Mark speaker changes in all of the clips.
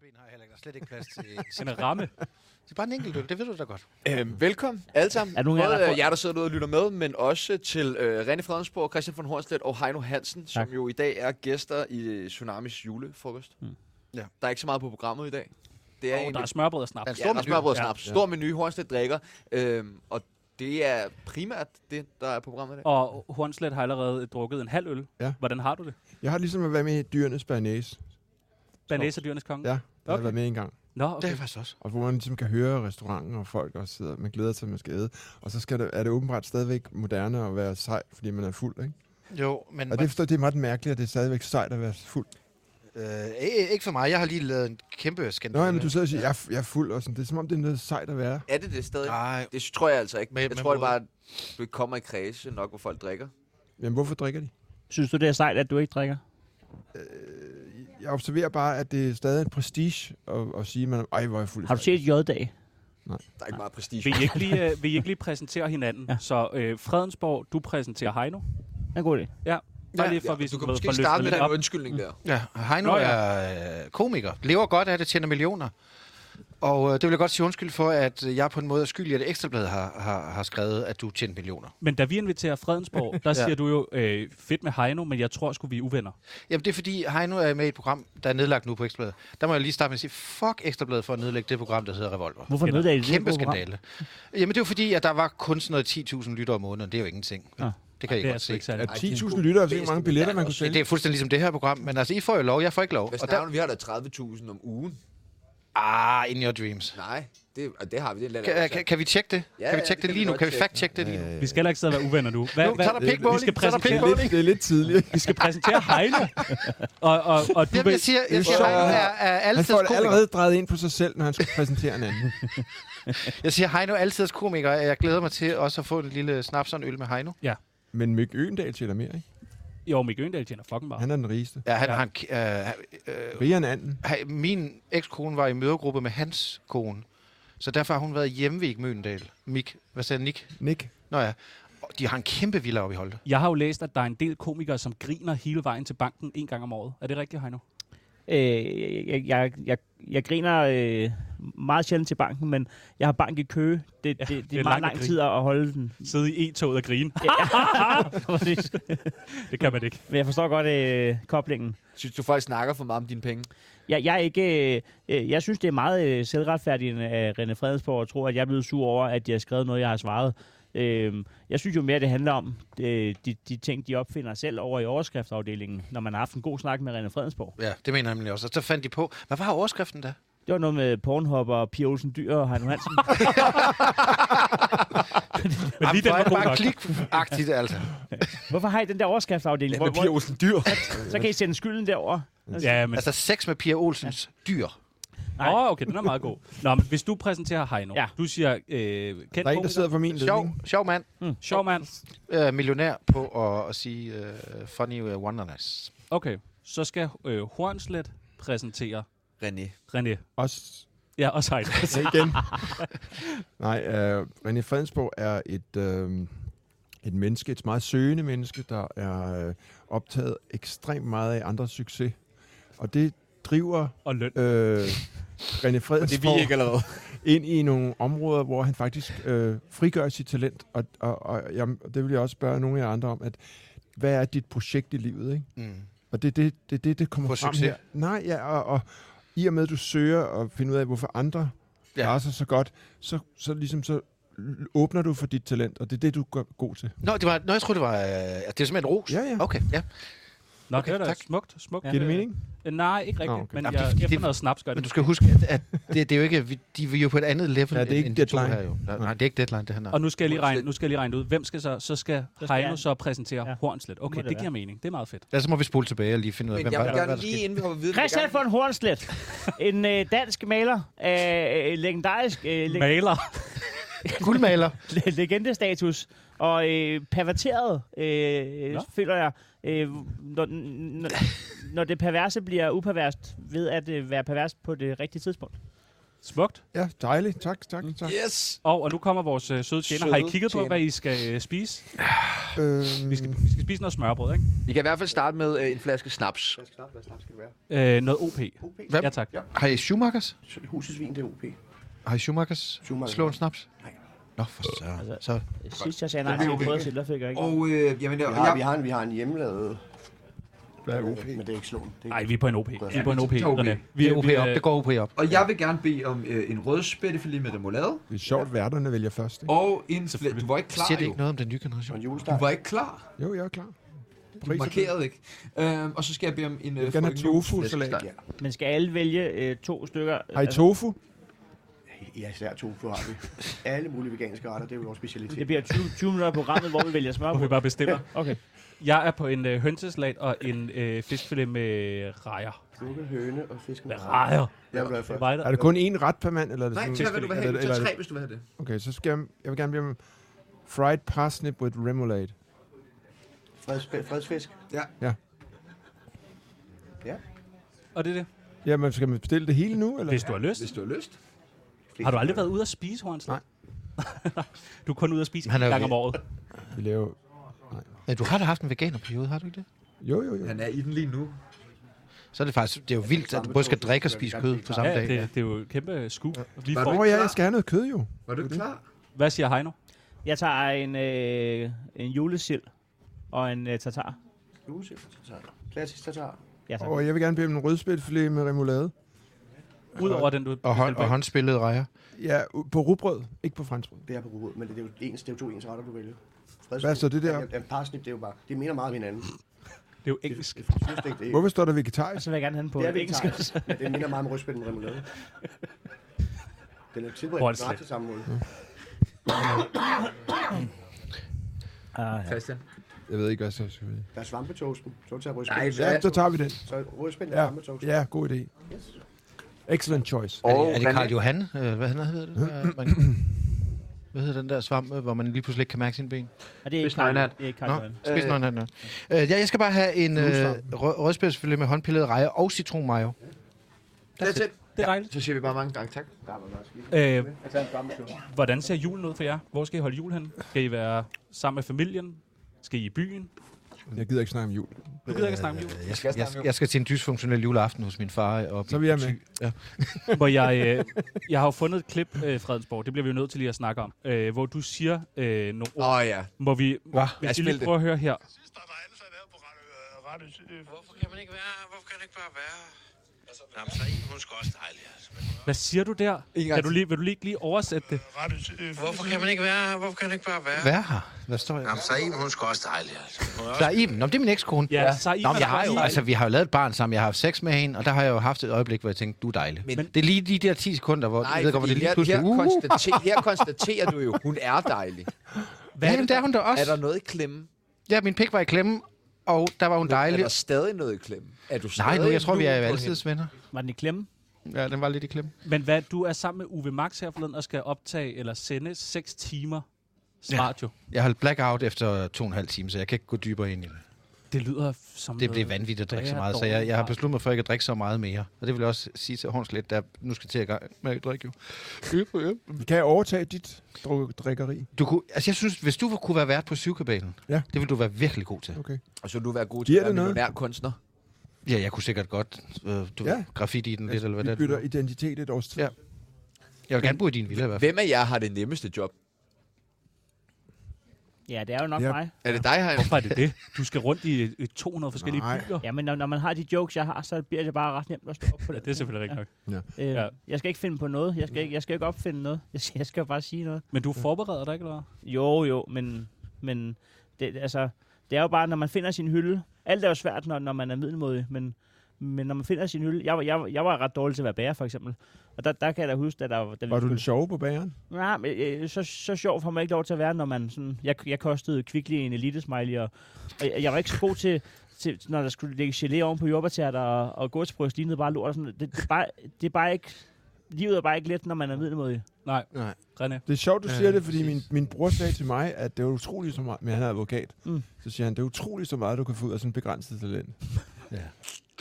Speaker 1: ben har jeg heller ikke. Der er slet ikke plads til... til
Speaker 2: En ramme.
Speaker 1: det er bare en enkelt øl, det ved du da godt.
Speaker 3: Øhm, velkommen alle sammen.
Speaker 2: Er der nogen af jer,
Speaker 3: Både
Speaker 2: der-
Speaker 3: øh, jer, der sidder derude og lytter med, men også til øh, René Fredensborg, Christian von Hornstedt og Heino Hansen, som
Speaker 2: Tak.
Speaker 3: jo i dag er gæster i øh, Tsunamis julefrokost.
Speaker 2: Mm.
Speaker 1: Ja.
Speaker 3: Der er ikke så meget på programmet i dag. Det er
Speaker 2: Og der er smørbrød og snaps.
Speaker 1: Der er en
Speaker 3: Ja,
Speaker 1: stor
Speaker 3: der er smørbrød og
Speaker 2: Ja.
Speaker 3: snaps. Stor menu, Hornstedt drikker. Øhm, og det er primært det, der er på programmet i dag.
Speaker 2: Og Hornslet har allerede drukket en halv øl.
Speaker 4: Ja.
Speaker 2: Hvordan har du det?
Speaker 4: Jeg har ligesom at være med i dyrenes banæs.
Speaker 2: Banæs og dyrenes konge?
Speaker 4: Ja, der okay. har
Speaker 2: Okay.
Speaker 4: jeg været med en gang.
Speaker 2: Nå,
Speaker 1: Det er
Speaker 2: okay.
Speaker 1: jeg faktisk også.
Speaker 4: Og hvor man ligesom kan høre restauranten og folk også sidder, man glæder sig til, at man skal æde. Og så skal det, er det åbenbart stadigvæk moderne at være sej, fordi man er fuld, ikke?
Speaker 1: Jo, men...
Speaker 4: Og det forstår jeg, det er meget mærkeligt, at det er stadigvæk sejt at være fuld.
Speaker 1: øh, øh, ikke for mig, jeg har lige lavet en kæmpe
Speaker 4: Nå,
Speaker 1: skandale.
Speaker 4: jamen, du sidder og siger, jeg, er fu- jeg er fuld, og sådan. Det er som om, det er noget sejt at være.
Speaker 3: Er det det stadig?
Speaker 2: Ah.
Speaker 1: Nej,
Speaker 3: Det tror jeg altså ikke.
Speaker 1: Med-
Speaker 3: jeg
Speaker 1: med
Speaker 3: tror det
Speaker 1: måde.
Speaker 3: bare, at du ikke kommer i kredse nok, hvor folk drikker.
Speaker 4: Jamen, hvorfor drikker de?
Speaker 5: Synes du, det er sejt, at du ikke drikker?
Speaker 4: Jeg observerer bare, at det er stadig en prestige at, at sige, at man er, ej, hvor er jeg fuld.
Speaker 5: Har du set J-dag?
Speaker 3: Der
Speaker 2: Ah.
Speaker 3: er ikke meget prestige.
Speaker 2: Vil I ikke lige, øh, vil I ikke lige præsentere hinanden? Ja.
Speaker 5: Ja.
Speaker 2: Så øh, Fredensborg, du præsenterer Heino.
Speaker 5: Det er en god idé.
Speaker 2: Bare lige for, at vi
Speaker 3: du
Speaker 2: sådan
Speaker 3: kan
Speaker 2: ved-
Speaker 3: måske
Speaker 2: får løftet
Speaker 3: starte med
Speaker 2: lidt
Speaker 3: den
Speaker 2: op.
Speaker 3: undskyldning der.
Speaker 1: Ja, Heino
Speaker 2: Nå,
Speaker 1: Nå,
Speaker 2: ja.
Speaker 1: ja. er øh, komiker. Lever godt af det, tjener millioner. Og øh, det vil jeg godt sige undskyld for, at øh, jeg på en måde er skyldig, at Ekstrabladet har, har, har skrevet, at du tjente millioner.
Speaker 2: Men da vi inviterer Fredensborg, der siger du jo, øh, fedt med Heino, men jeg tror sgu, vi er uvenner.
Speaker 1: Jamen det er fordi, Heino er med i et program, der er nedlagt nu på Ekstrabladet. Der må jeg lige starte med at sige, fuck Ekstrabladet for at nedlægge det program, der hedder Revolver.
Speaker 5: Hvorfor nødder I det?
Speaker 1: Kæmpe
Speaker 5: Det er et program.
Speaker 1: skandale. Jamen det er jo fordi, at der var kun sådan noget 10.000 lyttere om måneden. Det er jo ingenting.
Speaker 5: Nå.
Speaker 1: Det kan I
Speaker 2: Det er
Speaker 1: godt
Speaker 2: altså
Speaker 1: se.
Speaker 2: ikke særlig.
Speaker 4: At
Speaker 3: Ej,
Speaker 4: 10.000
Speaker 3: det er
Speaker 4: lyttere, så
Speaker 3: bedste
Speaker 4: mange billetter, man
Speaker 3: moderne
Speaker 4: kunne
Speaker 3: også.
Speaker 4: sælge.
Speaker 1: Det er fuldstændig ligesom det her program, men altså, I får jo lov, jeg får ikke lov.
Speaker 3: Hvad
Speaker 1: Og der,
Speaker 3: snakker du? Vi har da 30.000 om ugen.
Speaker 1: ah, in your dreams.
Speaker 3: Nej, det, og det har vi. Det lader jeg
Speaker 1: Kan,
Speaker 3: også
Speaker 1: kan, kan vi tjekke det?
Speaker 3: Ja,
Speaker 1: kan vi
Speaker 3: ja, det
Speaker 1: tjekke
Speaker 3: kan
Speaker 1: altså. det
Speaker 3: vi
Speaker 1: lige nu?
Speaker 3: godt
Speaker 1: Kan vi
Speaker 3: tjekke.
Speaker 1: fact-tjekke det lige nu?
Speaker 2: Vi skal heller ikke sidde og være uvenner nu. Hvad,
Speaker 1: Jo, så er der
Speaker 2: vi skal
Speaker 1: pikmåling. Så er der
Speaker 2: præsentere,
Speaker 1: pikmåling.
Speaker 4: Det, det er lidt tidligt. ikke?
Speaker 2: vi skal præsentere Heino. Og, og, og du
Speaker 1: Jamen, jeg
Speaker 2: vil,
Speaker 1: siger, jeg siger,
Speaker 4: så-
Speaker 1: Heino er, er
Speaker 4: Han
Speaker 1: altid
Speaker 4: får det
Speaker 1: komiker.
Speaker 4: allerede drejet ind på sig selv, når han skal præsentere en anden.
Speaker 1: Jeg siger, Heino er altid komiker. og Jeg glæder mig til også at få en lille snaps og en øl med Heino.
Speaker 4: Men Mick Øgendal tæller mere, ikke?
Speaker 2: jo, Mikke Øndal tjener fucking bare.
Speaker 4: Han er den rigeste.
Speaker 1: Ja, han, ja. han øh, øh,
Speaker 4: Rigere end anden.
Speaker 1: ha- min ekskone var i mødergruppe med hans kone. Så derfor har hun været hjemme ved Ikke Møndal. Mik, hvad sagde Nick?
Speaker 4: Nick.
Speaker 1: Nå ja. Og De har en kæmpe villa oppe i Holte.
Speaker 2: Jeg har jo læst, at der er en del komikere, som griner hele vejen til banken en gang om året. Er det rigtigt, Heino?
Speaker 5: Øh, jeg, jeg, jeg, jeg griner øh, meget sjældent til banken, men jeg har bank i kø. Det, ja, det, det,
Speaker 2: det er
Speaker 5: er meget
Speaker 2: langt at
Speaker 5: lang
Speaker 2: grine.
Speaker 5: tid at holde den.
Speaker 2: Sidde i E-toget og grine.
Speaker 5: Præcis.
Speaker 2: Det kan man ikke.
Speaker 5: men jeg forstår godt øh, koblingen.
Speaker 3: ikke. Synes du, folk snakker for meget om dine penge?
Speaker 5: Jeg, jeg, er ikke, øh, øh, jeg synes, det er meget øh, selvretfærdigende af René Fredensborg at tro, at jeg er blevet sur over, at de har skrevet noget, jeg har svaret. Øh, jeg synes jo mere, det handler om øh, de, de ting, de opfinder selv over i overskriftsafdelingen, når man har haft en god snak med René Fredensborg.
Speaker 1: Ja, det mener jeg nemlig også. Og så fandt de på, hvad var overskriften da?
Speaker 5: Det var noget med Pornhub og Pia Olsen Dyr og Heino Hansen.
Speaker 2: Men lige den var god
Speaker 1: bare
Speaker 2: nok.
Speaker 1: klik-agtigt, altså.
Speaker 5: Hvorfor har I den der overskriftsafdeling? Hvor, hvor,
Speaker 3: Olsen Dyr.
Speaker 5: så kan I sende skylden derover.
Speaker 2: Ja, men...
Speaker 1: Altså sex med Pia Olsens dyr.
Speaker 2: Åh, oh, okay, den er meget god. Nå, men hvis du præsenterer Heino, ja.
Speaker 5: Ja.
Speaker 2: du siger, øh, kendt
Speaker 4: Der er en, der sidder for min
Speaker 1: Sjov,
Speaker 4: ledning.
Speaker 1: sjov mand.
Speaker 2: sjov mand,
Speaker 1: Øh, millionær på at, at sige øh, funny øh, wonderness.
Speaker 2: Okay, så skal øh, Hornslet præsentere
Speaker 3: René.
Speaker 2: René.
Speaker 4: Også
Speaker 2: Ja, og Heino.
Speaker 4: Ja, igen. Nej, øh, René Fredensborg er et, øh, et menneske, et meget søgende menneske, der er øh, optaget ekstremt meget af andres succes. Og det driver
Speaker 2: og løn.
Speaker 4: øh, René Fredensborg
Speaker 3: allerede.
Speaker 4: ind i nogle områder, hvor han faktisk øh, frigør sit talent. Og, og, og jamen, og det vil jeg også spørge nogle af jer andre om, at hvad er dit projekt i livet, ikke?
Speaker 1: Mm.
Speaker 4: Og det er det, det, det, det kommer
Speaker 1: Få
Speaker 4: frem
Speaker 1: succes.
Speaker 4: her. Nej, ja, og, og i og med, at du søger og finder ud af, hvorfor andre
Speaker 1: Ja.
Speaker 4: ja. klarer sig så godt, så, så, ligesom, så l- åbner du for dit talent, og det er det, du er go- god til.
Speaker 1: Nå, det var, nå, jeg troede, det var, øh, det er simpelthen ros.
Speaker 4: Ja, ja.
Speaker 1: Okay, ja.
Speaker 2: Nå,
Speaker 1: okay,
Speaker 2: okay, det er da
Speaker 1: tak.
Speaker 2: smukt, smukt.
Speaker 4: Ja. Giver det mening?
Speaker 2: Øh, nej, ikke rigtigt,
Speaker 4: Nå, okay.
Speaker 2: men
Speaker 1: Jamen,
Speaker 2: jeg,
Speaker 1: det er fordi,
Speaker 2: efter
Speaker 1: det-
Speaker 2: noget snaps gør det.
Speaker 1: Men du skal huske, at, at det, det er jo ikke, vi- de er jo på et andet level
Speaker 4: Ja, det er ikke
Speaker 1: end de to
Speaker 4: deadline.
Speaker 1: her jo. Nej, nej, det er ikke deadline, det her. Nej.
Speaker 2: Og nu skal jeg lige regne, nu skal jeg lige regne det ud. Hvem skal så? Så skal,
Speaker 5: skal
Speaker 2: Heino
Speaker 5: jeg-
Speaker 2: så præsentere ja.
Speaker 5: Ja.
Speaker 2: Hornslet. Okay,
Speaker 5: Må det
Speaker 2: det, det
Speaker 5: være.
Speaker 2: giver mening. Det er meget fedt.
Speaker 1: Ja, så må vi spole tilbage og lige finde ud af, hvem
Speaker 3: Men jeg
Speaker 1: var det,
Speaker 3: vil gerne
Speaker 1: der
Speaker 3: lige,
Speaker 1: skete.
Speaker 3: inden vi hopper videre...
Speaker 5: Christian von Hornslet, en øh, dansk maler af øh, legendarisk øh, le-
Speaker 2: Maler.
Speaker 1: Guldmaler.
Speaker 5: le- legendestatus, og øh, perverteret, øh,
Speaker 2: Nå.
Speaker 5: øh, føler jeg, øh, når, når, når det perverse bliver uperverst ved at øh, være pervers på det rigtige tidspunkt.
Speaker 2: Smukt.
Speaker 4: Ja, dejligt. Tak, tak, tak.
Speaker 3: Yes!
Speaker 2: Og, og nu kommer vores øh, søde tjener. Har I
Speaker 3: Søde
Speaker 2: kigget på,
Speaker 3: tjener.
Speaker 2: hvad I skal øh, spise?
Speaker 4: Øhm,
Speaker 2: Vi skal,
Speaker 1: Mm.
Speaker 2: vi skal spise noget smørbrød, ikke?
Speaker 3: Vi kan i hvert fald starte med øh, en flaske snaps.
Speaker 2: Øh, noget OP.
Speaker 1: Hvem?
Speaker 2: Ja, tak.
Speaker 1: Har I Schumachers?
Speaker 6: Husesvin, det er OP.
Speaker 1: Har I Schumachers?
Speaker 6: Schumacher.
Speaker 1: Slå en snaps? Nej. Nå, for søren. Så
Speaker 5: Sidst jeg sagde nej til en brød til, der fik jeg ikke.
Speaker 3: Og øh, jamen,
Speaker 6: Vi har, vi har, en, vi har en hjemmelavet,
Speaker 4: hvad er OP?
Speaker 6: okay. men det er ikke slåen. Det er
Speaker 2: Nej, vi er på en OP. Vi er på en OP,
Speaker 3: vi tager OP.
Speaker 2: René.
Speaker 1: vi er OP
Speaker 2: vi,
Speaker 1: op.
Speaker 2: øh,
Speaker 1: Det går OP op.
Speaker 7: Og jeg vil gerne bede om øh, en rød spættefilet med remoulade.
Speaker 4: Det er sjovt, værterne vælger først. Ikke?
Speaker 7: Og en flæ- Du var ikke klar,
Speaker 1: Siger det
Speaker 7: jo.
Speaker 1: ikke noget om den nye
Speaker 6: og
Speaker 1: generation?
Speaker 6: en
Speaker 7: Du
Speaker 6: julestart.
Speaker 7: var ikke klar.
Speaker 4: Jo, jeg er klar.
Speaker 7: Du markerede ikke. Øhm, og så skal jeg bede om en... Øh,
Speaker 4: gerne have
Speaker 7: frøken Juhls
Speaker 4: tofu-salat.
Speaker 7: flæskesteg.
Speaker 5: Men skal alle vælge øh, to stykker?
Speaker 4: Har I tofu?
Speaker 6: Ja, især tofu har vi. Alle mulige veganske retter, det er jo vores
Speaker 5: Det
Speaker 6: specialitet.
Speaker 5: bliver 20, 20 minutter af programmet, hvor vi vælger
Speaker 2: Hvor øh, vi
Speaker 5: smørbrød.
Speaker 2: bare bestiller.
Speaker 5: Okay.
Speaker 2: Jeg er på en øh, hønsesalat og en øh, fiskfilet med rejer.
Speaker 6: Lukket høne og fisk med
Speaker 2: Rejer?
Speaker 6: Jeg er glad for.
Speaker 2: Var
Speaker 4: Er det kun én ret per mand? Eller er det
Speaker 7: Nej,
Speaker 4: sådan,
Speaker 7: tag hvad du vil have.
Speaker 4: eller-
Speaker 7: Du
Speaker 4: eller-
Speaker 7: tager tre, hvis du vil have det.
Speaker 4: Okay, så skal jeg, jeg vil gerne blive med fried parsnip with remoulade.
Speaker 6: Freds, fredsfisk.
Speaker 2: Og det er det.
Speaker 4: Jamen, skal man bestille det hele nu? Eller?
Speaker 2: Hvis du har lyst.
Speaker 7: Hvis du har lyst.
Speaker 2: Har du aldrig været ude at spise, Hornslet?
Speaker 4: Nej.
Speaker 2: du er kun ude at spise en
Speaker 1: Han er jo
Speaker 2: gang om
Speaker 1: ved-
Speaker 2: året.
Speaker 4: Vi laver...
Speaker 1: Men Øh, du har da haft en veganerperiode, har du ikke det?
Speaker 4: Jo, jo, jo.
Speaker 7: Han er i den lige nu.
Speaker 1: Så er det faktisk, det er jo vildt, at du både skal drikke og spise kød på samme
Speaker 2: Ja, det,
Speaker 1: dag.
Speaker 2: det er jo et kæmpe skub. Vi
Speaker 7: Var
Speaker 4: Åh
Speaker 7: du-
Speaker 2: får.
Speaker 4: oh, ja, jeg skal have noget kød jo.
Speaker 7: Var du ikke klar?
Speaker 2: Hvad siger Heino?
Speaker 5: Jeg tager en, øh, en julesild og en øh, tartar.
Speaker 6: Julesil, tatar. Klassisk tatar.
Speaker 5: Ja, tak.
Speaker 4: Og jeg vil gerne bede om en rødspætfilet med remoulade.
Speaker 2: Udover den, du...
Speaker 1: Og, hånd, og håndspillede rejer.
Speaker 4: Ja, u- på rugbrød, ikke på franskbrød.
Speaker 6: Det er på rugbrød, men det er jo, ens, det er jo to ens retter, du vælger. Fredsfisk.
Speaker 4: Hvad er så det der?
Speaker 6: Ja, ja, parsnip, det er jo bare, det minder meget om hinanden.
Speaker 2: Det er jo engelsk.
Speaker 6: Et frityrestegt æg.
Speaker 4: Hvorfor står der
Speaker 5: Og
Speaker 4: vegetarisk?
Speaker 5: så vil jeg gerne have den på
Speaker 6: Det er
Speaker 5: engelsk.
Speaker 6: vegetarisk, men det minder meget om rødspæt med remoulade. Den er tilberedt
Speaker 2: Hornslet.
Speaker 6: ret til samme måde.
Speaker 5: Ah, ja.
Speaker 7: Christian.
Speaker 4: Jeg ved ikke, hvad jeg skal sige.
Speaker 6: Der er svampetoasten, så tager
Speaker 7: Nej,
Speaker 6: rødspæt.
Speaker 4: Ja, så tager vi den.
Speaker 6: Så rødspæt med
Speaker 4: Ja,
Speaker 6: svampetoast.
Speaker 4: ja god idé. Excellent choice.
Speaker 1: Er
Speaker 3: Og
Speaker 1: det, er det
Speaker 7: René-
Speaker 1: Karl Johan? Øh, Hvad hedder hedder det? Hvad- Man, hvad hedder den der svampe, hvor man lige pludselig ikke kan mærke sine ben?
Speaker 5: Og det er ikke
Speaker 7: Hvis nej,
Speaker 5: Karl-
Speaker 7: nat.
Speaker 5: det er ikke
Speaker 1: Nå,
Speaker 5: Karl Johan.
Speaker 1: spids noget andet. Øh, ja, jeg skal bare have en øh, rød- rødspætsfilet med håndpillede rejer og citronmayo.
Speaker 7: That's it.
Speaker 2: Det er dejligt.
Speaker 3: så siger vi bare mange gange tak.
Speaker 2: Øh, hvordan ser julen ud for jer? Hvor skal I holde jul hen? Skal I være sammen med familien? Skal I i byen?
Speaker 4: Jeg gider ikke snakke om jul.
Speaker 2: Du gider ikke snakke om
Speaker 1: Øh,
Speaker 2: jul.
Speaker 1: Jeg skal, jeg, skal- jeg skal til en dysfunktionel juleaften hos min far. øh, oppe
Speaker 4: Så
Speaker 1: i
Speaker 4: vil jeg med.
Speaker 1: Thy. Ja.
Speaker 2: Hvor jeg, øh, jeg har jo fundet et klip, øh, Fredensborg, det bliver vi jo nødt til lige at snakke om, øh, hvor du siger øh, nogle
Speaker 3: Åh
Speaker 2: ord.
Speaker 3: oh, ja.
Speaker 2: Må vi,
Speaker 3: Hva?
Speaker 2: hvis
Speaker 3: Jeg
Speaker 2: I
Speaker 3: spil
Speaker 2: lige
Speaker 3: det.
Speaker 2: prøver at høre her.
Speaker 8: Hvorfor kan man ikke være her? Hvorfor kan det ikke bare være her? Nå, men Altså, så er en, hun skal også dejlig, altså. Men
Speaker 2: Hvad siger du der?
Speaker 3: gang
Speaker 2: Kan du lige, vil du lige, lige oversætte det?
Speaker 8: Hvorfor kan man ikke være her? Hvorfor kan det ikke bare være her?
Speaker 1: Hvad er her? Hvad står jeg?
Speaker 8: Nå, men så er en, hun skal også dejlig, altså. Hun er også
Speaker 1: Der er Iben. Nå, men det er min ekskone.
Speaker 2: Ja, så er I
Speaker 1: Nå, men jeg har jo,
Speaker 2: I-
Speaker 1: altså, vi har jo lavet et barn sammen. Jeg har haft sex med hende, og der har jeg jo haft et øjeblik, hvor jeg tænkte, du er dejlig. Men,
Speaker 3: Men-
Speaker 1: det er lige de der 10 sekunder, hvor, Nej, ved godt, hvor det
Speaker 3: fordi
Speaker 1: lige
Speaker 3: her,
Speaker 1: pludselig...
Speaker 3: her,
Speaker 1: Uh,
Speaker 3: konstaterer, her konstaterer du jo, hun er dejlig.
Speaker 1: hvad er det, der er hun der også?
Speaker 3: Er der noget i klemme?
Speaker 1: Ja, min pik var i klemme, og der var hun
Speaker 3: Er
Speaker 1: dejlig.
Speaker 3: der stadig noget i klemme? Er du stadig
Speaker 1: Nej, nu, jeg tror, vi er
Speaker 3: lun på hende?
Speaker 1: altid venner.
Speaker 5: Var den i klemme?
Speaker 1: Ja, den var lidt i klemme.
Speaker 2: Men hvad, du er sammen med Uwe Max her forleden og skal optage eller sende 6 timer
Speaker 1: Ja.
Speaker 2: radio.
Speaker 1: Jeg holdt blackout efter to og en halv time, så jeg kan ikke gå dybere ind i det.
Speaker 2: Det lyder f- som
Speaker 1: Det blev
Speaker 2: noget-
Speaker 1: vanvittigt at drikke så
Speaker 2: bager
Speaker 1: meget, så
Speaker 2: dårligt
Speaker 1: jeg, jeg har
Speaker 2: radio.
Speaker 1: besluttet mig for ikke at drikke så meget mere. Og det vil jeg også sige til Horns lidt, der nu skal til at gang med at drikke jo.
Speaker 4: Kan jeg overtage dit druk- drikkeri?
Speaker 1: Du kunne, altså jeg synes, hvis du var- kunne være vært på syvkabalen,
Speaker 4: Ja.
Speaker 1: det ville du være virkelig god til.
Speaker 4: Okay.
Speaker 3: Og så vil du være god til
Speaker 4: Giver
Speaker 3: at være
Speaker 4: det noget?
Speaker 3: millionærkunstner.
Speaker 1: Ja, jeg kunne sikkert godt, øh, du
Speaker 4: Ja. Altså,
Speaker 1: ja. graffiti i den lidt, eller hvad
Speaker 4: Vi
Speaker 1: det
Speaker 4: bytter
Speaker 1: er.
Speaker 4: identitet et års tid.
Speaker 1: Ja. Jeg vil gerne bo i din villa i hvert fald.
Speaker 3: Hvem af jer har det nemmeste job?
Speaker 5: Ja, det er jo nok
Speaker 4: Ja.
Speaker 5: mig.
Speaker 3: Er det dig, Heino?
Speaker 2: Hvorfor er det det? Du skal rundt i øh, 200 forskellige
Speaker 4: Nej.
Speaker 2: byer.
Speaker 5: Ja, men når, når man har de jokes, jeg har, så bliver det bare ret nemt at stå op på
Speaker 2: Ja,
Speaker 5: det.
Speaker 2: det er selvfølgelig rigtigt nok.
Speaker 5: Øh,
Speaker 2: Ja.
Speaker 5: Jeg skal ikke finde på noget. Jeg skal ikke, jeg skal ikke opfinde noget. Jeg skal, jeg skal jo bare sige noget.
Speaker 2: Men du forbereder dig ikke, eller hvad?
Speaker 5: Jo, jo, men, men det, altså, det er jo bare, når man finder sin hylde. Alt er jo svært, når, når man er middelmodig, men, men når man finder sin hylde. Jeg, var- jeg, var- jeg var ret dårlig til at være bager, for eksempel. Og der, der kan jeg da huske, at der var...
Speaker 4: Var du den sjove på bageren?
Speaker 5: Nej, men øh, så, så sjov får man ikke lov til at være, når man sådan... Jeg, jeg kostede kvickly en elite-smiley, og, og jeg, jeg var ikke så god til, til, når der skulle lægge gelé oven på jordbærtærter, og, og gårdsbrød lignede bare lort og sådan noget. det, det, er bare, det er bare ikke... Livet er bare ikke let, når man er middelmodig.
Speaker 2: Nej,
Speaker 4: Nej.
Speaker 2: René.
Speaker 4: Det er sjovt, du siger det, fordi min, min bror sagde til mig, at det er utroligt så meget, men han er advokat.
Speaker 5: Mm.
Speaker 4: Mm. Så siger han, det er utroligt så meget, du kan få ud af sådan en begrænset talent.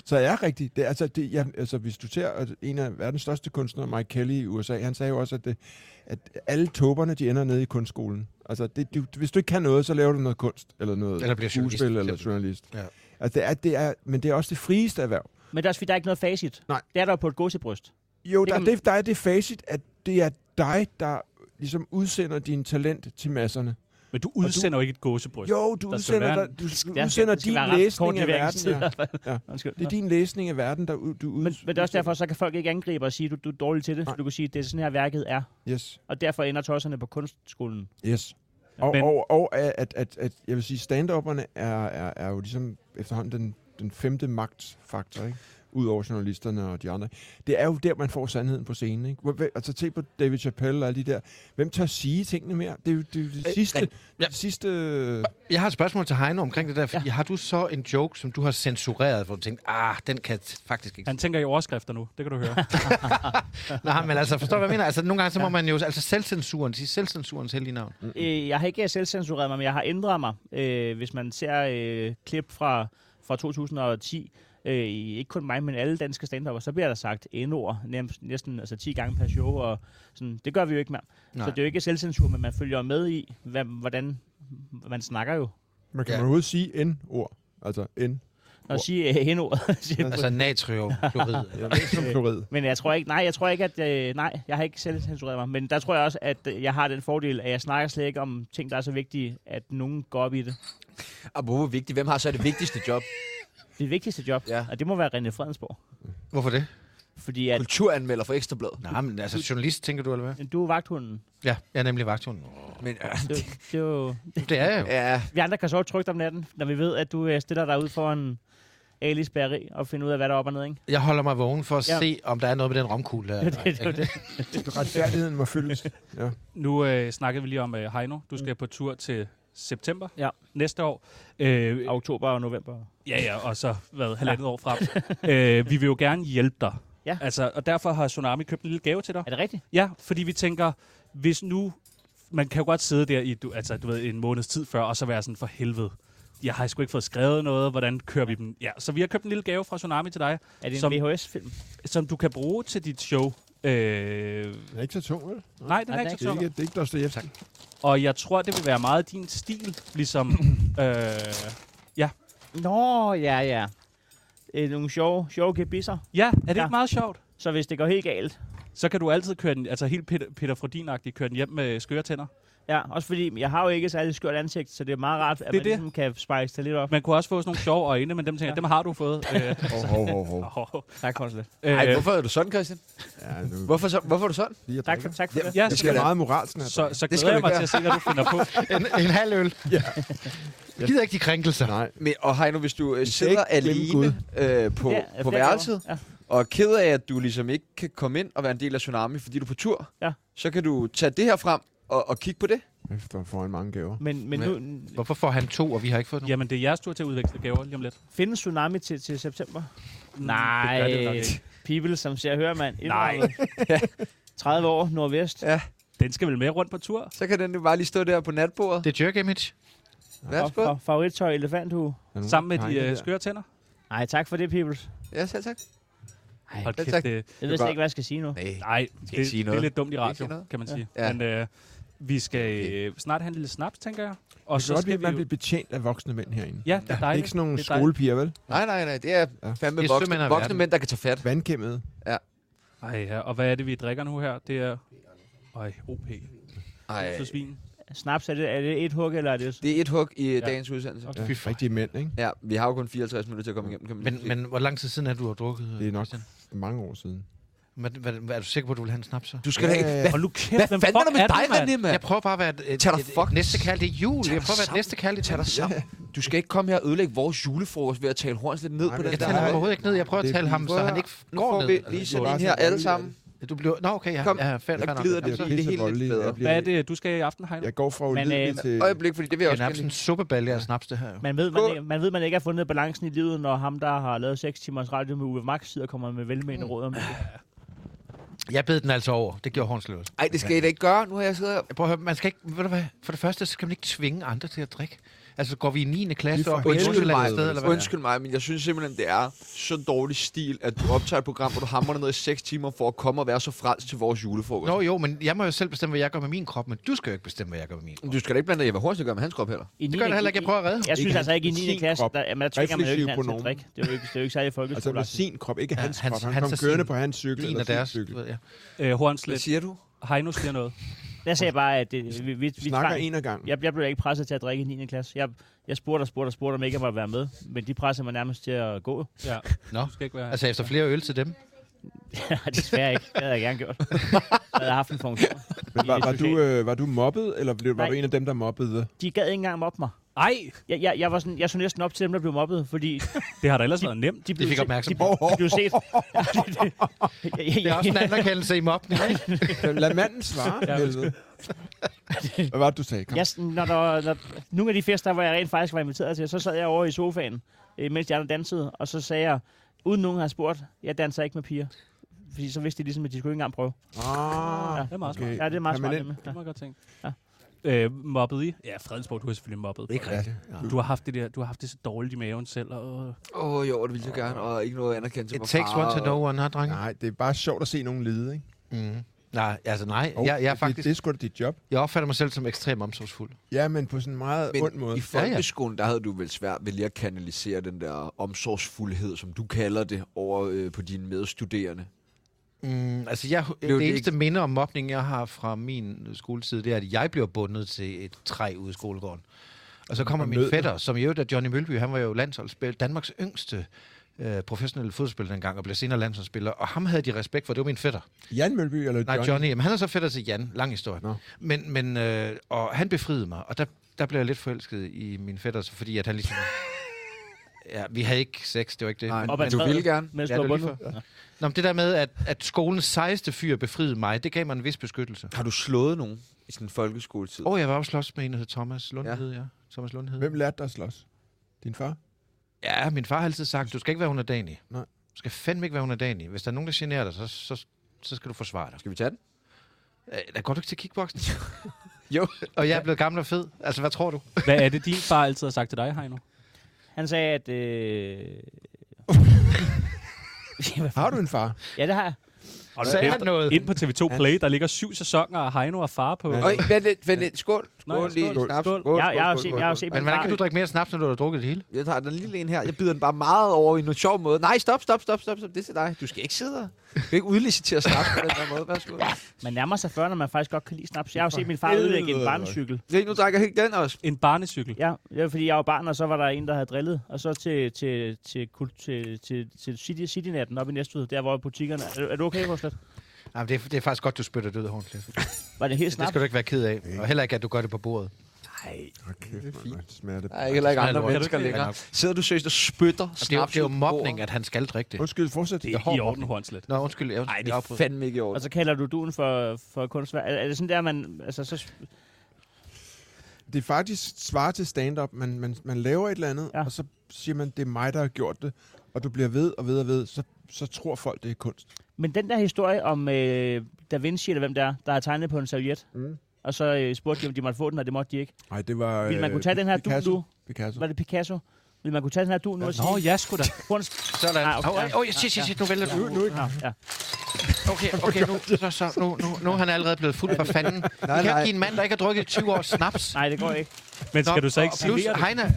Speaker 4: Så jeg er rigtig. Det, er- altså, det, jeg, altså, hvis du ser at en af verdens største kunstnere, Mike Kelly i USA, han sagde jo også, at, det, at alle tåberne, de ender nede i kunstskolen. Altså, det, du, hvis du ikke kan noget, så laver du noget kunst, eller noget
Speaker 1: Eller bliver journalist,
Speaker 4: skuespil, eller
Speaker 1: eksempel.
Speaker 4: journalist.
Speaker 1: Ja.
Speaker 4: Altså, det er, det er, men det er også det frieste erhverv.
Speaker 5: Men der er, der er ikke noget facit.
Speaker 4: Nej.
Speaker 5: Det er der jo på et gåsebryst.
Speaker 4: Jo,
Speaker 5: Det
Speaker 4: der,
Speaker 5: kan
Speaker 4: er det, der er det facit, at det er dig, der ligesom udsender din talent til masserne.
Speaker 2: Men du udsender jo ikke et gåsebryst.
Speaker 4: Jo, du
Speaker 2: Der skal
Speaker 4: udsender,
Speaker 2: være
Speaker 4: der,
Speaker 2: en-
Speaker 4: du, du
Speaker 5: Der
Speaker 4: udsender
Speaker 5: der
Speaker 4: din
Speaker 5: være ret kort
Speaker 4: læsning af verden.
Speaker 5: leveringstid.
Speaker 4: Ja. Ja.
Speaker 5: Undskyld.
Speaker 4: Det er din læsning af verden, der ud- du ud,
Speaker 5: Men, men det er også derfor, så kan folk ikke angribe og sige, du, du er dårlig til det.
Speaker 4: Nej.
Speaker 5: For du kan sige, det er sådan her værket er.
Speaker 4: Yes,
Speaker 5: Og derfor ender tosserne på kunstskolen.
Speaker 4: yes. Og,
Speaker 2: Men-
Speaker 4: og, og at, at, at, at, jeg vil sige, stand-upperne er, er, er jo ligesom efterhånden den, den femte magtfaktor, ikke? Udover journalisterne og de andre. Det er jo der, man får sandheden på scenen, ikke? Hvor- hvem- Altså, se på David Chappelle og alle de der. Hvem tør sige tingene mere? Det er jo det, er jo det sidste...
Speaker 1: ja.
Speaker 4: Det sidste
Speaker 1: Jeg har et spørgsmål til Heino omkring det der. Ja. Har du så en joke, som du har censureret, hvor du tænkte, ah, den kan t- faktisk ikke...
Speaker 2: Han tænker i overskrifter nu, det kan du høre.
Speaker 1: Nej, men altså, forstår du, hvad jeg mener? Altså, nogle gange så må man jo... Altså, selvcensuren, sige selvcensurens heldige navn.
Speaker 5: Øh, jeg har ikke selv censureret mig, men jeg har ændret mig. Øh, hvis man ser øh, klip fra, fra 2010, øh, i- ikke kun mig, men alle danske stand så bliver der sagt N-ord nærmest- næsten altså 10 gange per show, og sådan, det gør vi jo ikke mere. Nej.
Speaker 1: Nej.
Speaker 5: Så det er jo ikke selvcensur, men man følger med i, hvad, hvordan man snakker jo.
Speaker 4: Man kan
Speaker 1: Ja.
Speaker 4: man overhovedet sige N-ord. Altså N.
Speaker 5: Når jeg siger øh, N-ordet, siger
Speaker 1: Altså, natriumklorid.
Speaker 4: Jeg ved ikke, om klorid.
Speaker 5: Men jeg tror ikke, nej, jeg tror ikke, at, øh, nej, jeg har ikke selv censureret mig. Men der tror jeg også, at øh, jeg har den fordel, at jeg snakker slet ikke om ting, der er så vigtige, at nogen går op i det.
Speaker 3: Og hvor vigtigt? Hvem har så det vigtigste job?
Speaker 5: Det vigtigste job,
Speaker 3: Ja.
Speaker 5: ja. og det må være René Fredensborg.
Speaker 1: Hvorfor det?
Speaker 5: Fordi at
Speaker 3: Kulturanmelder for Ekstrabladet.
Speaker 1: Nej, men altså, journalist, tænker du, eller hvad?
Speaker 5: du er vagthunden.
Speaker 1: Ja, jeg er nemlig vagthunden.
Speaker 3: Men øh,
Speaker 5: Det, det er jo,
Speaker 1: Det er jeg jo.
Speaker 3: ja,
Speaker 5: vi andre kan sove trygt om natten, når vi ved, at du øh, stiller dig ud foran Alice Bageri og finder ud af, hvad der er op og ned, ikke?
Speaker 1: Jeg holder mig vågen for at
Speaker 5: Ja.
Speaker 1: ja. se, om der er noget med den romkugle der.
Speaker 5: Det, det, det, det.
Speaker 4: Retfærdigheden må følges. Ja.
Speaker 2: nu øh, snakkede vi lige om øh, Heino. Du skal på tur til september
Speaker 5: Ja.
Speaker 2: næste år. Øh,
Speaker 5: Oktober og november.
Speaker 2: Ja, ja, og så hvad, halvandet år frem. øh, vi vil jo gerne hjælpe dig.
Speaker 5: Ja.
Speaker 2: Altså, og derfor har Tsunami købt en lille gave til dig.
Speaker 5: Er det rigtigt?
Speaker 2: Ja, fordi vi tænker, hvis nu... Man kan jo godt sidde der i du, altså, du ved, en måneds tid før, og så være sådan, for helvede, jeg har sgu ikke fået skrevet noget, hvordan kører vi dem? Ja, så vi har købt en lille gave fra Tsunami til dig,
Speaker 5: Er det en
Speaker 2: Som-
Speaker 5: VHS-film?
Speaker 2: som du kan bruge til dit show. Øh,
Speaker 4: Den er ikke så tung, vel?
Speaker 2: nej, den
Speaker 5: den
Speaker 2: er
Speaker 5: er
Speaker 2: ikke
Speaker 4: Det er
Speaker 2: så
Speaker 4: ikke, det er ikke Dostoyevsky.
Speaker 2: Og jeg tror, det vil være meget din stil, ligesom... øh,
Speaker 5: Nå, ja, ja. Øh, nogle sjove, sjove gebisser.
Speaker 2: ja, er det
Speaker 5: Ja.
Speaker 2: ikke meget sjovt?
Speaker 5: Så hvis det går helt galt,
Speaker 2: Så kan du altid køre den, altså helt Peter, Peter Frodin-agtigt, køre den hjem med skøre tænder.
Speaker 5: Ja, også fordi jeg har jo ikke særlig skørt ansigt, så det er meget rart,
Speaker 2: Det
Speaker 5: at
Speaker 2: er
Speaker 5: man
Speaker 2: det.
Speaker 5: ligesom kan spice det lidt op.
Speaker 2: Man kunne også få sådan nogle sjove øjne, men dem tænker jeg, dem har du fået. Øh,
Speaker 4: Hov, hov, hov, hov.
Speaker 2: hov.
Speaker 5: Tak, Konslet.
Speaker 2: Øh,
Speaker 3: Ej, hvorfor er du sådan, Christian?
Speaker 4: Ja, nu,
Speaker 3: Hvorfor, så, hvorfor er du sådan?
Speaker 4: lige at
Speaker 5: Tak for,
Speaker 4: drikke.
Speaker 5: tak for det.
Speaker 2: Ja,
Speaker 4: Det
Speaker 2: så,
Speaker 4: skal
Speaker 2: skal
Speaker 4: være meget moralsen her.
Speaker 2: så, så glæder
Speaker 3: Det skal
Speaker 2: jeg
Speaker 3: du
Speaker 2: mig
Speaker 3: gøre.
Speaker 2: til at se, hvad du finder på.
Speaker 1: En, en halv øl. Ja. Jeg gider ikke de krænkelser.
Speaker 4: Nej.
Speaker 3: Men, og Heino, hvis du øh,
Speaker 4: skal
Speaker 3: sidder
Speaker 4: ikke glemme
Speaker 3: alene øh, på,
Speaker 5: Ja,
Speaker 3: på
Speaker 5: flere gaver.
Speaker 3: værelset,
Speaker 5: Ja.
Speaker 3: og er ked af, at du ligesom ikke kan komme ind og være en del af Tsunami, fordi du er på tur,
Speaker 5: Ja.
Speaker 3: så kan du tage det her frem og, og kigge på det.
Speaker 4: Efter han får en mange gaver.
Speaker 5: Men, men nu
Speaker 1: Hvorfor får han to, og vi har ikke fået nogen?
Speaker 2: Jamen, det er jeres tur til at udveksle gaver lige om lidt.
Speaker 5: findes tsunami til, til september?
Speaker 2: Det gør det jo
Speaker 5: Nej,
Speaker 2: nok ikke.
Speaker 5: people, som ser hører man.
Speaker 2: Nej.
Speaker 5: 30 år, nordvest.
Speaker 3: Ja.
Speaker 2: Den skal vel med rundt på tur?
Speaker 3: Så kan den jo bare lige stå der på natbordet.
Speaker 1: Det er jerk image.
Speaker 5: Og,
Speaker 3: Værsgo.
Speaker 5: og favorittøj, elefanthue.
Speaker 4: Der er nogen,
Speaker 2: Sammen med
Speaker 4: der
Speaker 2: de
Speaker 4: tegner
Speaker 2: øh,
Speaker 4: det
Speaker 2: skøre tænder?
Speaker 5: Nej, tak for det, people.
Speaker 3: Ja, selv tak.
Speaker 2: Hold
Speaker 3: Ja,
Speaker 2: kæft,
Speaker 3: tak.
Speaker 2: det,
Speaker 5: Jeg ved slet ikke, hvad jeg skal sige nu.
Speaker 3: Nej.
Speaker 2: nej, det,
Speaker 3: sige
Speaker 2: det er
Speaker 3: noget.
Speaker 2: lidt dumt i
Speaker 3: ikke
Speaker 2: radio,
Speaker 3: sige noget.
Speaker 2: kan man sige.
Speaker 3: Ja.
Speaker 2: Men øh, vi skal øh, snart have en lille snaps, tænker jeg.
Speaker 4: der.
Speaker 2: Og
Speaker 4: Det er
Speaker 2: så
Speaker 4: godt,
Speaker 2: skal
Speaker 4: at
Speaker 2: vi
Speaker 4: man
Speaker 2: jo...
Speaker 4: bliver betjent af voksne mænd herinde.
Speaker 2: Ja, det er
Speaker 4: Det er
Speaker 2: dejligt.
Speaker 4: ikke sådan nogle
Speaker 2: Det er dejligt.
Speaker 4: skolepiger, vel?
Speaker 3: Nej, nej, nej. Det er fandme
Speaker 1: Det er sømænd
Speaker 3: voksne,
Speaker 1: af
Speaker 3: voksne
Speaker 1: verden.
Speaker 3: mænd, der kan tage fat.
Speaker 4: Vandkæmmede.
Speaker 2: Ej, ja. og hvad er det, vi drikker nu her? Det er... Øj, OP.
Speaker 3: Ej.
Speaker 2: Plus vin.
Speaker 5: Snaps, er det, er det et hug, eller er det...
Speaker 3: Det er et hug i ja. dagens udsendelse.
Speaker 4: Ja, rigtige mænd, ikke?
Speaker 3: Ja, vi har jo kun 54 minutter til at komme igennem. Kan man
Speaker 1: Men,
Speaker 3: lige sige.
Speaker 1: men hvor lang tid siden er du har drukket?
Speaker 4: Det er nok
Speaker 1: Christian?
Speaker 4: mange år siden.
Speaker 1: Men, hvad, hvad, er du sikker på, at du vil have en snaps så?
Speaker 3: du skal da ikke...
Speaker 4: Ja, ja, ja.
Speaker 3: Hvad,
Speaker 2: Hold nu kæft,
Speaker 3: hvad
Speaker 2: hvem
Speaker 3: fanden er
Speaker 2: fuck
Speaker 3: der med dig,
Speaker 2: du, mand?
Speaker 3: René, mand?
Speaker 1: Jeg prøver bare at være et, et,
Speaker 3: Tag dig
Speaker 1: et, et,
Speaker 3: fuck
Speaker 1: næste kald. Det er jul.
Speaker 3: Tag
Speaker 1: Jeg prøver at
Speaker 3: dig
Speaker 1: være et næste kald.
Speaker 3: Tag dig sammen. Du skal ikke komme her og ødelægge vores julefrokost ved at tale horns lidt ned
Speaker 4: Nej,
Speaker 3: på den
Speaker 4: men
Speaker 1: Jeg
Speaker 3: der.
Speaker 1: taler ham
Speaker 4: Nej.
Speaker 1: overhovedet ikke ned. Jeg prøver
Speaker 4: Det
Speaker 1: at
Speaker 4: er
Speaker 1: tale ham,
Speaker 3: Prøv
Speaker 1: så
Speaker 3: at
Speaker 1: han
Speaker 3: høre.
Speaker 1: ikke f-
Speaker 3: Nu
Speaker 1: går
Speaker 3: får
Speaker 1: ned.
Speaker 3: vi
Speaker 1: Altså,
Speaker 3: lige
Speaker 1: det
Speaker 3: sådan
Speaker 1: var
Speaker 3: en
Speaker 1: bare
Speaker 3: her
Speaker 4: sådan
Speaker 3: alle
Speaker 4: lidt-
Speaker 3: sammen.
Speaker 1: sådan- Du bliver... Nå, okay, ja.
Speaker 3: Kom.
Speaker 1: ja, fair,
Speaker 3: Der
Speaker 1: fair nok.
Speaker 3: glider
Speaker 1: Jamen,
Speaker 3: det
Speaker 1: så-
Speaker 3: helt lidt
Speaker 4: pissevoldelig.
Speaker 3: bedre.
Speaker 4: Jeg bliver-
Speaker 2: Hvad er det, du skal i aften, Heino?
Speaker 4: Jeg går fra
Speaker 5: Men,
Speaker 4: ulidelig
Speaker 5: øh,
Speaker 4: til...
Speaker 3: Øjeblik, fordi det vil
Speaker 1: Det
Speaker 3: jeg
Speaker 1: er
Speaker 3: også gerne
Speaker 1: nærmest en suppebalje af snaps, det her. jo.
Speaker 5: Man ved, man,
Speaker 3: Gå.
Speaker 5: ikke, man ved, man ikke har fundet balancen i livet, når ham, der har lavet 6 timers radio med Uwe Max, sidder og kommer med velmenende råd om det.
Speaker 1: Jeg bed den altså over. Det gjorde Hornslev også.
Speaker 3: lige- Ej, det skal I da ikke gøre. Nu har jeg siddet her.
Speaker 1: Prøv at høre, man skal ikke, ved du hvad, for det første så skal man ikke tvinge andre til at drikke. Altså, går vi i 9.
Speaker 4: Vi
Speaker 1: klasse
Speaker 4: får
Speaker 1: op på et
Speaker 4: helvede
Speaker 3: Undskyld
Speaker 1: Nordsjælland
Speaker 3: mig,
Speaker 1: sted, eller hvad?
Speaker 3: undskyld mig, men jeg synes simpelthen, det er så dårlig stil, at du optager et program, hvor du hamrer ned i 6 timer for at komme og være så fransk til vores julefrokost.
Speaker 1: Nå jo, men jeg må jo selv bestemme, hvad jeg gør med min krop, men du skal jo ikke bestemme, hvad jeg gør med min krop.
Speaker 3: Du skal da ikke blande dig i, hvad Horsen gør med hans krop heller.
Speaker 5: I
Speaker 1: Det gør det heller ikke, jeg prøver at redde.
Speaker 5: Jeg synes
Speaker 4: Ikke
Speaker 5: altså ikke, i
Speaker 4: sin
Speaker 5: 9. klasse,
Speaker 4: krop.
Speaker 5: der, jamen, der tvinger man jo
Speaker 4: Refleksive
Speaker 5: ikke hinanden til at
Speaker 4: pronomen.
Speaker 5: drikke. Det er jo ikke, det er jo ikke særlig
Speaker 4: Altså med
Speaker 5: folkeskoleagtigt.
Speaker 4: sin krop, ikke hans, krop. Han,
Speaker 1: og
Speaker 4: kom
Speaker 1: sin.
Speaker 4: kørende på hans cykel
Speaker 1: Din
Speaker 4: eller
Speaker 1: og
Speaker 4: sin
Speaker 1: deres.
Speaker 4: cykel.
Speaker 1: ved jeg.
Speaker 2: Øh,
Speaker 3: Hvad
Speaker 2: Hornslet,
Speaker 3: siger du?
Speaker 2: Heino siger noget.
Speaker 5: Jeg sagde bare, at det, vi, vi, vi
Speaker 4: Vi snakker
Speaker 5: tvang-
Speaker 4: en af gangen.
Speaker 5: Jeg, jeg blev ikke presset til at drikke i 9. klasse. Jeg, jeg spurgte og spurgte og spurgte, om ikke jeg måtte være med. Men de pressede mig nærmest til at gå.
Speaker 2: Ja.
Speaker 1: Nå.
Speaker 2: Du skal ikke være her.
Speaker 1: Altså, efter flere øl til dem.
Speaker 5: Ja, desværre ikke. Det havde jeg gerne gjort. Jeg havde haft en funktion.
Speaker 4: Men var,
Speaker 5: i
Speaker 4: var,
Speaker 5: det
Speaker 4: du, øh, var du mobbet, eller blev, var
Speaker 5: Nej.
Speaker 4: du en af dem, der mobbede?
Speaker 5: De gad ikke engang mobbe mig.
Speaker 2: Ej,
Speaker 5: Jeg, jeg, jeg, var sådan, jeg så næsten op til dem, der blev mobbet, fordi
Speaker 2: det har da ellers været nemt.
Speaker 5: de blev,
Speaker 1: fik
Speaker 5: se-
Speaker 1: opmærksomhed.
Speaker 5: De, de blev set. Ja, ja,
Speaker 1: Det er også en
Speaker 5: ja.
Speaker 1: anerkendelse i mobben.
Speaker 4: Lad manden svare,
Speaker 2: Ja,
Speaker 4: helvede. Hvad var det, du sagde? Kom.
Speaker 5: Jeg, sådan, når der, var- når, nogle af de fester, hvor jeg rent faktisk var inviteret til, så sad jeg over i sofaen, øh, mens de andre dansede, og så sagde jeg, uden nogen har spurgt, jeg danser ikke med piger. Fordi så vidste de ligesom, at de skulle ikke engang prøve.
Speaker 4: Ah,
Speaker 5: Ja,
Speaker 2: Det er meget smart.
Speaker 4: okay.
Speaker 5: ja det er meget smart.
Speaker 4: Permanent.
Speaker 5: det med.
Speaker 2: Det
Speaker 5: Ja.
Speaker 2: må jeg godt tænke.
Speaker 5: Ja.
Speaker 2: Øh, mobbet i? Ja, Fredensborg, du har selvfølgelig mobbet. Ikke
Speaker 4: rigtigt.
Speaker 2: Du har haft det der, du har haft det så dårligt i maven selv. Og, øh,
Speaker 3: Åh, oh, jo, det ville jeg gerne, og ikke noget anerkendelse
Speaker 1: It
Speaker 3: fra
Speaker 1: takes
Speaker 3: far,
Speaker 1: one to
Speaker 3: og-
Speaker 1: know one, har drenge?
Speaker 4: Nej, det er bare sjovt at se nogen lide, ikke?
Speaker 1: Mm. Nej, altså nej.
Speaker 4: Jo,
Speaker 1: jeg, jeg, er
Speaker 4: det-
Speaker 1: faktisk,
Speaker 4: Det, det er sgu da dit job.
Speaker 1: jeg opfatter mig selv som ekstremt omsorgsfuld.
Speaker 4: Ja, men på sådan en meget
Speaker 3: Men
Speaker 4: ond måde.
Speaker 3: i
Speaker 1: Ja, ja.
Speaker 3: folkeskolen, der havde du vel svært ved lige at kanalisere den der omsorgsfuldhed, som du kalder det, over øh, på dine medstuderende.
Speaker 1: Mm, altså, jeg, det,
Speaker 3: jo
Speaker 1: det
Speaker 3: det
Speaker 1: eneste minde om mobning, jeg har fra min skoletid, det er, at jeg bliver bundet til et træ ude i skolegården. Og så kommer
Speaker 4: Og
Speaker 1: min
Speaker 4: nød dig.
Speaker 1: fætter, som i øvrigt er Johnny Mølby, han var jo landsholdsspiller, Danmarks yngste øh, professionelle fodspiller dengang, og blev senere landsholdsspiller, og ham havde de respekt for, det var min fætter.
Speaker 4: Jan Mølby eller Johnny?
Speaker 1: Nej, Johnny, jamen, han er så fætter til Jan, lang historie.
Speaker 4: Nå.
Speaker 1: Men, men øh, og han befriede mig, og der, der blev jeg lidt forelsket i min fætter, så fordi at han ligesom... ja, vi havde ikke sex, det var ikke det.
Speaker 3: Nej,
Speaker 1: men-
Speaker 5: Op ad
Speaker 3: du
Speaker 5: træet.
Speaker 3: ville gerne.
Speaker 5: Mens
Speaker 1: Ja,
Speaker 5: du
Speaker 1: det
Speaker 5: var
Speaker 1: var lige
Speaker 5: bundet. Ja.
Speaker 1: Nå, men det der med, at, at skolens sejeste fyr befriede mig, det gav mig en vis beskyttelse.
Speaker 3: Har du slået nogen i sådan en folkeskoletid?
Speaker 1: Åh, oh, jeg var også slås med en, der hed Thomas Lundhed, ja. ja. Thomas Lundhed.
Speaker 4: Hvem lærte dig at slås? Din far?
Speaker 1: Ja, min far har altid sagt, du skal ikke være underdanig.
Speaker 4: Nej.
Speaker 1: Du skal fandme ikke være underdanig. Hvis der er nogen, der generer dig, så, så, så skal du forsvare dig.
Speaker 3: Skal vi tage den?
Speaker 1: Øh, Der går du ikke til kickboxen?
Speaker 3: Jo.
Speaker 1: Og jeg er blevet gammel og fed. Altså, hvad tror du?
Speaker 2: hvad er det, din far altid har sagt til dig, Heino?
Speaker 5: Han sagde, at... Øh...
Speaker 4: Har du en far?
Speaker 5: ja, det har jeg.
Speaker 2: Og
Speaker 1: Sagde han noget?
Speaker 2: Ind på TV2 Play, der ligger syv sæsoner af Heino og far på.
Speaker 4: Ja.
Speaker 3: Øj, vent lidt, vent lidt. Skål.
Speaker 2: Nej,
Speaker 3: Skål lige.
Speaker 2: skål,
Speaker 3: Snaps.
Speaker 2: skål.
Speaker 5: Jeg, jeg, har jo
Speaker 3: skål,
Speaker 5: set,
Speaker 3: skål,
Speaker 5: jeg har jo
Speaker 3: skål.
Speaker 5: set
Speaker 1: Men
Speaker 5: min
Speaker 1: hvordan
Speaker 5: far.
Speaker 1: kan du drikke mere snaps, når du har drukket det hele?
Speaker 3: Jeg tager den lille en her. Jeg bider den bare meget over i en sjov måde. Nej, stop, stop, stop, stop, stop. Det er til dig. Du skal ikke sidde her. Du kan ikke udlicitere snaps på den der måde. Værsgo.
Speaker 5: Man nærmer sig 40, når man faktisk godt kan lide snaps. Jeg har jo set min far ødelægge en
Speaker 4: helvede,
Speaker 5: barnecykel.
Speaker 3: Nej, nu drikker jeg ikke den også.
Speaker 2: En barnecykel.
Speaker 5: Ja, det var fordi jeg var barn, og så var der en, der havde drillet. Og så til, til, til, til, til, til, til City, Citynatten op i Næstved, der hvor butikkerne... Er, du- er du okay, Horslet?
Speaker 1: Jamen, det, er, det er faktisk godt, du spytter det ud af håndklæde. Det
Speaker 5: Var det helt snart?
Speaker 1: skal du ikke være ked af. Og heller ikke, at du gør det på bordet.
Speaker 4: Okay, det er fint. Man, smager det.
Speaker 3: Der er ikke heller ikke
Speaker 1: Kan
Speaker 3: andre
Speaker 1: du ikke-
Speaker 3: mennesker
Speaker 1: kan du ikke-
Speaker 3: længere. Sidder du seriøst og spytter
Speaker 1: Og det er, jo,
Speaker 3: snaps
Speaker 1: det er jo
Speaker 3: ud på
Speaker 1: mobning,
Speaker 3: bordet?
Speaker 1: at han skal drikke det.
Speaker 4: Undskyld, fortsæt.
Speaker 2: Det er i orden, Hornslet.
Speaker 1: Nå, undskyld. Jeg,
Speaker 3: Nej,
Speaker 1: undskyld,
Speaker 3: det
Speaker 1: jeg
Speaker 3: er
Speaker 1: afbryder.
Speaker 3: fandme ikke i orden.
Speaker 5: Og så kalder du duen for, for kunstværk. Er, er det sådan der, man... Altså, så,
Speaker 4: Det er faktisk svar til stand-up. Man, man, man laver et eller andet,
Speaker 5: Ja.
Speaker 4: ja. og så siger man, det er mig, der har gjort det. Og du bliver ved og ved og ved, så, så tror folk, det er kunst.
Speaker 5: men den der historie om øh, Da Vinci, eller hvem der er, der har tegnet på en serviet,
Speaker 4: Mm.
Speaker 5: og så øh, spurgte de, om de måtte få den, og det måtte de ikke.
Speaker 4: Nej, det var...
Speaker 5: Ville man
Speaker 4: øh,
Speaker 5: kunne tage den her du
Speaker 4: Picasso.
Speaker 5: nu?
Speaker 4: Picasso.
Speaker 5: Var det Picasso? Vil man kunne tage den her du nu og sige...
Speaker 2: Nå, ja, sgu da.
Speaker 5: Kunst...
Speaker 1: Sådan.
Speaker 5: Ah, okay.
Speaker 1: Åh, oh, oh, shit, shit, shit, nu vælter du.
Speaker 4: Nu, nu ikke.
Speaker 5: Ja.
Speaker 1: Okay, okay, nu, så, så, nu, nu, nu er han allerede blevet fuld for fanden. Vi kan jo ikke give en mand, der ikke har drukket 20 år snaps.
Speaker 5: Nej, det går ikke.
Speaker 2: Men skal
Speaker 1: Nå,
Speaker 2: du så ikke
Speaker 1: og
Speaker 2: sige
Speaker 1: plus,
Speaker 2: det?
Speaker 1: Heine,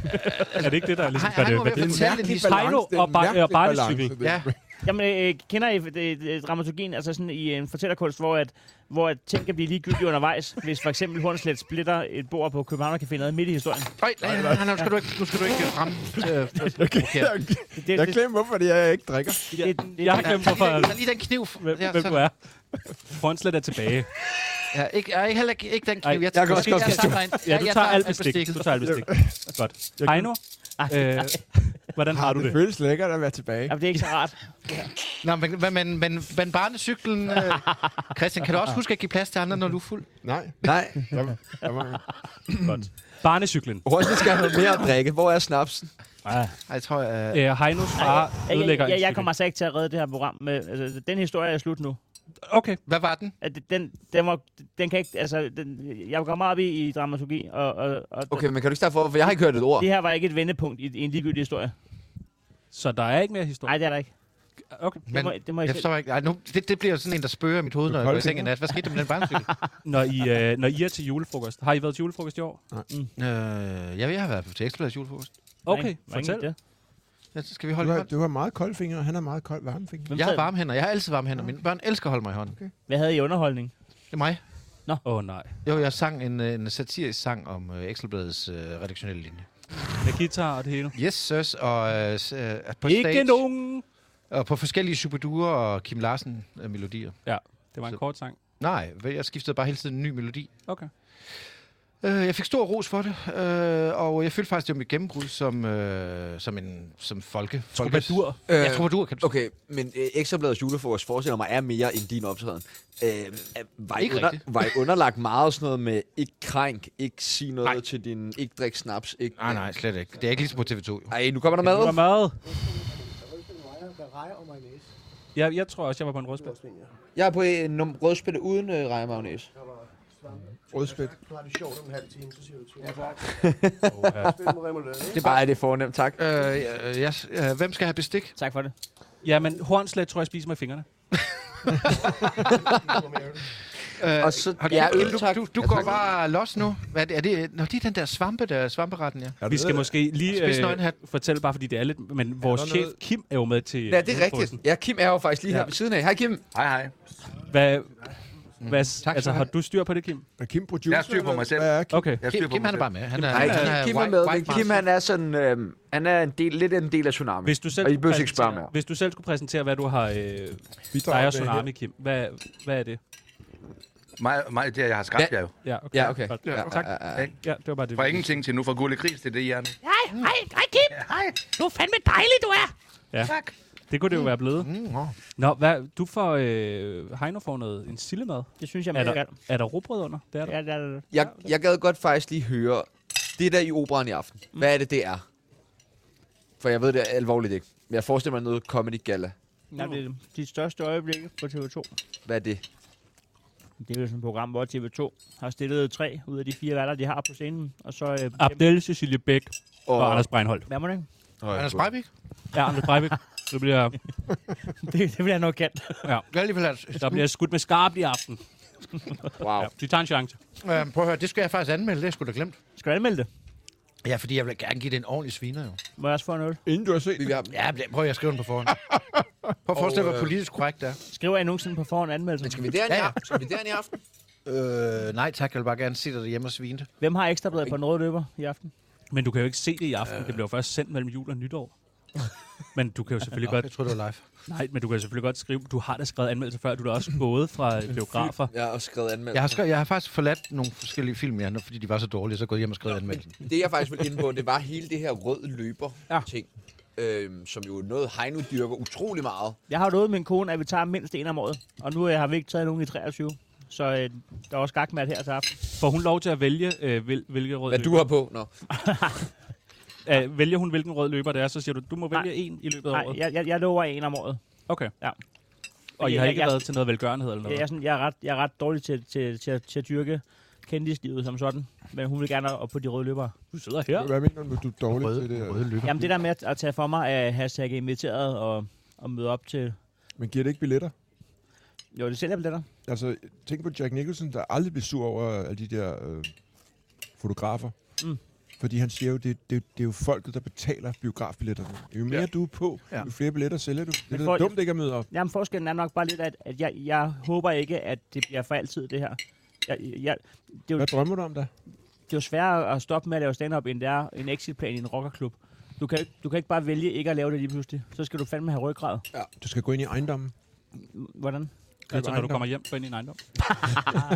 Speaker 2: Er det ikke det, der ligesom
Speaker 1: Hej-
Speaker 2: gør
Speaker 1: Heino vil
Speaker 2: det? hvad det-
Speaker 1: fortælle en
Speaker 4: mærkelig
Speaker 1: historie.
Speaker 2: Heino
Speaker 4: Det er en
Speaker 2: og bar-
Speaker 4: mærkelig
Speaker 2: og barnecykel.
Speaker 4: balance, det
Speaker 1: ja,
Speaker 4: der.
Speaker 5: Jamen, øh, kender I øh, øh, dramaturgien, altså sådan i en fortællerkunst, hvor, at, hvor at ting kan blive ligegyldige undervejs, hvis for eksempel Hornslet splitter et bord på Københavnercaféen ad midt i historien?
Speaker 1: Øj, nej, nej, nej, nu skal du ikke, nu skal du ikke øh, frem.
Speaker 4: Jeg,
Speaker 5: Det, det,
Speaker 4: jeg
Speaker 5: det,
Speaker 4: glemmer, hvorfor det er, jeg ikke drikker.
Speaker 5: det, det,
Speaker 2: Jeg har glemt, hvorfor
Speaker 1: Tag lige den kniv.
Speaker 2: hvem,
Speaker 1: Ja,
Speaker 2: hvem du
Speaker 1: sådan.
Speaker 2: er. Hornslet er tilbage.
Speaker 1: Ja, ikke, ej, heller ikke, ikke den
Speaker 2: Ej,
Speaker 1: kniv. Jeg,
Speaker 3: jeg kan også godt
Speaker 1: jeg tager en.
Speaker 2: Ja,
Speaker 1: jeg-
Speaker 2: du
Speaker 1: jeg
Speaker 2: tager
Speaker 1: alt
Speaker 2: alt bestik. Du
Speaker 1: bestikket.
Speaker 2: tager alt bestik. Godt. Heino, øh, hvordan har du
Speaker 4: det
Speaker 2: det?
Speaker 4: føles lækkert at være tilbage.
Speaker 5: Jamen, det er ikke så rart.
Speaker 1: Nå, men, men, men, men, men barnecyklen... Øh, Christian, kan du også huske at give plads til andre, når du er fuld?
Speaker 4: Nej.
Speaker 3: Nej,
Speaker 4: Jeg, jeg var,
Speaker 2: Barnecyklen.
Speaker 3: Horsen skal have noget mere at drikke. Hvor er snapsen?
Speaker 1: Ej, jeg tror, øh,
Speaker 2: Øh, Heinos far
Speaker 5: Jeg,
Speaker 2: ødelægger
Speaker 5: jeg,
Speaker 2: en
Speaker 5: jeg, jeg
Speaker 2: cykel.
Speaker 5: kommer altså ikke til at redde det her program. Med, altså, den historie er slut nu.
Speaker 2: Okay,
Speaker 1: Hvad var den?
Speaker 5: At det- den, den, var, den kan ikke, altså, den, jeg går meget op i, i dramaturgi, og, og, og
Speaker 3: Okay, men kan du ikke starte for, for jeg har ikke hørt et ord.
Speaker 5: det her var ikke et vendepunkt i, i en ligegyldig historie.
Speaker 2: så der er ikke mere historie?
Speaker 5: Nej, det er der ikke.
Speaker 2: Okay.
Speaker 5: Det
Speaker 1: Men
Speaker 5: må, I- det må I
Speaker 1: Jeg
Speaker 5: selv.
Speaker 1: forstår ikke. Ej, nu, det, det bliver sådan en, der spørger i mit hoved, når jeg går i seng i nat. Hvad skete der med den barncykel?
Speaker 2: Når I, øh, når I er til julefrokost, har I været til julefrokost i år?
Speaker 1: øh, jeg, jeg har været på Ekstrabladets julefrokost.
Speaker 2: Okay,
Speaker 5: Nej, var ikke
Speaker 2: fortæl.
Speaker 5: Det.
Speaker 1: Ja, så skal vi
Speaker 4: Du
Speaker 1: holde i
Speaker 4: har,
Speaker 1: hånd.
Speaker 4: du har meget kolde fingre, og han har meget kold varme fingre.
Speaker 5: Hvem
Speaker 1: Jeg har
Speaker 5: sad-
Speaker 1: varme hænder. Jeg har altid varme hænder. Mine børn elsker at holde mig i hånden.
Speaker 5: Hvad havde I underholdning?
Speaker 1: Det er mig.
Speaker 2: Åh oh, nej.
Speaker 1: Jo, jeg sang en, øh, en satirisk sang om øh, Ekstrabladets øh, redaktionelle linje.
Speaker 2: Med guitar og det hele.
Speaker 1: Yes, sirs. Og øh, s- øh, på stage.
Speaker 2: Ikke nogen!
Speaker 1: Og på forskellige Superduer og Kim Larsen-melodier.
Speaker 2: Det var en
Speaker 1: Så-
Speaker 2: kort sang.
Speaker 1: Nej, vel, jeg skiftede bare hele tiden en ny melodi.
Speaker 2: Okay.
Speaker 1: Øh, jeg fik stor ros for det, øh, og jeg følte faktisk, det var mit gennembrud som, øh, som en som folke. folke.
Speaker 2: Troubadour.
Speaker 3: Øh,
Speaker 1: Ja, troubadour, kan du
Speaker 3: Okay, men øh, Ekstrabladets julefrokost forestiller mig er mere end din optræden. Øh, er- var, I
Speaker 1: Ikke
Speaker 3: under,
Speaker 1: rigtigt.
Speaker 3: var I underlagt meget sådan noget med ikke krænk, ikke sige noget
Speaker 1: Nej.
Speaker 3: nej. til din, ikke drikke snaps, ikke...
Speaker 1: Ah, Nej, nej, slet ikke. Det er ikke ligesom på TV2, jo.
Speaker 3: Ej, nu kommer der
Speaker 2: Det var
Speaker 3: mad.
Speaker 2: meget.
Speaker 6: Med rejer og mayonnaise.
Speaker 2: Jeg, jeg tror også, jeg var på en rødspil.
Speaker 3: Jeg er på øh, en num- rødspætte uden øh, rejemagnæs.
Speaker 4: Rødspæt.
Speaker 6: Nu har det sjovt om en halv time, så siger du til. Ja,
Speaker 2: Åh,
Speaker 6: tak. Spil med remoulade, ikke?
Speaker 3: Det er bare... Ej, det er fornemt, tak.
Speaker 1: Øh, jeg, jeg, øh, hvem skal have bestik?
Speaker 5: Tak for det.
Speaker 2: Ja, men hornslet tror jeg spiser med fingrene.
Speaker 1: Øh,
Speaker 3: Og så,
Speaker 1: har du,
Speaker 3: ja, øl,
Speaker 1: du,
Speaker 3: tak.
Speaker 1: du, du går bare los nu. Hvad er det? Er det, når det er den der svampe, der svamperetten, ja.
Speaker 4: Er
Speaker 2: Vi skal måske
Speaker 1: Spids
Speaker 2: lige øh,
Speaker 1: nøgenhat.
Speaker 2: fortælle, bare fordi det er lidt... Men vores
Speaker 4: der
Speaker 2: chef
Speaker 4: noget?
Speaker 2: Kim er jo med til øh,
Speaker 3: Ja, det er
Speaker 2: julefrokosten.
Speaker 3: rigtigt. Ja, Kim er jo faktisk lige
Speaker 2: Ja.
Speaker 3: her ved siden af. Hej, Kim.
Speaker 7: Hej, hej.
Speaker 2: Hvad, hvad,
Speaker 1: Mm. Tak
Speaker 2: tak,
Speaker 1: skal
Speaker 2: altså,
Speaker 1: du
Speaker 2: har
Speaker 1: have.
Speaker 2: du styr på det, Kim?
Speaker 4: Er Kim producer?
Speaker 7: Jeg har styr på mig selv.
Speaker 4: Hvad er Kim?
Speaker 2: Okay.
Speaker 7: Jeg
Speaker 1: Kim,
Speaker 7: styrer på
Speaker 1: Kim
Speaker 7: mig
Speaker 1: han er
Speaker 7: selv.
Speaker 1: bare med. Han er,
Speaker 3: Nej,
Speaker 1: han er
Speaker 3: Kim, Kim er
Speaker 1: white-
Speaker 3: med.
Speaker 1: white
Speaker 3: men Kim, han er sådan... Øh, han er en del, lidt en del af tsunami.
Speaker 2: Hvis du selv,
Speaker 3: Og I
Speaker 2: skulle
Speaker 3: behøver ikke spørge
Speaker 2: præsentere-
Speaker 3: mere.
Speaker 2: hvis du selv skulle præsentere, hvad du har... Øh,
Speaker 4: Vi
Speaker 2: dig
Speaker 4: med
Speaker 2: og Tsunami, Kim. Hvad, hvad er det?
Speaker 7: Mig, mig, det er, jeg har skabt jer jo.
Speaker 2: Ja, okay.
Speaker 3: Ja, okay.
Speaker 2: Godt.
Speaker 3: Ja,
Speaker 2: tak.
Speaker 3: ja, ja, ja.
Speaker 2: Ja, det var bare det.
Speaker 7: Fra ingenting til nu, fra gulde gris til det, I er nu.
Speaker 9: Hej, hej, hej Kim. Hej. Du er fandme dejlig, du er.
Speaker 2: Det kunne det jo være blevet.
Speaker 1: Mm, nå.
Speaker 2: Nå, hvad, du får... Øh, Heino får noget, en sillemad.
Speaker 5: Det synes jeg,
Speaker 2: Er
Speaker 5: man
Speaker 2: der,
Speaker 5: skal.
Speaker 2: er der rugbrød under? Det er der.
Speaker 5: Ja, det er der.
Speaker 3: Jeg, jeg gad godt faktisk lige høre, det der i operan i aften, hvad er det, det er? For jeg ved det er alvorligt ikke. Men jeg forestiller mig noget Comedy Gala.
Speaker 5: Nej, det er de største øjeblikke på TV2.
Speaker 3: Hvad er det?
Speaker 5: Det er jo sådan et program, hvor TV2 har stillet tre ud af de fire værter, de har på scenen. Og så... Øh,
Speaker 2: Abdel, Cecilie Bæk og, og Anders Breinholt.
Speaker 5: Hvad må det?
Speaker 1: Anders Breivik.
Speaker 2: Ja, Anders Breivik. Det bliver,
Speaker 5: det? Det bliver nok kendt.
Speaker 1: Jeg er alligevel altså-
Speaker 2: der bliver skudt med skarpt i aften.
Speaker 3: Wow.
Speaker 2: Ja, de tager en chance.
Speaker 1: Øh, prøv at høre, det skal jeg faktisk anmelde. Det har jeg sgu da glemt.
Speaker 5: Skal du anmelde det?
Speaker 1: Ja, fordi jeg vil gerne give det en ordentlig sviner, jo.
Speaker 5: Må jeg også få en øl?
Speaker 4: Inden du har set
Speaker 3: Vi
Speaker 4: det.
Speaker 3: har
Speaker 1: Ja, men det- prøv at skrive den på forhånd. øh, Prøv at forestille dig, hvor politisk korrekt det er.
Speaker 5: Skriver jeg nogensinde på forhånd anmeldelsen?
Speaker 3: Men skal vi derhen
Speaker 1: Ja,
Speaker 3: i
Speaker 1: ja.
Speaker 3: aften? Skal vi derhen i aften?
Speaker 1: Øh, nej tak, jeg vil bare gerne se dig derhjemme og svine det.
Speaker 5: Hvem har ekstrabladet på den røde løber i aften?
Speaker 2: Men du kan jo ikke se det i aften. Det bliver jo først sendt mellem jul og nytår. men du kan jo selvfølgelig godt...
Speaker 1: Jeg tror, det var live.
Speaker 2: Nej, men du kan jo selvfølgelig godt skrive... Du har da skrevet anmeldelser før. Du er da også gået fra biografer.
Speaker 3: Jeg har skrevet anmeldelsen.
Speaker 1: Jeg har, skrevet, jeg har faktisk forladt nogle forskellige film, ja, fordi de var så dårlige, så er jeg gået hjem og skrevet anmeldelsen.
Speaker 3: Det, jeg faktisk ville inde på, det var hele det her rød løber-ting. Ja. Øhm, som jo er noget, Heino dyrker utrolig meget.
Speaker 5: Jeg har lovet min kone, at vi tager mindst en om året. Og nu øh, har vi ikke taget nogen i 23. Så øh, der er også skakmat her til aften.
Speaker 2: Får hun lov til at vælge, øh, hvil, hvilke rød
Speaker 3: Hvad du har på? Nå.
Speaker 2: Æh, vælger hun, hvilken rød løber det er, så siger du, du må vælge en i løbet af
Speaker 5: Nej,
Speaker 2: året.
Speaker 5: jeg, jeg, jeg lover en om året.
Speaker 2: Okay.
Speaker 5: Ja.
Speaker 2: Og I har
Speaker 5: Jeg-
Speaker 2: ikke
Speaker 5: jeg-
Speaker 2: været til noget velgørenhed eller
Speaker 5: Jeg er,
Speaker 2: noget?
Speaker 5: sådan, jeg er, ret, jeg er ret dårlig til, til, til, til at dyrke kendislivet som sådan. Men hun vil gerne op på de røde løbere.
Speaker 2: Du sidder her.
Speaker 4: Hvad mener du, du er dårlig
Speaker 1: Røde,
Speaker 4: til det?
Speaker 1: røde lytter.
Speaker 5: Jamen det der med at, at tage for mig af hashtag inviteret og, og møde op til...
Speaker 4: Men giver det ikke billetter?
Speaker 5: Jo, det sælger billetter.
Speaker 4: Altså, tænk på Jack Nicholson, der aldrig bliver sur over alle de der øh, fotografer.
Speaker 5: Mm.
Speaker 4: Fordi han siger jo, det, det, det er jo folket, der betaler biografbilletterne. Jo mere ja. du er på,
Speaker 1: Ja.
Speaker 4: ja. jo flere billetter sælger du. Det er
Speaker 5: folk-
Speaker 4: da dumt ikke at møde op.
Speaker 5: Jamen forskellen er nok bare lidt, at, at jeg, jeg håber ikke, at det bliver for altid det her. Jeg, jeg, det, er jo,
Speaker 4: Hvad drømmer du om da?
Speaker 5: det er jo sværere at stoppe med at lave stand-up, end det er en exitplan i en rockerklub. Du kan, ikke- du kan ikke bare vælge ikke at lave det lige pludselig. Så skal du fandme have ryggrad.
Speaker 4: Du skal gå ind i ejendommen.
Speaker 5: Hvordan?
Speaker 2: Altså, når du
Speaker 4: ejendom.
Speaker 2: kommer hjem, for ind i en ejendom.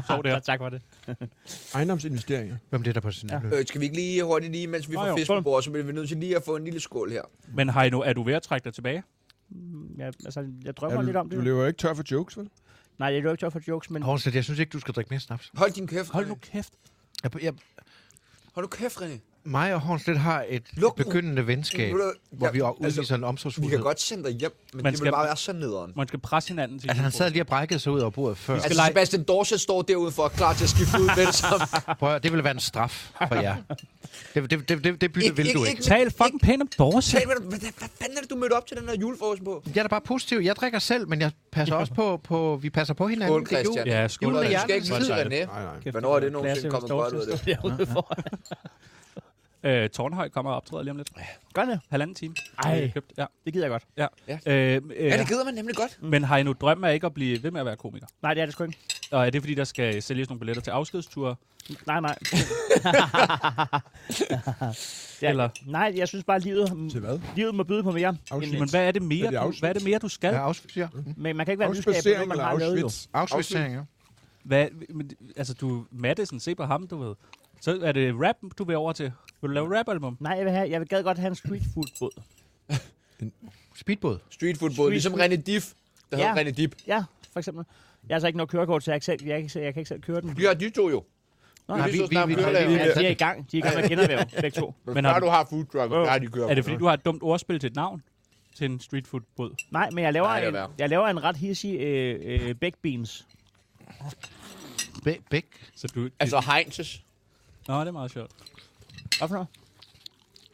Speaker 2: Sov der. Tak for det.
Speaker 4: Ejendomsinvesteringer.
Speaker 1: Hvem er det, der er på sin ja.
Speaker 3: Øh, skal vi ikke lige hurtigt lige, mens vi
Speaker 2: Nå
Speaker 3: får
Speaker 2: jo,
Speaker 3: fisk
Speaker 2: skål.
Speaker 3: på bordet, så bliver vi nødt til lige at få en lille skål her.
Speaker 2: Men Heino, er du ved at trække dig tilbage?
Speaker 5: Ja, altså, jeg
Speaker 4: Ja,
Speaker 5: drømmer
Speaker 4: du,
Speaker 5: lidt om det.
Speaker 4: du lever jo ikke tør for jokes, vel?
Speaker 5: Nej, jeg er jo ikke tør for jokes, men...
Speaker 1: Hornslet, jeg synes ikke, du skal drikke mere snaps.
Speaker 3: Hold din kæft,
Speaker 2: Hold nu
Speaker 3: René.
Speaker 2: kæft.
Speaker 1: Jeg, jeg,
Speaker 3: Hold nu kæft, René.
Speaker 1: mig og Horns lidt har et
Speaker 3: Luk nu.
Speaker 1: begyndende venskab,
Speaker 3: Ja,
Speaker 1: hvor vi udviser
Speaker 3: altså,
Speaker 1: en
Speaker 3: Vi kan
Speaker 1: omsorgsfuldhed.
Speaker 3: godt sende dig hjem, men det
Speaker 2: skal-
Speaker 3: vil bare være så nederen.
Speaker 2: Man skal presse hinanden til
Speaker 1: Altså, han sad lige og brækkede sig ud over bordet før.
Speaker 3: Altså,
Speaker 2: lege-
Speaker 3: Sebastian Dorset står derude for klar til at skifte ud med det samme.
Speaker 1: Altså, Prøv at, høre, det ville være en straf for jer. Det, det, det, det, det bytte vil du ikke.
Speaker 2: Tal fucking pænt om Dorset.
Speaker 3: Tal med dig. Hvad, hvad fanden er det, du mødte op til den her julefrokost på?
Speaker 1: Jeg er da bare positiv. Jeg drikker selv, men jeg passer også på, på vi passer på hinanden.
Speaker 3: Skål,
Speaker 1: Det er jo-
Speaker 3: Christian.
Speaker 2: Ja, skål.
Speaker 1: Julen
Speaker 3: Du
Speaker 1: er
Speaker 3: skal ikke
Speaker 1: hjertens
Speaker 3: sige
Speaker 1: tid.
Speaker 3: René.
Speaker 4: Nej, nej.
Speaker 3: Hvornår er det nogensinde kommet godt ud af det?
Speaker 2: Øh, Tornhøj kommer og optræder lige om lidt.
Speaker 5: Gør det.
Speaker 2: Halvanden time.
Speaker 5: Ej.
Speaker 2: Øh, Købt. Ja.
Speaker 5: Det gider jeg godt.
Speaker 2: ja.
Speaker 3: Ja.
Speaker 2: Øh, øh,
Speaker 3: Ja, det gider man nemlig godt.
Speaker 2: men har I nu drømme af ikke at blive ved med at være komiker?
Speaker 5: Nej, det er det sgu ikke.
Speaker 2: Og er det fordi, der skal sælges nogle billetter til afskedsture?
Speaker 5: Nej, nej. ja,
Speaker 2: Eller-
Speaker 5: Nej, jeg synes bare, at livet,
Speaker 4: Til hvad?
Speaker 5: livet må byde på mere.
Speaker 4: Afsnit.
Speaker 2: Men hvad er det mere,
Speaker 4: Er det
Speaker 2: du,
Speaker 4: afsnit?
Speaker 2: hvad er det mere, du skal?
Speaker 1: Ja, Auschwitz, ja.
Speaker 3: Mm.
Speaker 5: øh, Men man kan ikke være nysgerrig på
Speaker 4: Afspadsering
Speaker 5: noget, man
Speaker 4: eller
Speaker 5: har lavet jo.
Speaker 4: Auschwitz?
Speaker 1: Auschwitz, ja.
Speaker 2: Hvad, men, altså, du Madison, se på ham, du ved. Så er det rap, du vil over til. Vil du lave rap-album?
Speaker 5: Nej, jeg vil, have, jeg vil gad godt have en street food båd.
Speaker 1: Speedbåd.
Speaker 3: Street food både, ligesom René Diff. Der
Speaker 5: Ja.
Speaker 3: hedder René Dip.
Speaker 5: Ja, for eksempel. Jeg har altså ikke noget kørekort, så jeg, ikke selv, jeg, kan ikke, selv- jeg kan ikke selv køre den.
Speaker 3: Vi har de to jo.
Speaker 5: Nå,
Speaker 1: Nej,
Speaker 3: vi,
Speaker 1: vi-
Speaker 3: vi,
Speaker 1: vi- vi-
Speaker 3: vi, vi,
Speaker 1: vi-
Speaker 5: Ja, de er i gang. De er i gang med at genervæve, begge to.
Speaker 2: Men
Speaker 3: men
Speaker 2: har
Speaker 3: har
Speaker 2: du-
Speaker 3: du har food truck,
Speaker 5: Øh.
Speaker 3: der har de kørt.
Speaker 2: Er det fordi, du har et dumt ordspil til et navn? Til en street food båd.
Speaker 5: Nej, men jeg laver,
Speaker 3: Nej, det er værre.
Speaker 5: en, jeg laver en ret hissig øh, øh, baked beans.
Speaker 1: Bæk. Bæk.
Speaker 2: Så du...
Speaker 3: Altså Heinz's.
Speaker 2: Nå, det er meget sjovt.
Speaker 5: Hvad for noget?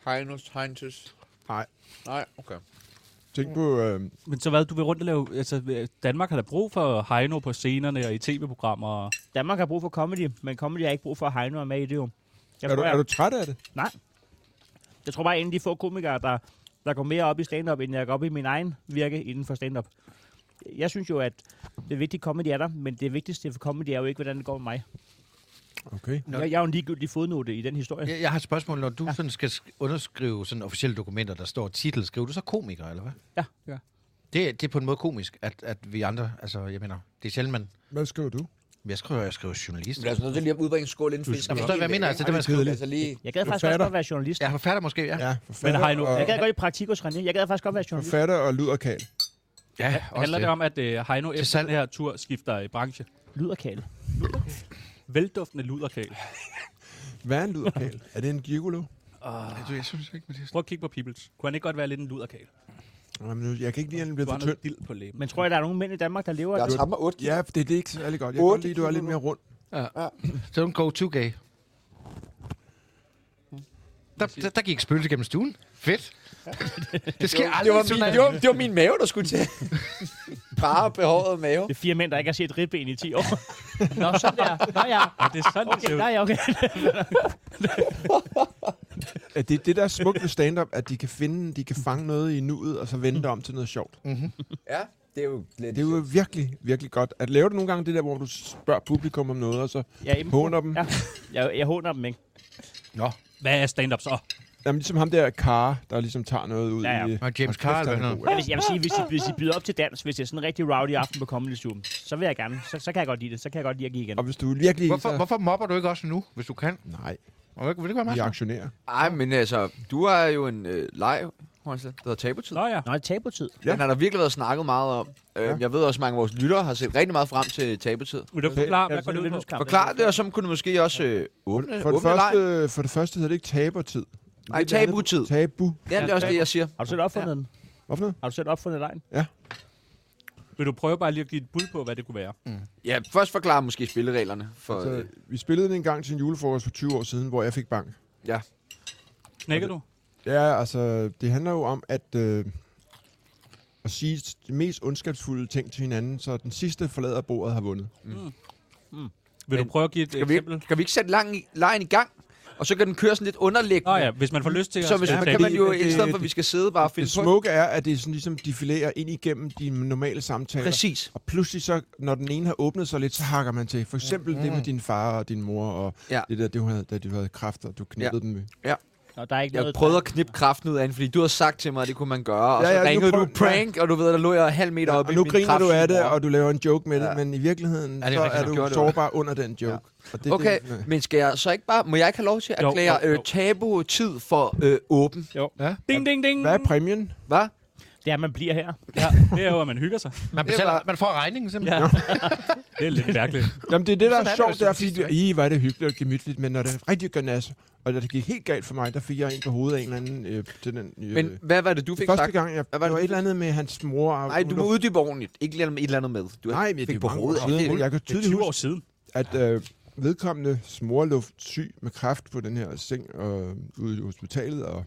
Speaker 3: Heinus, Heinz's.
Speaker 4: Nej.
Speaker 3: Nej, okay.
Speaker 4: Tænk på, øh,
Speaker 2: Men så hvad, du vil rundt og lave... Altså, øh, Danmark har da brug for Heino på scenerne og i tv-programmer. og-
Speaker 5: Danmark har brug for comedy, men comedy har ikke brug for at Heino er med i det jo. Jeg,
Speaker 4: er, du,
Speaker 5: tror, jeg,
Speaker 4: er du træt af det?
Speaker 5: Nej. Jeg tror bare, at en af de få komikere, der, der går mere op i stand-up, end jeg går op i min egen virke inden for stand-up. Jeg synes jo, at det vigtige comedy er der, men det vigtigste for comedy er jo ikke, hvordan det går med mig.
Speaker 4: Okay.
Speaker 5: Jeg, jeg er jo en ligegyldig fodnote i den historie.
Speaker 1: Jeg, jeg har et spørgsmål. Når du ja. sådan skal sk- underskrive sådan officielle dokumenter, der står titel, skriver du så komiker, eller hvad?
Speaker 2: Ja, ja.
Speaker 1: Det, det er på en måde komisk, at, at vi andre... Altså, jeg mener, det er sjældent, man...
Speaker 4: Hvad skriver du?
Speaker 1: Jeg skriver, jeg skriver journalist.
Speaker 3: Men lad os nødt til lige at udbringe en skål inden for
Speaker 1: Jeg forstår, hvad jeg mener. Altså, det, man skriver.
Speaker 4: kedeligt.
Speaker 3: Altså lige...
Speaker 5: Jeg gad faktisk
Speaker 4: Forfatter.
Speaker 5: også godt være journalist.
Speaker 1: Jeg er forfatter måske, ja.
Speaker 4: Ja,
Speaker 2: Men
Speaker 4: forfatter,
Speaker 2: har I nu-
Speaker 4: og,
Speaker 5: Jeg gad godt i praktik hos René. Jeg gad faktisk godt være journalist.
Speaker 4: forfatter og luderkal.
Speaker 1: Ja,
Speaker 2: Handler det om, at øh, Heino
Speaker 1: Til
Speaker 2: efter
Speaker 1: salg.
Speaker 2: den her tur skifter i branche?
Speaker 5: Lyderkale.
Speaker 2: Velduftende luderkage.
Speaker 4: Hvad er en luderkal? er det en gigolo?
Speaker 1: Du, jeg synes ikke, Mathias.
Speaker 2: Prøv at kigge på Peoples. Kunne han ikke godt være lidt en luderkage?
Speaker 4: Jamen, nu- jeg kan ikke lide, at den
Speaker 2: Du
Speaker 4: bliver
Speaker 2: har
Speaker 4: for tynd.
Speaker 2: noget dild på læben.
Speaker 5: Men tror jeg, der er nogle mænd i Danmark, der lever
Speaker 3: Jeg har
Speaker 5: af det?
Speaker 3: tabt mig 8
Speaker 4: Ja, for det, det er ikke særlig godt. Jeg kan godt lide, at du er lidt mere rundt.
Speaker 1: Så er hun go-to-gay. Der, der, der gik spøgelse gennem stuen. Fedt. det sker aldrig.
Speaker 3: det var,
Speaker 1: i
Speaker 3: min,
Speaker 1: Tsunami.
Speaker 3: det, var, det var min mave, der skulle til. Bare behåret mave.
Speaker 5: Det er fire mænd, der ikke har set ribben i 10 år.
Speaker 2: Nå, sådan der.
Speaker 5: Nå ja,
Speaker 2: Ja, det er sådan, det
Speaker 5: okay,
Speaker 2: ser ud.
Speaker 5: der er jeg okay.
Speaker 4: at det, det der er smukt ved stand-up, at de kan finde, de kan fange noget i nuet, og så vende det om til noget sjovt.
Speaker 3: Ja, det er jo lidt...
Speaker 4: Det er jo virkelig, virkelig godt. At lave det nogle gange, det der, hvor du spørger publikum om noget, og så
Speaker 5: Jeg, er impro.
Speaker 4: håner dem.
Speaker 5: Ja. jeg, jeg håner dem, ikke?
Speaker 1: Nå,
Speaker 2: Hvad er stand-up så?
Speaker 4: Jamen, ligesom ham der Kar, der ligesom tager noget ud
Speaker 5: Ja, ja.
Speaker 4: i... øh,
Speaker 1: og James
Speaker 4: hold kæft,
Speaker 1: Carl.
Speaker 4: han
Speaker 1: Hvad
Speaker 4: er
Speaker 1: hedder.
Speaker 4: god,
Speaker 5: Jeg vil, jeg vil sige, hvis I, hvis I byder op til dans, hvis det er sådan en rigtig rowdy aften på Comedy Zoom, så vil jeg gerne. Så, så kan jeg godt lide det. Så kan jeg godt lide at give igen.
Speaker 4: Og hvis du virkelig...
Speaker 1: Hvorfor, hvorfor mobber du ikke også nu, hvis du kan?
Speaker 4: Nej,
Speaker 1: Og Vil det ikke være
Speaker 4: vi
Speaker 1: meget?
Speaker 4: er
Speaker 1: sjovt?
Speaker 4: aktionærer.
Speaker 3: Ej, men altså, du har jo en øh, leg, Hornslet, der hedder Tabutid.
Speaker 2: Nå ja.
Speaker 5: Nå, det er tabutid.
Speaker 4: Ja.
Speaker 3: Ja. Den har der virkelig været snakket meget om. Øh,
Speaker 4: Ja.
Speaker 3: Jeg ved også, at mange af vores lyttere har set rigtig meget frem til Tabutid.
Speaker 2: Vil du forklare, hvad
Speaker 5: Så
Speaker 2: går det
Speaker 5: er det
Speaker 2: ud på?
Speaker 5: vindueskamp.
Speaker 3: Forklar det, og så kunne du måske også øh, åbne,
Speaker 4: For det,
Speaker 3: åbne leg.
Speaker 4: første, for det første hedder det ikke tabertid.
Speaker 3: Nej, tabutid.
Speaker 4: Tabu.
Speaker 3: Ja, det er også det, jeg siger.
Speaker 5: Har du selv opfundet den?
Speaker 4: Hvorfor noget?
Speaker 5: Har du selv opfundet lejen?
Speaker 2: Vil du prøve bare lige at give et bud på, hvad det kunne være?
Speaker 3: Ja, først forklare måske spillereglerne. For, øh,
Speaker 4: Så, Altså, vi spillede den en gang til en julefrokost for 20 år siden, hvor jeg fik bank.
Speaker 3: ja.
Speaker 2: Knækker du?
Speaker 4: Ja, altså, det handler jo om at, øh, at sige de mest ondskabsfulde ting til hinanden, så den sidste forlader bordet har vundet.
Speaker 2: Vil du prøve at give et
Speaker 3: Kan, vi,
Speaker 2: eksempel?
Speaker 3: ikke- kan vi ikke sætte lang, lejen i gang? Og så kan den køre sådan lidt underlæggende.
Speaker 2: Nå ja, hvis man får lyst til at...
Speaker 3: Så hvis,
Speaker 2: Ja,
Speaker 3: ja,
Speaker 2: det-
Speaker 3: kan man jo,
Speaker 4: det-
Speaker 3: i stedet for at vi skal sidde bare og finde
Speaker 4: Det
Speaker 3: på...
Speaker 4: smukke er, at det er sådan ligesom defilerer ind igennem de normale samtaler.
Speaker 3: Præcis.
Speaker 4: Og pludselig så, når den ene har åbnet sig lidt, så hakker man til. For eksempel mm. det med din far og din mor, og
Speaker 3: Mm-hmm. Ja.
Speaker 4: ja. det der, det, hun havde, da du havde kræfter, du knæppede ja. dem. i.
Speaker 5: Nå, der er ikke
Speaker 3: Jeg
Speaker 5: noget...
Speaker 3: prøvede at knippe kraften ud af hende, fordi du har sagt til mig, at det kunne man gøre. Og
Speaker 4: Ja,
Speaker 3: ja,
Speaker 4: ja,
Speaker 3: ja,
Speaker 4: nu
Speaker 3: så ringede du
Speaker 4: prøv-
Speaker 3: prank, og du ved, der lå jeg halv meter ja, oppe
Speaker 4: Og
Speaker 3: i
Speaker 4: nu
Speaker 3: min
Speaker 4: griner du af det,
Speaker 3: kraftsyge.
Speaker 4: og du laver en joke med ja.
Speaker 3: Ja.
Speaker 4: det, men i virkeligheden,
Speaker 1: Ja, det
Speaker 4: ja,
Speaker 1: er
Speaker 4: så
Speaker 1: rigtigt,
Speaker 4: er
Speaker 1: nok.
Speaker 4: du
Speaker 3: Gjorde det
Speaker 4: sårbar under den joke. Ja. Og det, er
Speaker 3: Okay,
Speaker 4: det,
Speaker 3: men skal jeg så ikke bare... Må jeg ikke have lov til at
Speaker 2: Jo,
Speaker 3: erklære
Speaker 2: jo, jo.
Speaker 3: øh, tabu-tid for øh, åben?
Speaker 2: Ding, ding, ding.
Speaker 4: hvad er præmien?
Speaker 3: Hvad?
Speaker 5: Det er, at man bliver her.
Speaker 2: Ja, det er jo, at man hygger sig.
Speaker 1: Man, betaler, man får regningen simpelthen.
Speaker 2: Ja. det er lidt mærkeligt.
Speaker 4: Jamen, det er det, der
Speaker 1: Sådan er
Speaker 4: er
Speaker 1: det
Speaker 4: sjovt,
Speaker 1: også
Speaker 4: det er,
Speaker 1: til
Speaker 4: fordi, det, I var det hyggeligt og gemytligt, men når det er rigtig gørnas, og da det gik helt galt for mig, der fik jeg en på hovedet af en eller anden øh, til den... Øh,
Speaker 3: Men hvad var det, du fik
Speaker 4: første
Speaker 3: sagt?
Speaker 4: gang, jeg,
Speaker 3: Hvad
Speaker 4: det
Speaker 3: var
Speaker 4: var
Speaker 3: det,
Speaker 4: et
Speaker 3: du
Speaker 4: eller andet med hans mor... og
Speaker 3: Nej,
Speaker 4: hun
Speaker 3: du må
Speaker 4: lå-
Speaker 3: uddybe ordentligt. Ikke lade med et eller andet med. Du
Speaker 4: Nej, men det
Speaker 3: fik
Speaker 4: er
Speaker 3: på
Speaker 4: mange
Speaker 3: hovedet.
Speaker 4: år siden. Jeg kan
Speaker 2: Det er
Speaker 4: tydeligt
Speaker 2: 20 år
Speaker 4: huske,
Speaker 2: siden.
Speaker 4: at øh, vedkommende mor lå syg med kræft på den her seng og, ude i hospitalet, og,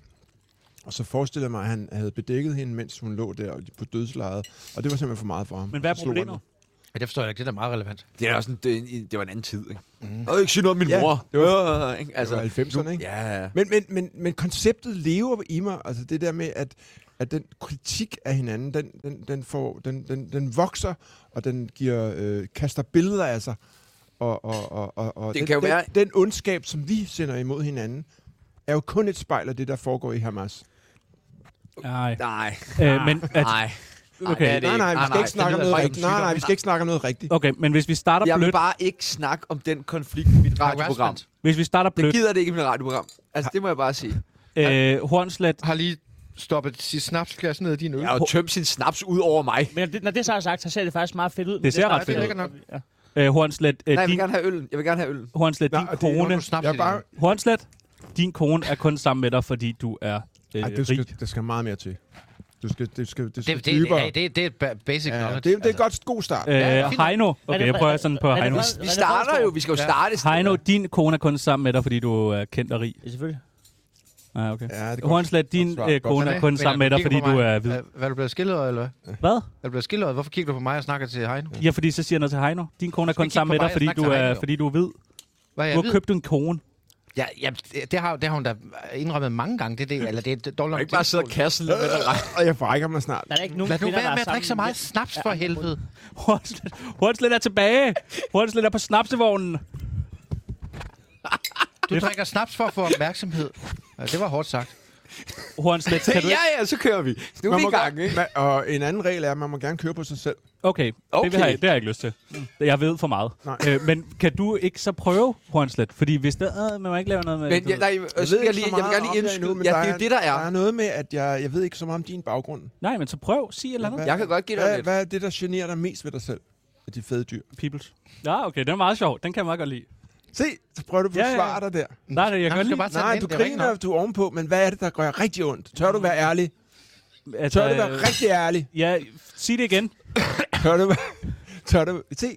Speaker 4: og så forestillede jeg mig, at han havde bedækket hende, mens hun lå der på dødslejet, og det var simpelthen for meget for ham.
Speaker 2: Men hvad er
Speaker 4: Så slog han
Speaker 2: problemet?
Speaker 1: Ja, det forstår jeg ikke. Det er da meget relevant.
Speaker 3: Det er også en, det, det var en anden tid, ikke? Mm. Og ikke sige noget om min
Speaker 4: Mhm. Ja,
Speaker 3: mor.
Speaker 4: det
Speaker 3: var, øh, ikke?
Speaker 4: mig. Det var 90'erne, ikke?
Speaker 3: Ja.
Speaker 4: Men, men, men, men konceptet lever i mig, altså det der med, at, at den kritik af hinanden, den, den, den, får, den, den, den vokser, og den giver, øh, kaster billeder af sig. Og, og, og, og, og
Speaker 3: Det
Speaker 4: den,
Speaker 3: kan jo
Speaker 4: den,
Speaker 3: være-
Speaker 4: den ondskab, som vi sender imod hinanden, er jo kun et spejl af det, der foregår i Hamas.
Speaker 2: Nej.
Speaker 3: Nej,
Speaker 2: Øh, men at,
Speaker 3: nej.
Speaker 2: okay.
Speaker 3: det
Speaker 4: Nej, nej, vi
Speaker 3: Nej,
Speaker 4: skal
Speaker 3: nej,
Speaker 4: ikke snakke om
Speaker 3: det lyder
Speaker 4: noget
Speaker 3: faktisk
Speaker 4: rigtigt. Nej, nej, vi skal ikke snakke om noget rigtigt.
Speaker 2: okay, men hvis vi starter
Speaker 3: Jeg vil
Speaker 2: blødt,
Speaker 3: bare ikke snakke om den konflikt i mit radioprogram.
Speaker 1: Harassment.
Speaker 2: hvis vi starter
Speaker 3: Det
Speaker 2: blødt,
Speaker 3: gider det ikke i mit radioprogram. Altså, det må jeg bare sige.
Speaker 2: øh, Hornslet,
Speaker 1: Har lige stoppet sit snapsglas ned i din øl.
Speaker 3: Jeg har jo tømt sin snaps ud over mig.
Speaker 5: Men når det, når det så er sagt, så ser det faktisk meget fedt ud.
Speaker 2: ser
Speaker 5: starter
Speaker 2: ret fedt
Speaker 1: ud.
Speaker 5: ud.
Speaker 1: Det er lækkert
Speaker 5: Ja.
Speaker 2: øh, Hornslet, øh,
Speaker 3: Nej, jeg vil
Speaker 2: din,
Speaker 3: gerne have øllen. Jeg vil gerne have øllen.
Speaker 2: Hornslet,
Speaker 4: Nej,
Speaker 2: din
Speaker 4: og det er
Speaker 1: Nu har
Speaker 2: kone,
Speaker 1: du snaps i
Speaker 4: Jeg er
Speaker 1: din
Speaker 4: bare...
Speaker 1: øl.
Speaker 2: Hornslet, din kone er kun sammen med dig, fordi du er øh,
Speaker 4: Ej, det
Speaker 2: rig.
Speaker 4: skal, det skal meget mere til. Du skal, det skal, det skal
Speaker 1: Det, det, det,
Speaker 4: dybere.
Speaker 1: det, det, det er ba- basic
Speaker 4: Ja,
Speaker 1: knowledge.
Speaker 4: det, det er
Speaker 3: Altså.
Speaker 4: godt god start.
Speaker 2: Øh,
Speaker 1: fint nok.
Speaker 2: Heino, okay, jeg prøver sådan på
Speaker 5: Er det
Speaker 2: Heino.
Speaker 5: fra-
Speaker 3: Vi
Speaker 5: Hvad er det,
Speaker 3: starter
Speaker 5: Fredensborg?
Speaker 3: jo. Vi skal jo starte. et sted.
Speaker 2: Heino, din kone er kun sammen med dig, fordi du øh, er kendt og rig.
Speaker 5: Ja, selvfølgelig.
Speaker 2: Ah, okay.
Speaker 4: Ja, det er godt.
Speaker 2: Hornslet, din
Speaker 4: Godt svar.
Speaker 2: øh,
Speaker 4: Godt
Speaker 2: kone er kun sammen med dig, fordi du er hvid.
Speaker 1: Hvad er du blevet skildret, eller hvad?
Speaker 2: Hvad?
Speaker 1: Er du blevet skildret? Hvorfor kigger du på mig og snakker til Heino?
Speaker 2: Ja, fordi så siger jeg noget til Heino. Din kone er
Speaker 1: skal
Speaker 2: kun
Speaker 1: ikke
Speaker 2: sammen med
Speaker 1: kigge på mig,
Speaker 2: dig, fordi
Speaker 1: jeg
Speaker 2: du,
Speaker 1: snakker til
Speaker 2: er,
Speaker 1: Heino.
Speaker 2: fordi du er hvid.
Speaker 1: Hvad er
Speaker 2: Du
Speaker 1: jeg
Speaker 2: har
Speaker 1: ved?
Speaker 2: købt en kone.
Speaker 1: Ja, ja, det- det har, det har hun da indrømmet mange gange. Det, er det, eller det er et
Speaker 3: Jeg
Speaker 1: dårligt
Speaker 3: kan ikke bare sidde og kaste lidt med dig.
Speaker 4: Og jeg forrækker mig snart.
Speaker 5: Der er ikke nogen
Speaker 1: Lad nu
Speaker 5: kvinder, der
Speaker 1: være med
Speaker 5: er
Speaker 1: at drikke så
Speaker 5: sammen-
Speaker 1: meget snaps for helvede.
Speaker 2: Hornslet, Hornslet er tilbage. Hornslet er på snapsevognen.
Speaker 1: Du drikker snaps for at få opmærksomhed. Ja, det var hårdt sagt.
Speaker 2: Hornslet, kan du
Speaker 3: Ja,
Speaker 2: ikke?
Speaker 3: ja, så kører vi. Nu er vi i gang, ikke?
Speaker 4: man, og en anden regel er, at man må gerne køre på sig selv.
Speaker 2: Okay, okay.
Speaker 3: Okay.
Speaker 2: Det, har jeg, det har jeg ikke lyst til. Jeg ved for meget.
Speaker 4: Nej.
Speaker 2: Øh, men kan du ikke så prøve, Hornslet? Fordi hvis der... Øh, man må ikke lave noget med...
Speaker 3: Men
Speaker 2: du
Speaker 3: jeg,
Speaker 2: ved.
Speaker 3: nej, jeg, Altså, jeg, jeg, lige, jeg vil gerne lige indskyde. Ja, det er jo det, der er.
Speaker 4: Der er noget med, at jeg, jeg ved ikke så meget om din baggrund.
Speaker 2: nej, men så prøv. Sig et eller andet.
Speaker 4: Hvad-
Speaker 3: Jeg kan godt give dig
Speaker 4: Hvad,
Speaker 3: lidt.
Speaker 4: hvad er det, der generer dig mest ved dig selv? Af de fede dyr.
Speaker 2: Peoples. Ja, okay, den er meget sjov. Den kan jeg meget godt lide.
Speaker 4: Se, så prøver du på
Speaker 2: Ja,
Speaker 4: at
Speaker 2: ja.
Speaker 4: svare dig der.
Speaker 2: Nej, nej, jeg kan
Speaker 1: Jamen, du
Speaker 2: godt lide...
Speaker 1: skal bare tage den
Speaker 4: Nej,
Speaker 1: ind,
Speaker 4: du
Speaker 1: det er rigtigt
Speaker 4: griner,
Speaker 1: nok.
Speaker 4: du er ovenpå, men hvad er det, der gør rigtig ondt? Tør du være ærlig?
Speaker 2: at,
Speaker 4: Tør du
Speaker 2: øh,
Speaker 4: være rigtig ærlig?
Speaker 2: Ja, sig det igen.
Speaker 4: Tør du være... Tør du... Se,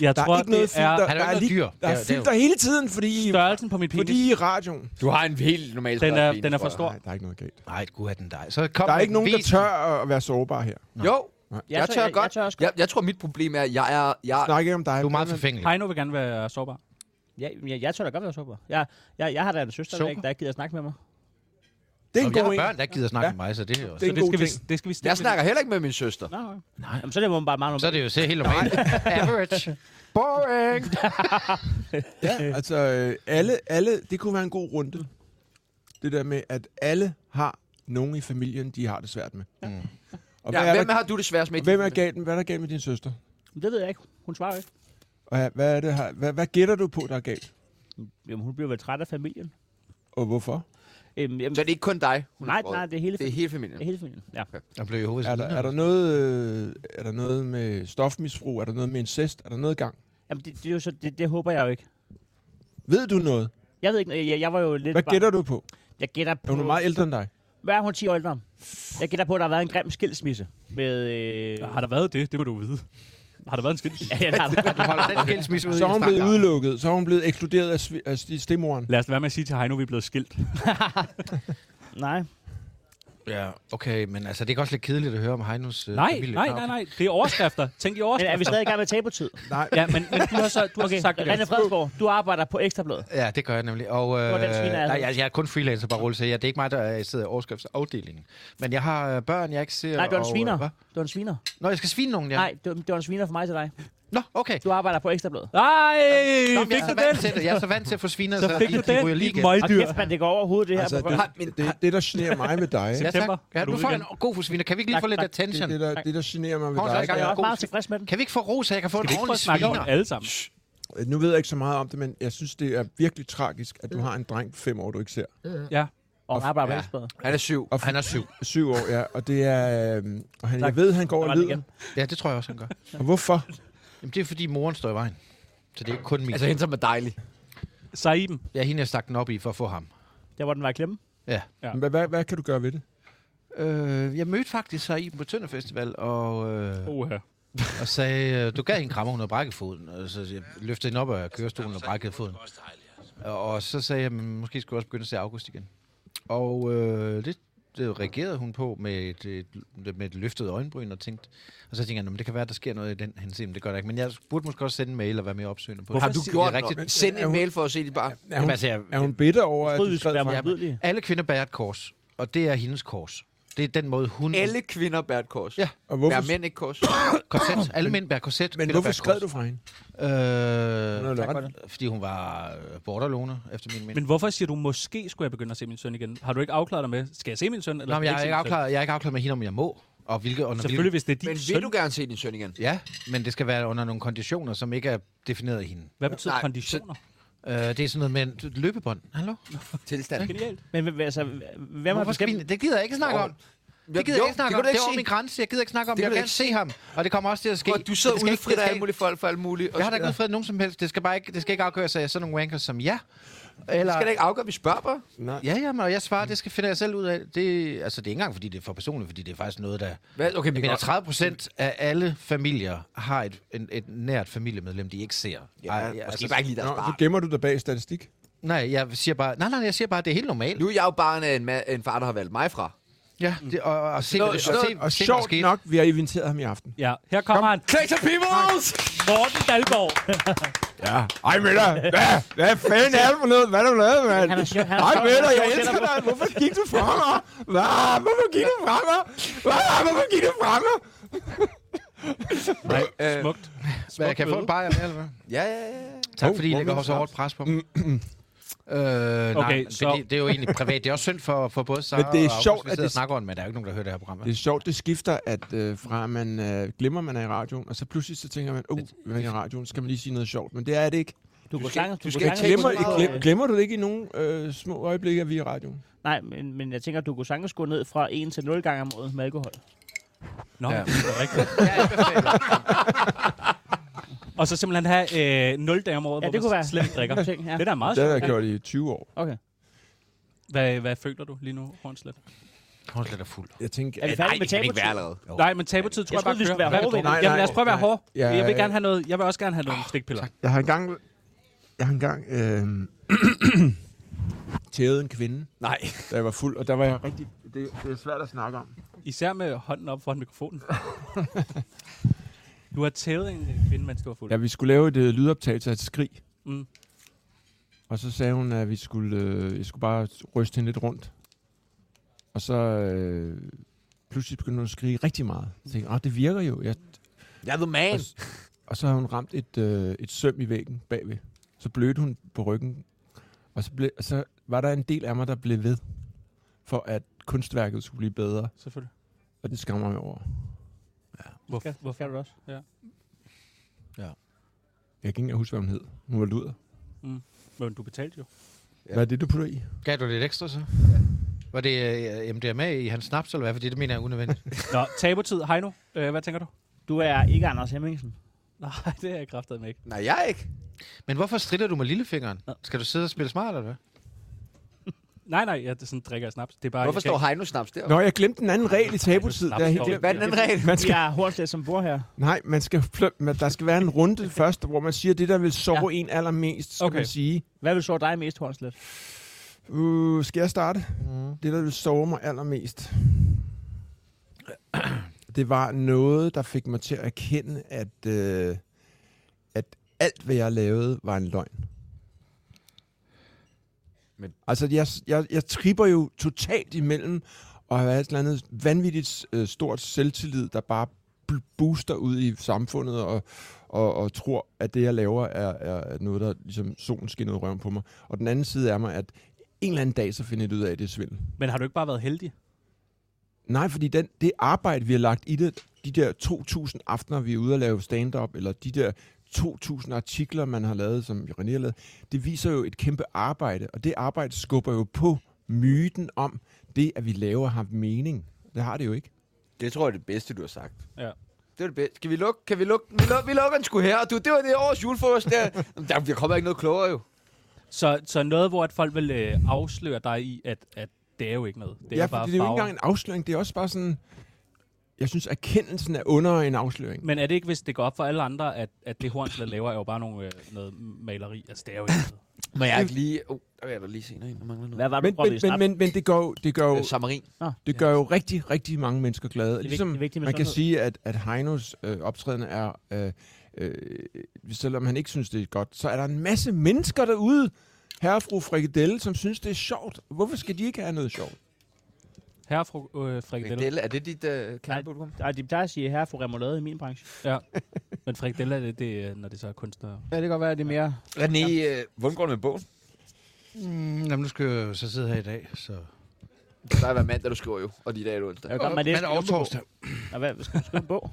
Speaker 2: Jeg
Speaker 4: der
Speaker 2: tror,
Speaker 4: er ikke noget
Speaker 2: det er
Speaker 4: filter.
Speaker 1: Han er jo
Speaker 4: Der er,
Speaker 1: ikke noget
Speaker 4: lige,
Speaker 1: dyr.
Speaker 4: der
Speaker 1: Det er-
Speaker 4: er
Speaker 1: det er jo-
Speaker 4: filter hele tiden, fordi,
Speaker 2: størrelsen på min penis.
Speaker 4: fordi I er i radioen.
Speaker 3: Du har en helt normal
Speaker 2: Den er,
Speaker 3: størrelse
Speaker 2: den er for
Speaker 3: penis, tror
Speaker 2: stor.
Speaker 4: Nej, der er ikke noget galt.
Speaker 1: Nej, gud er den dig. Så kom
Speaker 4: Der er
Speaker 1: med
Speaker 4: ikke nogen, der
Speaker 1: væsen.
Speaker 4: tør at være sårbar her.
Speaker 3: jeg. Jo,
Speaker 5: Jeg,
Speaker 3: jeg
Speaker 5: tør,
Speaker 3: tør
Speaker 5: jeg,
Speaker 3: godt.
Speaker 5: Jeg tør også
Speaker 3: Jeg,
Speaker 5: godt.
Speaker 3: jeg tror, mit problem er, at jeg er... Jeg,
Speaker 4: Snak ikke om dig.
Speaker 1: Du er meget
Speaker 4: men-
Speaker 1: forfængelig.
Speaker 2: Heino vil gerne være sårbar.
Speaker 5: Jeg, jeg, jeg tør da godt være super. Jeg, jeg, jeg har da en søster, der
Speaker 1: Sober?
Speaker 5: ikke, der ikke gider at snakke med mig.
Speaker 4: Det er
Speaker 1: Nå,
Speaker 4: en
Speaker 1: jeg
Speaker 4: god
Speaker 1: har
Speaker 4: en.
Speaker 1: børn, der ikke gider snakke
Speaker 4: Ja.
Speaker 1: med mig, så det er jo
Speaker 4: Det
Speaker 1: også...
Speaker 4: er
Speaker 2: Så
Speaker 4: en
Speaker 2: det
Speaker 4: god
Speaker 2: skal, vi,
Speaker 4: ting.
Speaker 2: det skal vi stille.
Speaker 3: jeg snakker heller ikke med min søster.
Speaker 5: Nå, okay. Jamen, så er det må man bare meget normalt.
Speaker 1: Så er det jo så helt normalt. Average. Boring.
Speaker 4: Ja, altså øh, alle, alle, det kunne være en god runde. Det der med, at alle har nogen i familien, de har det svært med. Mm. Og
Speaker 3: Ja,
Speaker 4: hvad, er
Speaker 3: hvem
Speaker 4: der,
Speaker 3: har du det sværest med? i
Speaker 4: hvem er
Speaker 3: din-
Speaker 4: galt, hvad er der galt med din søster?
Speaker 5: Men Det ved jeg ikke. Hun svarer jo ikke.
Speaker 4: Og ja, hvad, er det, her- hvad, hvad gætter du på, der er galt?
Speaker 5: Jamen, hun bliver vel træt af familien.
Speaker 4: Og hvorfor?
Speaker 5: Øhm, jamen,
Speaker 3: Så er det ikke kun dig? hun har
Speaker 5: nej,
Speaker 3: skåret?
Speaker 5: nej, det er hele
Speaker 3: Det er
Speaker 5: familien.
Speaker 3: hele
Speaker 5: Det
Speaker 3: familien.
Speaker 5: er hele familien. Ja.
Speaker 1: Jeg blev i hovedet.
Speaker 4: Er der, er, der noget, øh, er der noget med stofmisbrug? Er der noget med incest? Er der noget gang?
Speaker 5: Jamen, det, det, er jo så, det, det håber jeg jo ikke.
Speaker 4: Ved du noget?
Speaker 5: Jeg ved ikke, jeg, jeg var jo lidt...
Speaker 4: Hvad
Speaker 5: barn.
Speaker 4: gætter du på?
Speaker 5: Jeg gætter
Speaker 4: Er
Speaker 5: på...
Speaker 4: hun er meget ældre end dig?
Speaker 5: Hvad er hun 10 år ældre? Jeg gætter på, at der har været en grim skilsmisse med... Øh...
Speaker 2: Har der været det? Det må du vide. Har der været en skilt?
Speaker 5: ja, der har
Speaker 1: Du holder den skilsmisse ud
Speaker 4: Så
Speaker 1: i en
Speaker 4: er hun blevet
Speaker 1: strakt arm.
Speaker 4: udelukket. Så er hun blevet ekskluderet af, svi- af sti- stemoren.
Speaker 2: Lad os lade være med at sige til Heino, at vi er blevet skilt.
Speaker 5: Nej.
Speaker 1: Ja, okay, men altså, det er også lidt kedeligt at høre om Heinos øh,
Speaker 2: Nej,
Speaker 1: familie.
Speaker 2: nej,
Speaker 1: Nå, okay.
Speaker 2: nej, nej. Det er overskrifter. Tænk i
Speaker 5: Men er vi
Speaker 2: overskrifter.
Speaker 5: stadig i gang med tabotid?
Speaker 4: Nej,
Speaker 2: Ja, men, men du har så, du har okay.
Speaker 5: Okay,
Speaker 2: så sagt det.
Speaker 5: René
Speaker 2: der.
Speaker 5: Fredsborg, du arbejder på Ekstrabladet.
Speaker 1: Ja, det gør jeg nemlig. Og, øh,
Speaker 5: Hvordan sviner jeg
Speaker 1: nej,
Speaker 5: hende?
Speaker 1: jeg, jeg er kun freelancer, bare roligt. Så jeg, det er ikke mig, der er- sidder i overskriftsafdelingen. Men jeg har øh, børn, jeg ikke ser.
Speaker 5: Nej, du er en
Speaker 1: og, øh,
Speaker 5: sviner.
Speaker 1: hvad?
Speaker 5: Du er en sviner.
Speaker 1: Nå, jeg skal svine nogen, ja.
Speaker 5: Nej, du, du er en sviner for mig til dig.
Speaker 1: Nå, okay.
Speaker 5: Du arbejder på Ekstrabladet.
Speaker 2: Nej,
Speaker 1: jeg,
Speaker 2: fik
Speaker 1: er
Speaker 2: du
Speaker 1: så vant
Speaker 2: den?
Speaker 1: til det. jeg er så vant til at få sviner,
Speaker 2: Så fik
Speaker 1: de,
Speaker 2: du
Speaker 1: de ryger
Speaker 2: den,
Speaker 1: lige
Speaker 2: dit
Speaker 1: igen.
Speaker 5: Og
Speaker 2: møgdyr.
Speaker 5: kæft, man, det går over hovedet, det her.
Speaker 4: altså,
Speaker 5: program.
Speaker 4: det,
Speaker 3: Har- men-
Speaker 4: det, det, der generer mig ved dig,
Speaker 1: Ja, tak.
Speaker 2: September.
Speaker 1: Ja,
Speaker 2: Er du
Speaker 1: du får
Speaker 2: ude
Speaker 1: en god for sviner. Kan vi ikke lige
Speaker 5: Tak,
Speaker 1: få lidt
Speaker 5: tak.
Speaker 1: attention?
Speaker 4: Det, der, det, der generer mig ved
Speaker 1: Kom så i
Speaker 4: dig.
Speaker 1: gang.
Speaker 5: Jeg er
Speaker 1: Ja,
Speaker 5: også
Speaker 1: god
Speaker 5: meget
Speaker 1: til-
Speaker 5: tilfreds med den.
Speaker 1: Kan vi ikke få ros, så jeg kan få en
Speaker 2: Kan vi ikke prøve
Speaker 1: ordentlig
Speaker 2: at snakke om
Speaker 1: sviner?
Speaker 2: det alle sammen?
Speaker 4: Øh, Nu ved jeg ikke så meget om det, men jeg synes, det er virkelig tragisk, at du har en dreng på fem år, du ikke ser.
Speaker 2: Ja.
Speaker 5: og arbejder på
Speaker 3: ja.
Speaker 5: Ekstrabladet.
Speaker 3: Han er syv.
Speaker 4: Og
Speaker 1: Han er syv.
Speaker 4: syv år, ja. Og det er... øhm, og han,
Speaker 5: Tak.
Speaker 4: jeg ved, han går
Speaker 5: Der var
Speaker 4: og
Speaker 5: den
Speaker 4: lider.
Speaker 5: igen.
Speaker 1: Ja, det tror jeg også, han gør.
Speaker 4: Og hvorfor?
Speaker 1: Jamen, det er, fordi moren står i vejen. Så det er ikke kun min.
Speaker 3: Altså, hende som er dejlig.
Speaker 2: Saiben.
Speaker 1: Ja, hende jeg stak den op i for at få ham.
Speaker 5: Der var den var i klemme.
Speaker 2: Ja.
Speaker 4: Hvad, hvad, hvad kan du gøre ved det?
Speaker 1: Øh, jeg mødte faktisk sig i på Tønder Festival, og, øh,
Speaker 2: Oha.
Speaker 1: og sagde, øh, du gav hende en krammer, hun havde brækket foden. Og så jeg løftede hende op af kørestolen og brækkede foden. Og, og så sagde jeg, "Men måske skulle jeg også begynde at se August igen. Og øh, det, det reagerede hun på med et, et, med et løftet øjenbryn og tænkte, og så tænkte jeg, "Nå, men det kan være, der sker noget i den henseende, det gør der ikke. Men jeg burde måske også sende en mail og være mere opsøgende på det.
Speaker 3: Har du
Speaker 1: Det er
Speaker 3: gjort
Speaker 1: rigtigt.
Speaker 3: rigtigt? Send en mail for at se dit barn.
Speaker 4: Er hun,
Speaker 1: Jamen, altså, jeg,
Speaker 4: er hun bitter over,
Speaker 5: Jeg
Speaker 4: at
Speaker 5: troede,
Speaker 4: du
Speaker 5: vi skulle
Speaker 4: skrev
Speaker 5: være
Speaker 4: for
Speaker 5: meget modbydelige.
Speaker 1: alle kvinder bærer et kors, og det er hendes kors. Det er den måde, hun...
Speaker 3: Alle kvinder bærer et kors.
Speaker 1: Ja.
Speaker 4: Og
Speaker 3: Hvorfor?
Speaker 4: hvorfor,
Speaker 3: Bærer mænd ikke kors?
Speaker 1: Korset. Alle mænd bærer korset.
Speaker 4: men
Speaker 1: kvinder
Speaker 4: hvorfor
Speaker 1: bærer
Speaker 4: skrev
Speaker 1: kors.
Speaker 4: du fra hende? Hun er
Speaker 1: Øh,
Speaker 4: jo
Speaker 1: tak,
Speaker 4: ret-
Speaker 1: for det. fordi hun var øh, borderlone, efter min mening.
Speaker 2: Men hvorfor siger du, måske skulle jeg begynde at se min søn igen? Har du ikke afklaret dig med, skal jeg se min søn? Eller
Speaker 1: Nå, men
Speaker 2: skal
Speaker 1: jeg, er
Speaker 2: se
Speaker 1: ikke
Speaker 2: min søn?
Speaker 1: afklaret, jeg er ikke afklaret med hende, om jeg må. Og hvilke, under
Speaker 2: Selvfølgelig, hvis det er din
Speaker 3: Men
Speaker 2: søn.
Speaker 3: vil du gerne se din søn igen?
Speaker 1: Hvilke, ja, men det skal være under nogle konditioner, som ikke er defineret af hende.
Speaker 2: Hvad betyder
Speaker 3: Nej,
Speaker 2: Nej, konditioner?
Speaker 1: Øh, det er sådan noget med en løbebånd. Hallo?
Speaker 3: Tilstand.
Speaker 2: Genialt.
Speaker 5: Men hvem- altså, hvem har
Speaker 1: Hvorfor skal vi,
Speaker 5: bestemt?
Speaker 1: det gider jeg ikke snakke om. Det gider
Speaker 3: Jo,
Speaker 1: jeg ikke snakke
Speaker 3: det kan
Speaker 1: om.
Speaker 3: du
Speaker 1: Det
Speaker 3: ikke
Speaker 1: er over
Speaker 3: se.
Speaker 1: min grænse. Jeg gider ikke snakke om
Speaker 3: Det
Speaker 1: det. Jeg
Speaker 3: kan
Speaker 1: vil
Speaker 3: du
Speaker 1: gerne se ham, og det kommer også til at ske.
Speaker 3: Og du sidder
Speaker 1: Det skal
Speaker 3: ude
Speaker 1: ikke-
Speaker 3: frit
Speaker 1: det skal
Speaker 3: af alle
Speaker 1: ikke-
Speaker 3: mulige folk for alt muligt. Og
Speaker 1: Jeg har da
Speaker 3: så-
Speaker 1: ikke udfredet nogen som helst. Det skal bare ikke, det skal ikke afgøres af sådan nogle wankers som jer.
Speaker 3: Det
Speaker 1: Eller,
Speaker 3: skal da ikke afgøre, vi spørger bare.
Speaker 1: Ja, ja, men og jeg svarer, det skal finde jeg selv ud af. Det, altså, det er ikke engang, fordi det er for personligt, fordi det er faktisk noget, der...
Speaker 3: Hvad? Okay,
Speaker 1: Jeg mener, 30 procent af alle familier har et, en, et nært familiemedlem, de ikke ser.
Speaker 3: Ja,
Speaker 1: Ej,
Speaker 3: måske
Speaker 1: altså,
Speaker 3: bare ikke lige
Speaker 4: Nå,
Speaker 3: deres
Speaker 4: så
Speaker 3: barn.
Speaker 4: gemmer du dig bag statistik.
Speaker 1: Nej, jeg siger bare, nej, nej, jeg siger bare, at det er helt normalt.
Speaker 3: Nu er jeg jo barn af en, ma- en far, der har valgt mig fra.
Speaker 1: Ja, det, og, og, se,
Speaker 3: Nå,
Speaker 1: hvad det- og,
Speaker 3: nå,
Speaker 1: se,
Speaker 4: Og
Speaker 1: se, hvad der
Speaker 4: sjovt
Speaker 1: skete.
Speaker 4: nok, vi har inviteret ham i aften.
Speaker 2: Ja, her kommer han.
Speaker 3: Clayton Peebles!
Speaker 2: Morten Dalgaard.
Speaker 4: Ja. Ej, med dig. Hvad, hvad fanden er det for noget? Hvad er du lavet, mand?
Speaker 5: Han er sjov- han er
Speaker 4: Ej,
Speaker 5: sjov-
Speaker 4: med
Speaker 5: han er
Speaker 4: dig,
Speaker 5: sjov
Speaker 4: jeg
Speaker 5: til
Speaker 4: elsker
Speaker 5: at-
Speaker 4: dig. Hvorfor gik du fra mig? Hvad? Hvorfor gik du fra mig? Hvad? Hvorfor gik du fra mig?
Speaker 2: Nej, smukt.
Speaker 1: Hvad, kan jeg få en bajer med, eller hvad?
Speaker 3: Ja, ja, ja.
Speaker 1: Tak,
Speaker 4: Oh,
Speaker 1: fordi I
Speaker 4: hvor
Speaker 1: lægger
Speaker 4: vildt Mm.
Speaker 1: så hårdt pres på mig. Øh, okay, nej,
Speaker 2: så-
Speaker 1: så... det, det, er jo egentlig privat. Det er også synd for, for både Sara
Speaker 4: Men det er
Speaker 1: og
Speaker 4: sjovt,
Speaker 1: August, vi
Speaker 4: at
Speaker 1: sidder og
Speaker 4: det-
Speaker 1: snakker om, men der er jo ikke nogen, der hører det her program. vel?
Speaker 4: Det er sjovt, det skifter, at øh, fra at man øh, glemmer, man er i radioen, og så pludselig så tænker man, åh, oh, man er i radioen, skal man lige sige noget sjovt, men det er det ikke.
Speaker 5: Du, du skal,
Speaker 3: du skal ikke
Speaker 4: Glemmer,
Speaker 3: så meget,
Speaker 4: glem, glemmer du det ikke i nogle øh, små øjeblikke, at vi er i radioen?
Speaker 5: Nej, men, men jeg tænker, du kunne sagtens gå ned fra 1 til 0 gange om året med alkohol.
Speaker 2: Nå, ja. det er rigtigt. Og så simpelthen have øh, 0 dage om året,
Speaker 5: Ja,
Speaker 2: hvor
Speaker 5: det kunne
Speaker 2: man
Speaker 5: være.
Speaker 2: slet ikke drikker.
Speaker 5: Ting, ja.
Speaker 2: Det der er meget
Speaker 4: Det har
Speaker 2: sjovt.
Speaker 4: jeg gjort i 20 år.
Speaker 5: Okay.
Speaker 2: Hvad, hvad føler du lige nu, Hornslet?
Speaker 1: Hun er slet fuld.
Speaker 4: Jeg tænker,
Speaker 5: Er vi færdige med
Speaker 3: Ikke
Speaker 5: tabotid?
Speaker 3: værd allerede.
Speaker 1: Jo.
Speaker 2: Nej, men tabotid tror
Speaker 5: Jeg
Speaker 2: jeg,
Speaker 5: troede, vi
Speaker 2: bare
Speaker 5: skulle være
Speaker 2: kører.
Speaker 5: hårde ved
Speaker 4: Nej,
Speaker 5: det.
Speaker 4: nej,
Speaker 2: Jamen lad os prøve at være
Speaker 4: nej.
Speaker 2: hårde.
Speaker 4: Ja,
Speaker 2: Jeg vil
Speaker 4: øh,
Speaker 2: gerne have noget. Jeg vil også gerne have nogle stikpiller.
Speaker 4: Jeg har engang... Jeg har engang... Øh, tævet en kvinde,
Speaker 3: Nej.
Speaker 4: da jeg var fuld, og der var jeg rigtig... Det, det er svært at snakke om.
Speaker 2: Især med hånden op foran mikrofonen. du har tævet en øh, kvinde, mens du var fuld.
Speaker 4: Ja, vi skulle lave et øh, lydoptagelse af et skrig.
Speaker 2: Mm.
Speaker 4: Og så sagde hun, at vi skulle, øh, jeg skulle bare ryste hende lidt rundt. Og så øh, pludselig begyndte hun at skrige rigtig meget. Så tænkte jeg, "Åh, det virker jo. Jeg,
Speaker 3: Jeg er the man.
Speaker 4: og, s- og så har hun ramt et, øh, et søm i væggen bagved. Så blødte hun på ryggen. Og så, ble, og så var der en del af mig, der blev ved, for at kunstværket skulle blive bedre.
Speaker 2: Selvfølgelig.
Speaker 4: Og det skammer jeg mig over.
Speaker 2: Hvorfor?
Speaker 5: Hvorfor kan du også?
Speaker 4: Jeg kan ikke engang huske, hvad hun hed. Hun var luder.
Speaker 2: Men du betalte jo.
Speaker 4: Ja. Hvad er det, du putter i?
Speaker 1: Gav du lidt ekstra, så? Var det øh, MDMA i hans snaps, eller hvad? Fordi det mener jeg er unødvendigt.
Speaker 2: Nå, tabotid. Hej nu. Øh, hvad tænker du?
Speaker 5: Du er ikke Anders Hemmingsen.
Speaker 2: Nej, det er jeg kraftedeme ikke.
Speaker 3: Nej, jeg er ikke.
Speaker 1: Men hvorfor strider du med lillefingeren? Skal du sidde og spille smart, eller hvad?
Speaker 2: Nej, nej, jeg sådan drikker jeg snaps. Det er bare,
Speaker 3: Hvorfor
Speaker 2: jeg kan
Speaker 3: står Heino snaps der?
Speaker 4: Nå, jeg glemte den anden regel i tabutid.
Speaker 2: Ej, du
Speaker 4: Der er helt
Speaker 2: slap
Speaker 4: glemt.
Speaker 3: Hvad er den anden regel?
Speaker 4: Man
Speaker 5: Vi er Hornslet, som bor her.
Speaker 4: Nej, man skal, fl- man, der skal være en runde først, hvor man siger, det der vil såre ja. en allermest, skal
Speaker 2: Okay.
Speaker 4: okay. man sige.
Speaker 5: Hvad vil så dig mest, Hornslet?
Speaker 4: Uh, skal jeg starte? Mm. Det der vil såre mig allermest. Det var noget, der fik mig til at erkende, at, øh, at alt, hvad jeg lavede, var en løgn. Men. Altså, jeg, jeg, jeg tripper jo totalt imellem og have et eller andet vanvittigt øh, stort selvtillid, der bare bl- booster ud i samfundet og, og, og tror, at det, jeg laver, er, er noget, der ligesom solen skinner ud af røven på mig. Og den anden side er mig, at en eller anden dag, så finder jeg ud af, at det er svindel.
Speaker 2: ikke- Men har du ikke bare været heldig?
Speaker 4: Nej, fordi den, det arbejde, vi har lagt i det, de der 2.000 aftener, vi er ude og lave stand-up, eller de der 2.000 artikler, man har lavet, som René har lavet, det viser jo et kæmpe arbejde, og det arbejde skubber jo på myten om det, at vi laver, har mening. Det har det jo ikke.
Speaker 3: Det tror jeg er det bedste, du har sagt.
Speaker 2: Ja.
Speaker 3: Det er det bedste. Kan vi lukke? Kan vi lukke? den? Vi, lukker, vi lukker den sgu her. Du, det var det års julefrokost der. Jamen, der, der kommer ikke noget klogere jo.
Speaker 2: Så, så noget, hvor at folk vil øh, afsløre dig i, at, at det er jo ikke noget. Det
Speaker 4: ja,
Speaker 2: er
Speaker 4: for
Speaker 2: bare
Speaker 4: det er jo ikke
Speaker 2: farver.
Speaker 4: engang en afsløring. Det er også bare sådan... Jeg synes, erkendelsen er under en afsløring.
Speaker 2: Men er det ikke, hvis det går op for alle andre, at, at det Hornslet laver er jo bare nogle, øh, noget maleri? Altså, det er jo ikke noget.
Speaker 3: Men jeg er ikke lige... Oh, der vil jeg da lige senere ind. Der mangler noget.
Speaker 5: Hvad var det,
Speaker 4: Men,
Speaker 5: du proppede i
Speaker 4: men, men,
Speaker 5: snaps?
Speaker 4: men, men det gør jo, det gør jo,
Speaker 3: Øh, Samarin.
Speaker 4: det gør jo rigtig, rigtig mange mennesker glade.
Speaker 5: vigt-
Speaker 4: Ligesom
Speaker 5: det er vigtigt med
Speaker 4: man kan
Speaker 5: sundhed.
Speaker 4: sige, at, at Heinos øh, optræden er... Øh, øh, selvom han ikke synes, det er godt, så er der en masse mennesker derude, herre og fru Frikadelle, som synes, det er sjovt. Hvorfor skal de ikke have noget sjovt?
Speaker 2: Herre fru, øh, frikadelle.
Speaker 3: Frikadelle, er det dit øh,
Speaker 5: Nej.
Speaker 3: kernepublikum?
Speaker 5: Ej, de plejer at sige, her for remoulade i min branche.
Speaker 2: Men frikadelle er det, det, er, når det så er kunstnere.
Speaker 5: Ja, det kan godt være, at det er mere...
Speaker 3: René, øh, hvordan går det med bogen?
Speaker 1: Mm, jamen, nu skal jeg jo så sidde her i dag, så...
Speaker 3: Der er hver mandag, du skriver jo, og de dage er det onsdag.
Speaker 5: Jeg kan godt, man
Speaker 1: Mandag og torsdag.
Speaker 5: Og hvad, skal du skrive en bog?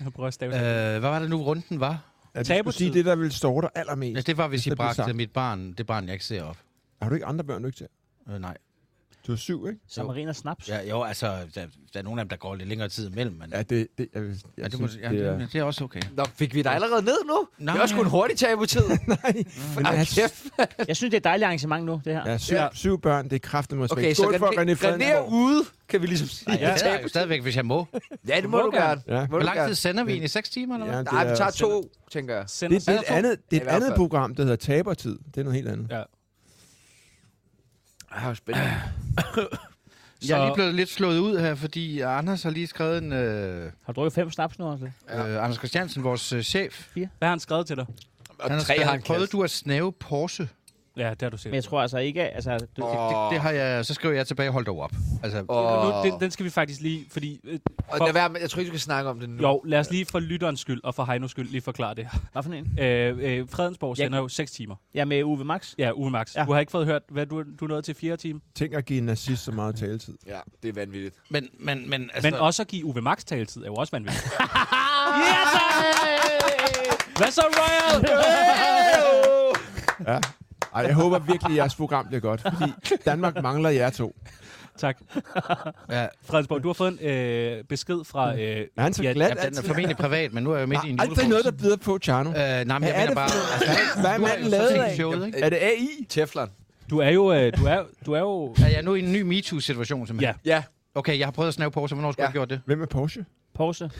Speaker 2: Jeg prøver at stave
Speaker 1: Øh, hvad
Speaker 2: det.
Speaker 1: var det nu, runden var?
Speaker 4: At du
Speaker 2: Tabutid.
Speaker 4: skulle sige det, der vil stå der
Speaker 1: Ja,
Speaker 4: allermest.
Speaker 1: det var, hvis I
Speaker 4: Det blev
Speaker 1: bragte
Speaker 4: sagt.
Speaker 1: mit barn, det barn, jeg ikke ser op.
Speaker 4: Har du ikke andre børn, du ikke til?
Speaker 1: Øh, nej.
Speaker 4: Du er syv, ikke?
Speaker 5: Samarin og snaps?
Speaker 1: Ja, jo, altså, der, der er nogle af dem, der går lidt længere tid imellem, men...
Speaker 4: Ja, det, det, jeg, jeg,
Speaker 1: Ja,
Speaker 4: jeg
Speaker 1: det, må,
Speaker 4: synes,
Speaker 1: ja,
Speaker 4: det er...
Speaker 1: det, det er også okay.
Speaker 3: Nå, fik vi dig allerede ned nu? Nej. Det er
Speaker 1: Nej.
Speaker 3: også sgu en hurtig tag på tid.
Speaker 4: Men
Speaker 3: Ah,
Speaker 4: jeg-
Speaker 3: kæft.
Speaker 5: Jeg synes, det er et dejligt arrangement nu, det her.
Speaker 4: Ja, syv,
Speaker 3: Ja.
Speaker 4: ja. syv børn, det er kraftigt måske.
Speaker 3: Okay, så
Speaker 4: for
Speaker 3: René,
Speaker 4: René
Speaker 3: René er
Speaker 4: Fredensborg.
Speaker 3: ude, kan vi ligesom sige.
Speaker 1: Nej, jeg tager jo stadigvæk, hvis jeg må.
Speaker 3: Ja, det må du gerne.
Speaker 4: Ja.
Speaker 3: Må
Speaker 1: Hvor
Speaker 3: du
Speaker 1: lang tid
Speaker 3: gerne.
Speaker 1: sender vi egentlig? 6 timer, eller
Speaker 4: Ja,
Speaker 1: hvad?
Speaker 4: det
Speaker 3: Nej, vi
Speaker 4: er-
Speaker 3: tager to, tænker jeg.
Speaker 2: Send
Speaker 4: Det, det, er
Speaker 2: sender
Speaker 4: et
Speaker 2: to.
Speaker 4: andet,
Speaker 3: I
Speaker 4: det er et
Speaker 3: hvert
Speaker 4: andet
Speaker 3: fald.
Speaker 4: program, der hedder Tabertid. Det er noget helt andet.
Speaker 2: Ja.
Speaker 3: Ah, hvor spændende.
Speaker 2: Så,
Speaker 1: Jeg er lige blevet lidt slået ud her, fordi Anders har lige skrevet en... Øh,
Speaker 5: Har du drukket fem snaps nu, altså?
Speaker 1: øh, Anders Christiansen, vores øh, chef,
Speaker 2: Hvad har han skrevet til dig?
Speaker 3: Og
Speaker 1: han har
Speaker 3: tre har
Speaker 1: skrevet,
Speaker 3: en
Speaker 1: prøvede
Speaker 3: kæreste.
Speaker 1: du at snæve Porsche?
Speaker 2: Ja, det har du set.
Speaker 5: Men jeg tror altså ikke, at- altså... Du,
Speaker 1: Det,
Speaker 5: oh.
Speaker 1: det, det har jeg, så skrev jeg tilbage, hold dog op. Altså,
Speaker 3: Og,
Speaker 2: Nu, den, den skal vi faktisk lige, fordi... Øh,
Speaker 3: og lad være med, jeg tror ikke, du skal snakke om det nu.
Speaker 2: jo, lad os lige for lytterens skyld og for Heinos skyld lige forklare det her.
Speaker 5: Hvad for en?
Speaker 2: Øh, øh, Fredensborg
Speaker 5: Jeg-
Speaker 2: sender jo 6 timer.
Speaker 5: Jeg er med Uwe Max.
Speaker 2: Ja, Uwe Max. Ja.
Speaker 5: Ja.
Speaker 2: Du har ikke fået hørt, hvad du, du nåede til 4 timer.
Speaker 4: Tænk at give en nazist så meget taletid.
Speaker 3: Ja, det er vanvittigt.
Speaker 1: men, men, men, altså,
Speaker 2: Men også at give Uwe Max taletid er jo også vanvittigt.
Speaker 5: Ja, tak!
Speaker 2: Hvad så, Royal?
Speaker 4: Ja. Ej, jeg håber virkelig, at jeres program bliver godt, fordi Danmark mangler jer to.
Speaker 2: tak.
Speaker 1: Ja,
Speaker 2: Fredensborg, du har fået en øh, besked fra... Øh,
Speaker 4: Er han så
Speaker 2: Ja,
Speaker 4: glad?
Speaker 1: jamen, den er formentlig privat, men nu er jeg jo midt i en
Speaker 4: Nej, aldrig noget, der bider på, Tjerno.
Speaker 1: Øh, nej, men jeg
Speaker 4: Hvad er
Speaker 1: mener
Speaker 4: det
Speaker 1: bare...
Speaker 4: for-
Speaker 1: Altså,
Speaker 4: Hvad er
Speaker 1: nu
Speaker 4: manden
Speaker 1: så
Speaker 4: lavet
Speaker 1: set
Speaker 4: af?
Speaker 1: Showet, ikke?
Speaker 4: Er det AI?
Speaker 3: Teflon.
Speaker 2: du er jo... Øh, du er, du er jo
Speaker 1: Er jeg nu i en ny MeToo-situation, simpelthen?
Speaker 3: Ja,
Speaker 1: Okay, jeg har prøvet at snave Porsche. Hvornår skulle
Speaker 3: Ja.
Speaker 1: jeg have gjort det?
Speaker 4: Hvem er Porsche?
Speaker 5: Pause.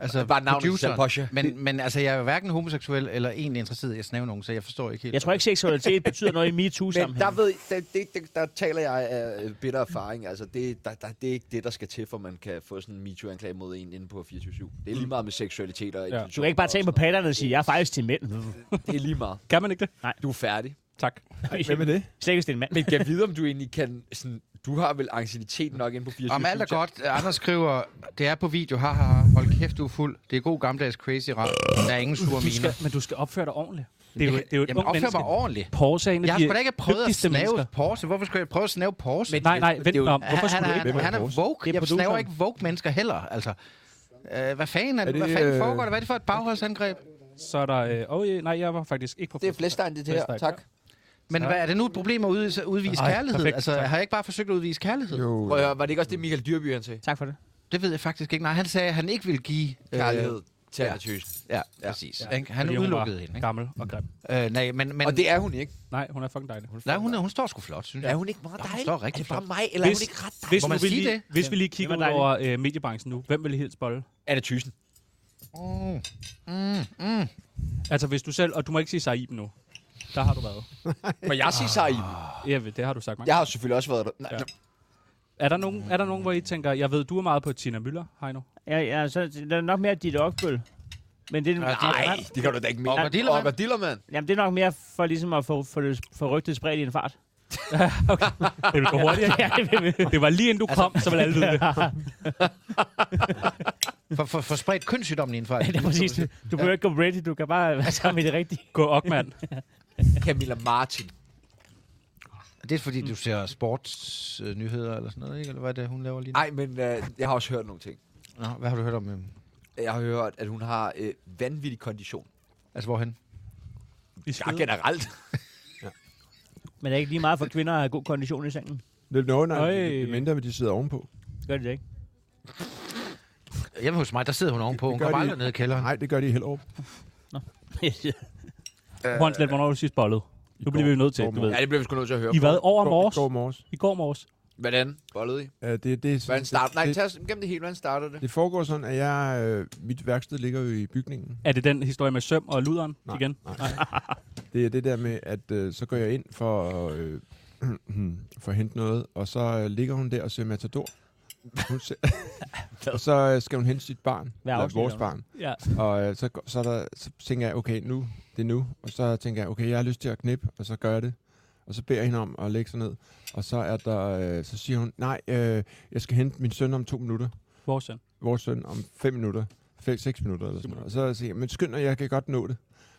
Speaker 1: Altså,
Speaker 3: bare navnet
Speaker 1: produceren.
Speaker 3: Isabel Porsche.
Speaker 1: Men, men altså, jeg er jo hverken homoseksuel eller egentlig interesseret i at snave nogen, så jeg forstår ikke helt.
Speaker 5: Jeg tror ikke, seksualitet betyder noget i
Speaker 3: men der
Speaker 5: MeToo-sammenhæng.
Speaker 3: ved der, det, det, der taler jeg af øh, bitter erfaring. Altså, det, der, der, det er ikke det, der skal til, for man kan få sådan en MeToo-anklage mod en inde på 24-7. Det er lige meget med seksualitet og
Speaker 2: Ja.
Speaker 5: Du kan ikke bare tage på patterne og sige, jeg er faktisk til mænd.
Speaker 3: Det er lige meget.
Speaker 2: Kan man ikke det?
Speaker 3: Du er færdig.
Speaker 2: Tak.
Speaker 4: Hvem er det?
Speaker 5: Slet ikke, hvis det er en mand.
Speaker 3: Men kan vide, om du egentlig kan... Sådan, du har vel anxietet nok inde på 24
Speaker 1: Om alt er godt, øh, Anders skriver, det er på video, haha, hold kæft, du er fuld. Det er god gammeldags crazy rap. Der er ingen sure
Speaker 2: Du
Speaker 1: miner.
Speaker 2: skal, men du skal opføre dig ordentligt. Det er jo,
Speaker 1: Jeg-
Speaker 2: det er jo et
Speaker 1: Jamen,
Speaker 2: ungt
Speaker 1: opfør
Speaker 2: menneske.
Speaker 1: mig ordentligt.
Speaker 2: Porsche er en af
Speaker 1: Jeg har
Speaker 2: de
Speaker 1: sgu da ikke prøvet at
Speaker 2: dygtigste
Speaker 1: snave
Speaker 2: mennesker.
Speaker 1: Porsche. Hvorfor skulle jeg prøve at snave Porsche?
Speaker 2: Nej, nej, vent
Speaker 3: jo-
Speaker 2: nu om. Hvorfor
Speaker 1: han,
Speaker 2: skulle du
Speaker 1: han,
Speaker 2: ikke?
Speaker 1: er, han er woke.
Speaker 5: Det er
Speaker 1: Jeg snaver
Speaker 5: produceren.
Speaker 1: ikke woke mennesker heller, altså. Øh, hvad fanden er det?
Speaker 4: det,
Speaker 1: Hvad fanden
Speaker 4: øh,
Speaker 1: foregår der? Hvad er det for et bagholdsangreb?
Speaker 2: Så er der... Øh, oh, yeah, nej, jeg var faktisk ikke på...
Speaker 3: Det er Flestegn, det her.
Speaker 2: Flestegn,
Speaker 3: Tak.
Speaker 1: Men hvad, er det nu et problem at ud- udvise
Speaker 2: Ej,
Speaker 1: kærlighed?
Speaker 2: perfekt,
Speaker 1: altså,
Speaker 2: tak.
Speaker 1: har jeg ikke bare forsøgt at udvise kærlighed?
Speaker 4: Jo.
Speaker 3: Prøv at høre, var det ikke også det, Michael Dyrby, han sagde?
Speaker 5: Tak for det.
Speaker 1: Det ved jeg faktisk ikke. Nej, han sagde, at han ikke ville give... øh,
Speaker 3: Kærlighed til
Speaker 1: ja.
Speaker 3: ja. Tøsen.
Speaker 1: Ja, præcis. Ja. Han
Speaker 2: fordi hun
Speaker 1: udelukkede
Speaker 2: var
Speaker 1: hende, ikke?
Speaker 2: Gammel og grim.
Speaker 1: Øh, nej, men... men
Speaker 3: Og det er hun ikke.
Speaker 2: Nej, hun er fucking dejlig.
Speaker 1: nej, hun, hun står sgu flot, synes jeg.
Speaker 3: Er hun ikke meget dejlig?
Speaker 1: står rigtig
Speaker 3: er det bare
Speaker 1: flot.
Speaker 3: mig, eller er
Speaker 2: Hvis-
Speaker 3: hun ikke ret dejlig?
Speaker 2: Hvis,
Speaker 1: Må
Speaker 2: nu
Speaker 1: man
Speaker 2: vi
Speaker 1: sige
Speaker 2: lige,
Speaker 1: det?
Speaker 2: hvis vi lige kigger
Speaker 5: Det
Speaker 2: ud
Speaker 5: var
Speaker 2: over øh, mediebranchen nu, hvem vil I helst bolle?
Speaker 3: Anna Thyssen.
Speaker 2: Altså, hvis du selv... Og du må ikke sige Saib nu. Der har du været.
Speaker 3: Men jeg siger sig i den.
Speaker 2: Ja, det har du sagt mange
Speaker 3: Jeg har selvfølgelig også været der. Nej,
Speaker 2: Ja.
Speaker 3: ja.
Speaker 2: Er der, nogen, er der nogen, hvor I tænker, jeg ved, du er meget på Tina Müller, Heino?
Speaker 5: Ja, ja, så det er nok mere dit okbøl. Men det,
Speaker 3: Nej, det kan du da ikke mene.
Speaker 1: Oliver Dillermand.
Speaker 3: Oliver Dillermand.
Speaker 5: Jamen, det er nok mere for ligesom at få, få, det- få rygtet spredt i en fart.
Speaker 2: Det vil gå hurtigere. det var lige inden du kom, så vil alle vide det.
Speaker 1: For, for, for spredt kønssygdommen indenfor.
Speaker 5: det er præcis det. Du behøver ikke gå ready, du kan bare være sammen i det rigtige.
Speaker 2: Gå Ockmann.
Speaker 3: Camilla Martin.
Speaker 1: Det er fordi, du ser sportsnyheder eller sådan noget, ikke? Eller hvad er det, hun laver lige nu?
Speaker 3: Nej, men øh, jeg har også hørt nogle ting.
Speaker 1: Nå, hvad har du hørt om? øhm,
Speaker 3: Jeg har hørt, at hun har øh, vanvittig kondition.
Speaker 1: Altså, hvorhen?
Speaker 2: I
Speaker 3: Ja,
Speaker 2: skide.
Speaker 3: generelt.
Speaker 5: Men er ikke lige meget for kvinder at have god kondition i sengen?
Speaker 4: Nå, no, nej,
Speaker 2: Øj.
Speaker 4: det er mindre, men de sidder ovenpå.
Speaker 5: Gør det ikke?
Speaker 1: Hjemme hos mig, der sidder hun ovenpå. Hun
Speaker 4: gør
Speaker 1: kommer
Speaker 4: de
Speaker 1: aldrig ned i kælderen.
Speaker 4: Nej, det gør de i Hellerup.
Speaker 2: Hornslet, hvornår har du sidst bollet? Nu bliver vi jo nødt til,
Speaker 4: går
Speaker 2: du ved.
Speaker 3: Ja, det bliver vi sgu nødt til at høre.
Speaker 2: I hvad? Over
Speaker 4: Går-
Speaker 2: morges?
Speaker 4: Går morges.
Speaker 2: I går morges.
Speaker 3: Hvordan? Bollede I?
Speaker 4: Ja, det, det,
Speaker 3: Hvordan starter Nej,
Speaker 4: det,
Speaker 3: tag os gennem det hele. Hvordan starter det?
Speaker 4: det foregår sådan, at jeg, øh, mit værksted ligger jo i bygningen.
Speaker 2: Er det den historie med søm og luderen
Speaker 4: Nej.
Speaker 2: igen?
Speaker 4: Det er det der med, at øh, så går jeg ind for, øh, for at hente noget, og så øh, ligger hun der og ser Matador. Hun ser, og så øh, skal hun hente sit barn,
Speaker 5: Hvad
Speaker 4: eller
Speaker 5: afsnit
Speaker 4: vores
Speaker 5: er
Speaker 4: barn.
Speaker 2: Ja.
Speaker 4: Og øh, så, går- så, er der, så tænker jeg, okay, nu, det er nu. Og så tænker jeg, okay, jeg har lyst til at knippe, og så gør jeg det. Og så beder jeg hende om at lægge sig ned. Og så, er der, øh, så siger hun, nej, øh, jeg skal hente min søn om to minutter.
Speaker 2: Vores søn.
Speaker 4: vores søn om 5 minutter, 5-6 minutter eller sådan noget. Og så siger jeg, men skynd dig, jeg kan godt nå det.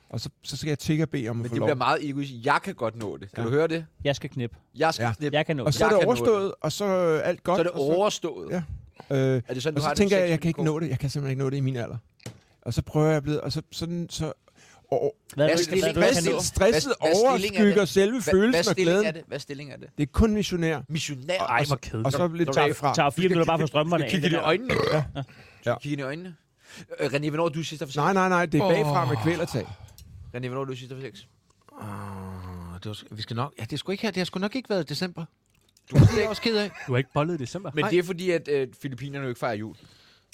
Speaker 4: Og så, så skal jeg tigge og bede om at
Speaker 3: Men
Speaker 4: få
Speaker 3: det
Speaker 4: lov.
Speaker 3: bliver meget egoistisk. Jeg kan godt nå det. Kan
Speaker 4: Ja.
Speaker 3: du høre det?
Speaker 5: Jeg skal knippe.
Speaker 3: Jeg skal
Speaker 4: Ja.
Speaker 3: knippe.
Speaker 5: Jeg kan nå
Speaker 4: Og
Speaker 5: det.
Speaker 4: så er
Speaker 3: Jeg
Speaker 4: det
Speaker 3: kan nå
Speaker 4: overstået, og så øh, alt godt.
Speaker 3: Så er det
Speaker 4: og så,
Speaker 3: overstået.
Speaker 4: Ja. øh,
Speaker 3: Er det sådan,
Speaker 4: og
Speaker 3: du
Speaker 4: så
Speaker 3: har
Speaker 4: tænker
Speaker 3: det
Speaker 4: jeg, jeg kan ikke nå det. Jeg kan simpelthen ikke nå det i min alder. Og så prøver jeg at blive, og så sådan, så... Og,
Speaker 5: Hvad,
Speaker 3: Hvad
Speaker 5: er det,
Speaker 3: stillingen-
Speaker 5: hvad,
Speaker 3: hvad
Speaker 5: er det, du kan
Speaker 3: stillingen-
Speaker 5: nå?
Speaker 4: stresset
Speaker 3: hvad stilling er det?
Speaker 4: overskygger selve
Speaker 3: hvad
Speaker 4: følelsen og
Speaker 3: stilling er
Speaker 4: glæden.
Speaker 3: det? Hvad stilling er det?
Speaker 4: Det er kun missionær.
Speaker 3: Missionær.
Speaker 4: Og-
Speaker 2: Ej, hvor kedeligt.
Speaker 4: Og så bliver det
Speaker 3: Nå,
Speaker 4: taget fra.
Speaker 5: tager fire minutter bare for strømmerne af.
Speaker 3: Kig ind i
Speaker 5: det der.
Speaker 3: øjnene. Ja.
Speaker 4: Ja.
Speaker 3: Kig ind i øjnene. Øh, René, hvornår er du sidst der for sex?
Speaker 4: Nej, nej, nej, det er bagfra med kvælertag.
Speaker 3: René, hvornår er du sidst der for sex?
Speaker 1: Åh, det var, sk- vi skal nok... Ja, det skulle ikke have... Det har sgu nok ikke været i december.
Speaker 3: Du har
Speaker 1: Det er jeg også ked af.
Speaker 2: Du har ikke bollet i december.
Speaker 3: Men
Speaker 1: Nej.
Speaker 3: det er fordi, at øh, Filippinerne jo ikke fejrer jul.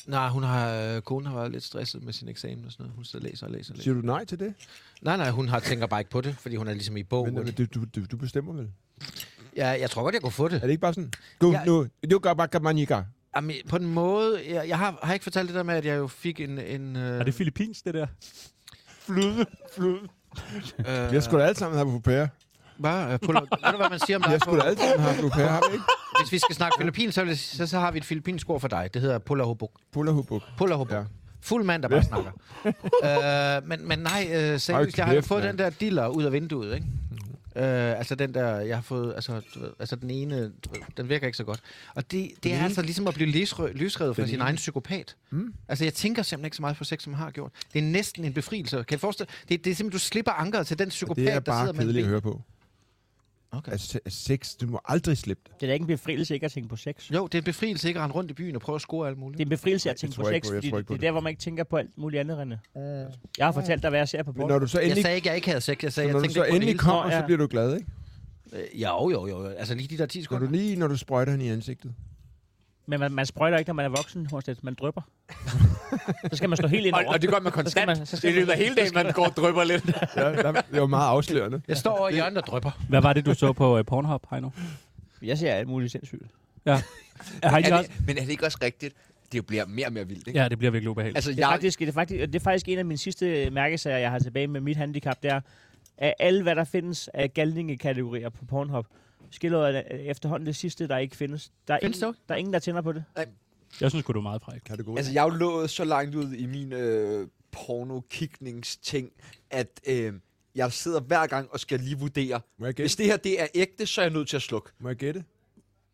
Speaker 1: Nej, hun har, øh, konen har været lidt stresset med sin eksamen og sådan noget. Hun sidder og læser og læser og læser.
Speaker 4: Siger du nej til det?
Speaker 1: Nej, nej, hun har tænker bare ikke på det, fordi hun er ligesom i bogen.
Speaker 4: Men, men du, du, du- du bestemmer vel?
Speaker 1: Ja, jeg tror godt, jeg kunne få
Speaker 4: Er
Speaker 1: det.
Speaker 4: det ikke bare sådan? Gå
Speaker 1: Jeg-
Speaker 4: nu. Du gør bare, kan man ikke gøre.
Speaker 1: Jamen, på en måde... Jeg, jeg har, har ikke fortalt det der med, at jeg jo fik en... en øh,
Speaker 2: Er det Filippins, det der?
Speaker 1: øh,
Speaker 4: Vi har sgu da alle sammen haft au pair.
Speaker 1: Bare, øh, pull- ved du, hvad man siger om
Speaker 4: Vi har
Speaker 1: dig?
Speaker 4: sgu da alle sammen haft au pair, har vi ikke?
Speaker 1: Hvis vi skal snakke filippin, så, vil jeg sige- så, så har vi et filippinsk ord for dig. Det hedder pullahubuk.
Speaker 4: Puller hubuk.
Speaker 1: Pullahubuk.
Speaker 4: Ja.
Speaker 1: Ja. Fuld mand, der bare snakker. øh, men, men nej, øh, seriøst, jeg har jo
Speaker 4: kæft,
Speaker 1: fået
Speaker 4: mand.
Speaker 1: den der diller ud af vinduet, ikke? Øh, altså den der, jeg har fået, altså, du ved, altså den ene, du ved, den virker ikke så godt. Og det, det er altså ligesom at blive lysrø- lysrevet fra sin egen psykopat. Mm. Altså jeg tænker simpelthen ikke så meget på sex, som jeg har gjort. Det er næsten en befrielse. Kan jeg forestille det, det er simpelthen, du slipper ankeret til den psykopat,
Speaker 4: Det er
Speaker 1: der sidder
Speaker 4: bare
Speaker 1: med en
Speaker 4: kedeligt at
Speaker 1: ben.
Speaker 4: høre på.
Speaker 1: Okay.
Speaker 4: Altså, sex, du må aldrig slippe det.
Speaker 5: Det er da ikke en befrielse ikke at tænke på sex.
Speaker 1: Jo, det er en befrielse ikke at rende rundt i byen og prøve at score alt muligt.
Speaker 5: Det er en befrielse
Speaker 4: Nej,
Speaker 5: at tænke
Speaker 4: jeg
Speaker 5: på
Speaker 4: tror ikke
Speaker 5: sex,
Speaker 4: på- jeg
Speaker 5: fordi
Speaker 4: tror ikke
Speaker 5: det
Speaker 4: på
Speaker 5: er
Speaker 4: det.
Speaker 5: der, hvor man ikke tænker på alt muligt andet, René. Jeg har fortalt dig, hvad jeg ser på
Speaker 4: Men når
Speaker 5: porno.
Speaker 4: du så
Speaker 1: Jeg
Speaker 4: endelig,
Speaker 1: sagde ikke, jeg ikke havde sex. Jeg sagde, jeg
Speaker 4: når du
Speaker 1: tænkte
Speaker 4: så
Speaker 1: ikke på
Speaker 4: endelig
Speaker 1: det hele.
Speaker 4: kommer,
Speaker 5: Nå, ja.
Speaker 4: så bliver du glad, ikke?
Speaker 1: Øh, Jo, jo, jo. Altså lige de der 10
Speaker 4: Når
Speaker 1: sekunder.
Speaker 4: du lige når du sprøjter hende i ansigtet.
Speaker 5: Men man, man sprøjter ikke, når man er voksen, Horstedt. Man drøpper. så skal man stå helt ind
Speaker 3: Og,
Speaker 5: over.
Speaker 3: og det gør man
Speaker 5: så skal
Speaker 3: konstant.
Speaker 5: man, så
Speaker 3: Det
Speaker 5: skal
Speaker 3: løber hele dagen, man går og drypper lidt.
Speaker 4: Ja, der- det var meget afslørende.
Speaker 1: Jeg står over i hjørnet og drøber.
Speaker 2: Hvad var det, du så på uh, Pornhub, Heino?
Speaker 5: Jeg ser alt muligt sindssygt.
Speaker 2: Har I
Speaker 3: Er
Speaker 2: også?
Speaker 3: det, men er det ikke også rigtigt? Det bliver mere og mere vildt, ikke?
Speaker 2: Ja, det bliver virkelig ubehageligt.
Speaker 3: Altså,
Speaker 5: Det er,
Speaker 3: jeg,
Speaker 5: faktisk, det, er faktisk, det er faktisk en af mine sidste mærkesager, jeg har tilbage med mit handicap, det er, af alle, hvad der findes af galningekategorier på Pornhub, skildret er efterhånden det sidste, der ikke findes. Der er,
Speaker 1: Findes det
Speaker 5: ingen, der er ingen, der tænder på det.
Speaker 2: Jeg synes sgu, du er meget fræk.
Speaker 4: Kategori.
Speaker 3: altså, jeg er jo lået så langt ud i min øh, porno-kikningsting, at øh, jeg sidder hver gang og skal lige vurdere,
Speaker 4: Må jeg
Speaker 3: hvis
Speaker 4: gætte?
Speaker 3: det her det er ægte, så er jeg nødt til at slukke.
Speaker 4: Må jeg gætte?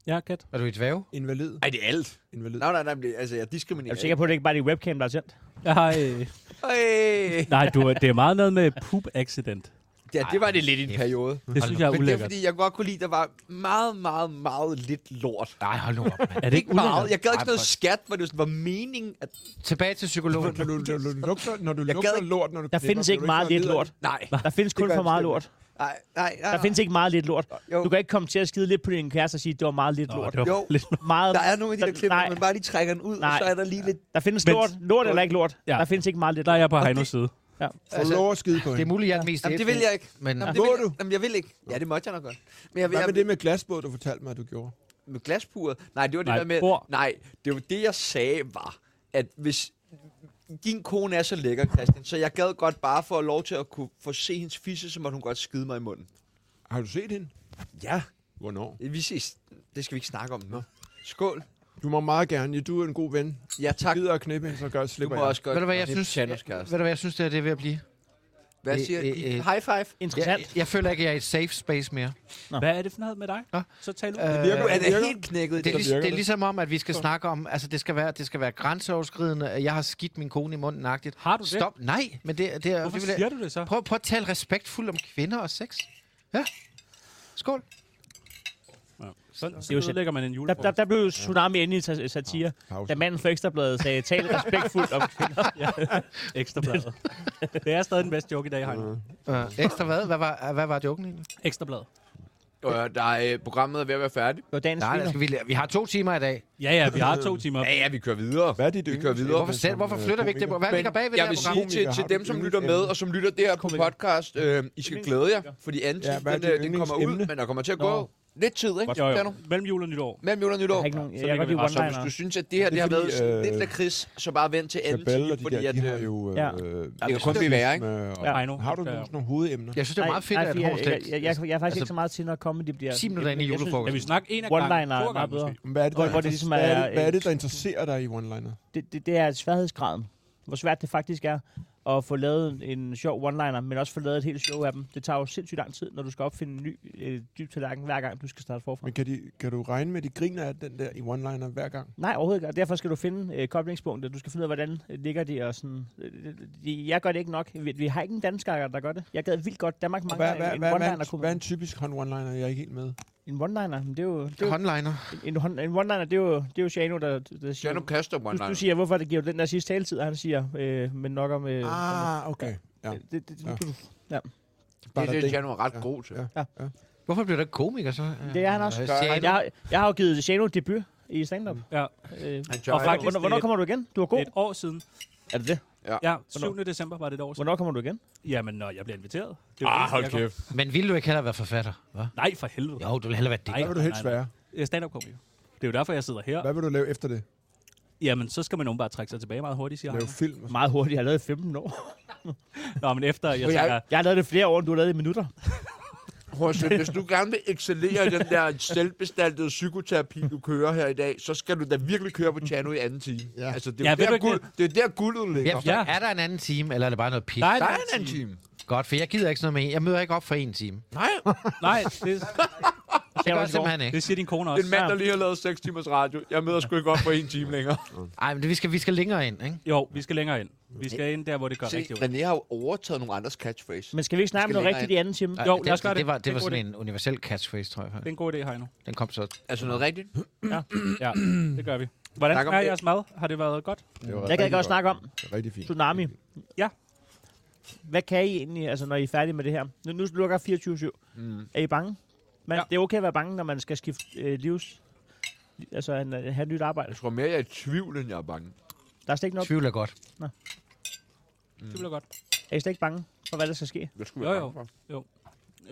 Speaker 2: Ja, kat.
Speaker 1: Er du i dvæve?
Speaker 4: Invalid.
Speaker 3: Ej, det er alt.
Speaker 4: Invalid.
Speaker 3: Nej, nej, nej, men det- altså, jeg
Speaker 5: Jeg
Speaker 3: diskriminerer.
Speaker 5: er sikker på, at det ikke bare er det webcam, der er tændt.
Speaker 2: Ej.
Speaker 3: Øj.
Speaker 2: øh, Nej, du, det er meget noget med poop accident.
Speaker 3: Ja, det var det lidt i en periode.
Speaker 2: Det synes jeg er
Speaker 3: Men det er
Speaker 2: ulækkert.
Speaker 3: fordi, jeg godt kunne lide, der var meget, meget, meget lidt lort.
Speaker 1: Nej, hold nu op, mand.
Speaker 2: Er det ikke ulækkert?
Speaker 3: Meget. Jeg gad
Speaker 1: Ej,
Speaker 3: ikke noget
Speaker 1: for-
Speaker 3: skat, hvor det sådan var meningen, at...
Speaker 1: Tilbage til psykologen.
Speaker 4: Når du, når du lugter, når du
Speaker 3: Jeg
Speaker 4: lugter
Speaker 3: gad ikke-
Speaker 4: lort, når du
Speaker 5: Der
Speaker 4: knipper,
Speaker 5: findes
Speaker 4: bliver
Speaker 5: ikke
Speaker 4: du
Speaker 5: meget
Speaker 4: så
Speaker 5: lidt
Speaker 4: led af
Speaker 5: lort.
Speaker 3: Nej,
Speaker 5: Der findes kun
Speaker 3: gør
Speaker 5: for
Speaker 3: jeg
Speaker 5: meget
Speaker 3: bestemt
Speaker 5: lort.
Speaker 3: nej, nej, nej.
Speaker 5: Der findes ikke meget lidt lort.
Speaker 3: Jo.
Speaker 5: Du kan ikke komme til at skide lidt på din kæreste og sige, at det var meget lidt
Speaker 2: Nå,
Speaker 5: lort.
Speaker 2: det var
Speaker 3: Jo.
Speaker 2: lidt...
Speaker 5: Meget,
Speaker 3: Der er nogle af de der klip,
Speaker 5: nej,
Speaker 3: hvor man bare lige trækker den ud,
Speaker 5: Nej.
Speaker 3: og så er der lige lidt...
Speaker 5: der findes
Speaker 2: Men-
Speaker 5: lort, lort eller ikke lort.
Speaker 2: Ja.
Speaker 5: Der findes ikke meget lidt
Speaker 2: Der er
Speaker 5: lort.
Speaker 2: jeg på Heinos side.
Speaker 4: Får du lov at Altså, skide på
Speaker 1: Det
Speaker 4: hende?
Speaker 1: er muligt, jeg er den mest
Speaker 3: Jamen, det
Speaker 1: ædru,
Speaker 3: vil jeg ikke.
Speaker 1: Men
Speaker 3: Jamen, det
Speaker 4: Må
Speaker 3: vil jeg,
Speaker 4: du?
Speaker 3: jamen, jeg vil ikke. Ja, det måtte jeg nok godt. Men jeg, vil-
Speaker 4: Hvad
Speaker 3: jeg,
Speaker 4: med det med glasbåd, du fortalte mig, at du gjorde?
Speaker 3: med glaspuret? Nej, det var det
Speaker 2: Nej,
Speaker 3: der med...
Speaker 2: bord.
Speaker 3: Nej, det var det, jeg sagde var, at hvis din kone er så lækker, Christian, så jeg gad godt bare få lov til at kunne få se hendes fisse, så måtte hun godt skide mig i munden.
Speaker 4: Har du set hende?
Speaker 3: Ja.
Speaker 4: Hvornår?
Speaker 3: Vi ses. Det skal vi ikke snakke om nu. Skål.
Speaker 4: Du må meget gerne. Ja, du er en god ven.
Speaker 3: Ja, tak.
Speaker 4: Gider at knippe hende, så gør
Speaker 3: Du
Speaker 4: slipper
Speaker 3: må
Speaker 4: jeg.
Speaker 3: også godt.
Speaker 1: Ved du, hvad jeg
Speaker 3: Det er
Speaker 1: synes?
Speaker 3: Shannos
Speaker 1: øh, Ved
Speaker 3: kæreste.
Speaker 1: du, hvad jeg synes, det er, det er ved at blive?
Speaker 3: Hvad
Speaker 1: Øh,
Speaker 3: siger
Speaker 1: øh,
Speaker 3: I?
Speaker 1: øh.
Speaker 3: High five.
Speaker 1: Jeg,
Speaker 5: Interessant.
Speaker 1: jeg føler ikke, jeg er i et safe space mere.
Speaker 2: Hvad er det for noget med dig?
Speaker 1: Nå.
Speaker 2: Så tal ud.
Speaker 1: Øh,
Speaker 3: Du er da helt knækket.
Speaker 1: det, er lig,
Speaker 4: virker
Speaker 1: det er
Speaker 4: det.
Speaker 1: ligesom om, at vi skal snakke om, altså det skal være, det skal være grænseoverskridende, at jeg har skidt min kone i munden agtigt.
Speaker 2: Har du det?
Speaker 1: Stop. Nej, men det, det er...
Speaker 2: Hvorfor
Speaker 1: det vil jeg-
Speaker 2: siger du det så?
Speaker 1: Prøv, prøv at tale respektfuldt om kvinder og sex. Ja. Skål.
Speaker 2: Sådan,
Speaker 5: jo
Speaker 2: så
Speaker 5: sæt-
Speaker 2: ødelægger man en
Speaker 5: Der,
Speaker 2: julefrokost.
Speaker 5: der, der blev jo tsunami inde i sa- satire,
Speaker 4: Pause.
Speaker 5: da manden fra Ekstrabladet sagde, tal respektfuldt om kvinder.
Speaker 2: Ekstra bladet. det er stadig den bedste joke i dag, Heino.
Speaker 1: Øh, ekstra hvad? Hvad var, hvad var joken egentlig?
Speaker 2: Ekstra blad.
Speaker 3: Øh, der er, øh, programmet er ved at være færdigt.
Speaker 5: Det var dagens
Speaker 1: Nej, altså, der
Speaker 5: vinder.
Speaker 1: skal vi, la- vi har to timer i dag.
Speaker 2: Ja, ja, vi har to timer.
Speaker 3: Ja, ja, vi kører videre.
Speaker 4: Hvad er dit øh,
Speaker 3: Vi kører
Speaker 4: yndlings-
Speaker 3: videre.
Speaker 1: Hvorfor, selv, hvorfor flytter vi ikke det? Hvad ligger bag ved det
Speaker 3: jeg
Speaker 1: her
Speaker 3: vil
Speaker 1: program?
Speaker 3: sige til, til
Speaker 4: Har
Speaker 3: dem,
Speaker 4: du
Speaker 3: som
Speaker 4: yndlings-
Speaker 3: lytter med, og som lytter der her på podcast, øh, I skal glæde jer, fordi anden
Speaker 4: Ja,
Speaker 3: tid,
Speaker 4: hvad er
Speaker 3: den,
Speaker 4: dit
Speaker 3: øh, den kommer ud,
Speaker 4: yndlingsemne?
Speaker 3: men der kommer til at
Speaker 5: Nå.
Speaker 3: gå lidt tid, ikke?
Speaker 2: Jo,
Speaker 3: Dano?
Speaker 2: jo. Mellem jul og nytår.
Speaker 3: Mellem jul og
Speaker 5: Jeg
Speaker 3: nytår.
Speaker 5: har ikke nogen, jeg
Speaker 2: ligger
Speaker 5: kan godt
Speaker 2: vi
Speaker 5: lide
Speaker 2: bare- så
Speaker 3: Så hvis
Speaker 5: one-liner.
Speaker 3: du synes, at det her
Speaker 4: Det
Speaker 3: det
Speaker 4: er
Speaker 3: har
Speaker 4: fordi,
Speaker 3: været øh,
Speaker 4: øh,
Speaker 3: lidt lakrids, så bare vent til anden
Speaker 4: Isabelle
Speaker 3: tid,
Speaker 4: og de
Speaker 3: fordi
Speaker 4: der,
Speaker 3: at,
Speaker 4: de har
Speaker 3: øh,
Speaker 4: jo... Øh,
Speaker 5: ja.
Speaker 3: det kan kun blive værre, ikke?
Speaker 4: ikke?
Speaker 2: Ja.
Speaker 4: Ja.
Speaker 2: Heino,
Speaker 4: Har du
Speaker 2: ja.
Speaker 4: nogen sådan nogle hovedemner?
Speaker 1: Jeg synes, det er meget fedt,
Speaker 5: nej,
Speaker 1: at
Speaker 5: fordi jeg,
Speaker 1: Horns
Speaker 5: jeg, jeg, jeg, jeg er faktisk
Speaker 1: Altså,
Speaker 5: ikke så meget til, når comedy bliver...
Speaker 1: 10 minutter ind i
Speaker 5: jeg synes-
Speaker 2: Kan vi
Speaker 1: julefrokosten.
Speaker 2: snakke en af gangen? To
Speaker 5: One-liner er
Speaker 2: af
Speaker 5: meget
Speaker 2: gangen
Speaker 5: bedre.
Speaker 2: måske.
Speaker 4: Hvad er det,
Speaker 5: Hvor-
Speaker 4: der,
Speaker 5: hvor det ligesom
Speaker 4: hvad, er
Speaker 5: er,
Speaker 4: det, hvad er
Speaker 5: øh,
Speaker 4: det, der interesserer dig i one-liner?
Speaker 5: det, det, det er sværhedsgraden. Hvor svært det faktisk er at få lavet en, en sjov one-liner, men også få lavet et helt show af dem. Det tager jo sindssygt lang tid, når du skal opfinde en ny øh, dyb tallerken, hver gang du skal starte forfra.
Speaker 4: Men kan, de, kan du regne med, at de griner af den der i one-liner hver gang?
Speaker 5: Nej, overhovedet ikke. Og derfor skal du finde øh, koblingspunktet. Du skal finde ud af, hvordan øh, ligger de. Og sådan. Øh, øh, de- Jeg gør det ikke nok. Vi, vi har ikke en dansker, der gør det. Jeg gad vildt godt. Danmark
Speaker 4: Og
Speaker 5: mangler
Speaker 4: Hvad, hvad,
Speaker 5: en,
Speaker 4: hvad, hvad,
Speaker 5: en
Speaker 4: er
Speaker 5: one-liner.
Speaker 4: en- hvad er en typisk one-liner, jeg er ikke helt med?
Speaker 5: en one-liner, men det er jo... Det er jo
Speaker 1: Håndliner.
Speaker 5: en, en, en one-liner, det er jo, det er jo Shano, der, der siger...
Speaker 3: Jano Kastrup
Speaker 5: du, du,
Speaker 3: one-liner.
Speaker 5: siger, hvorfor det giver du den der sidste taletid, og han siger, øh, men nok om... Øh,
Speaker 4: Ah, okay. Ja.
Speaker 5: om- det, det, det,
Speaker 4: Ja.
Speaker 3: Det, det er
Speaker 4: Barading.
Speaker 3: Jano er ret god til.
Speaker 4: Ja.
Speaker 1: Hvorfor bliver du ikke komiker så?
Speaker 5: Det er han også.
Speaker 1: Øh,
Speaker 5: Jeg,
Speaker 1: Sjano.
Speaker 5: jeg, jeg har jo givet Shano debut i stand-up.
Speaker 2: Ja.
Speaker 5: Øh,
Speaker 3: Han
Speaker 2: Og
Speaker 3: tør
Speaker 2: faktisk,
Speaker 5: hvornår, hvornår kommer du igen? Du er god.
Speaker 2: Et år siden.
Speaker 5: Er det det?
Speaker 2: Ja, 7. december var det et år siden.
Speaker 5: Hvornår kommer du igen?
Speaker 2: Jamen, når jeg bliver inviteret. Det er jo
Speaker 3: Ah,
Speaker 2: det,
Speaker 3: hold
Speaker 2: jeg kom-
Speaker 3: kæft.
Speaker 1: Men ville du ikke hellere være forfatter? Hva?
Speaker 2: Nej, for helvede.
Speaker 1: Jo, du ville hellere være det.
Speaker 2: Nej,
Speaker 4: Hvad vil du helst
Speaker 2: nej, nej.
Speaker 4: være?
Speaker 2: Jeg er stand-up komiker. Det er jo derfor, jeg sidder her.
Speaker 4: Hvad vil du lave efter det?
Speaker 2: Jamen, så skal man nogen bare trække sig tilbage meget hurtigt, siger
Speaker 4: Lave
Speaker 2: han.
Speaker 4: film? Og sådan?
Speaker 5: Meget hurtigt. Jeg har lavet i 15 år.
Speaker 2: Nå, men efter, jeg
Speaker 3: jeg-
Speaker 2: tænker,
Speaker 5: Jeg har lavet det flere år, end du har lavet i minutter.
Speaker 3: Horsen, hvis du gerne vil excellere i den der selvbestaltede psykoterapi, du kører her i dag, så skal du da virkelig køre på Chano i anden time. Ja. Altså, det er,
Speaker 2: Ja,
Speaker 3: ja,
Speaker 2: ved du
Speaker 3: der,
Speaker 2: ikke
Speaker 3: guld, det er der guldet
Speaker 1: Jeg
Speaker 3: ligger.
Speaker 1: forstår,
Speaker 2: Ja.
Speaker 1: Er der en anden time, eller er det bare noget pis?
Speaker 2: der er
Speaker 3: Der er
Speaker 2: en
Speaker 3: en anden time.
Speaker 1: Godt, for jeg gider ikke sådan noget med Jeg møder ikke op for en time.
Speaker 3: Nej,
Speaker 2: Nej, det,
Speaker 1: Det gør jeg
Speaker 5: var i går.
Speaker 1: simpelthen ikke.
Speaker 2: det siger din kone
Speaker 3: det er
Speaker 2: også.
Speaker 3: en mand, der lige har lavet 6 timers radio. Jeg møder sgu ikke op på en time længere.
Speaker 1: Ej, men det, vi skal, vi skal længere ind, ikke?
Speaker 2: Jo, vi skal længere ind. Vi skal ind der, hvor det gør
Speaker 3: Se,
Speaker 2: rigtig ondt.
Speaker 3: René har jo overtaget nogle andres catchphrase.
Speaker 5: Men skal vi ikke snakke
Speaker 3: Vi skal
Speaker 5: om noget
Speaker 3: længere
Speaker 5: rigtigt i anden time?
Speaker 1: Ej,
Speaker 2: Jo,
Speaker 1: det,
Speaker 2: lad os gøre det.
Speaker 1: Det var, det
Speaker 2: Det
Speaker 1: var
Speaker 2: er en
Speaker 1: sådan
Speaker 2: god
Speaker 1: en universel catchphrase, tror jeg.
Speaker 2: Det er
Speaker 1: faktisk.
Speaker 2: en god idé, Heino.
Speaker 1: Den kom så.
Speaker 3: Altså noget rigtigt?
Speaker 2: Ja, det gør vi. Hvordan
Speaker 3: Tak om
Speaker 2: er
Speaker 3: det.
Speaker 2: jeres mad? Har det været godt?
Speaker 4: Det var
Speaker 5: Jeg kan
Speaker 4: rigtig
Speaker 5: godt snakke om
Speaker 4: Det er Rigtig fint.
Speaker 5: tsunami.
Speaker 2: Ja.
Speaker 5: Hvad kan I egentlig, altså når I er færdige med det her? Nu, nu lukker 24-7. Mm. Er I bange? Man,
Speaker 2: Ja.
Speaker 5: ja. Det er okay at være bange, når man skal skifte øh, livs... Altså, han, han har et nyt arbejde.
Speaker 3: Jeg tror mere, jeg er i tvivl, end jeg er bange.
Speaker 5: Der er slet ikke noget.
Speaker 1: Tvivl er godt.
Speaker 2: Det bliver godt.
Speaker 5: Er I slet ikke bange for, hvad der skal ske?
Speaker 3: Jeg, skulle
Speaker 2: Jo,
Speaker 3: være
Speaker 2: jo.
Speaker 3: bange for.
Speaker 2: jo.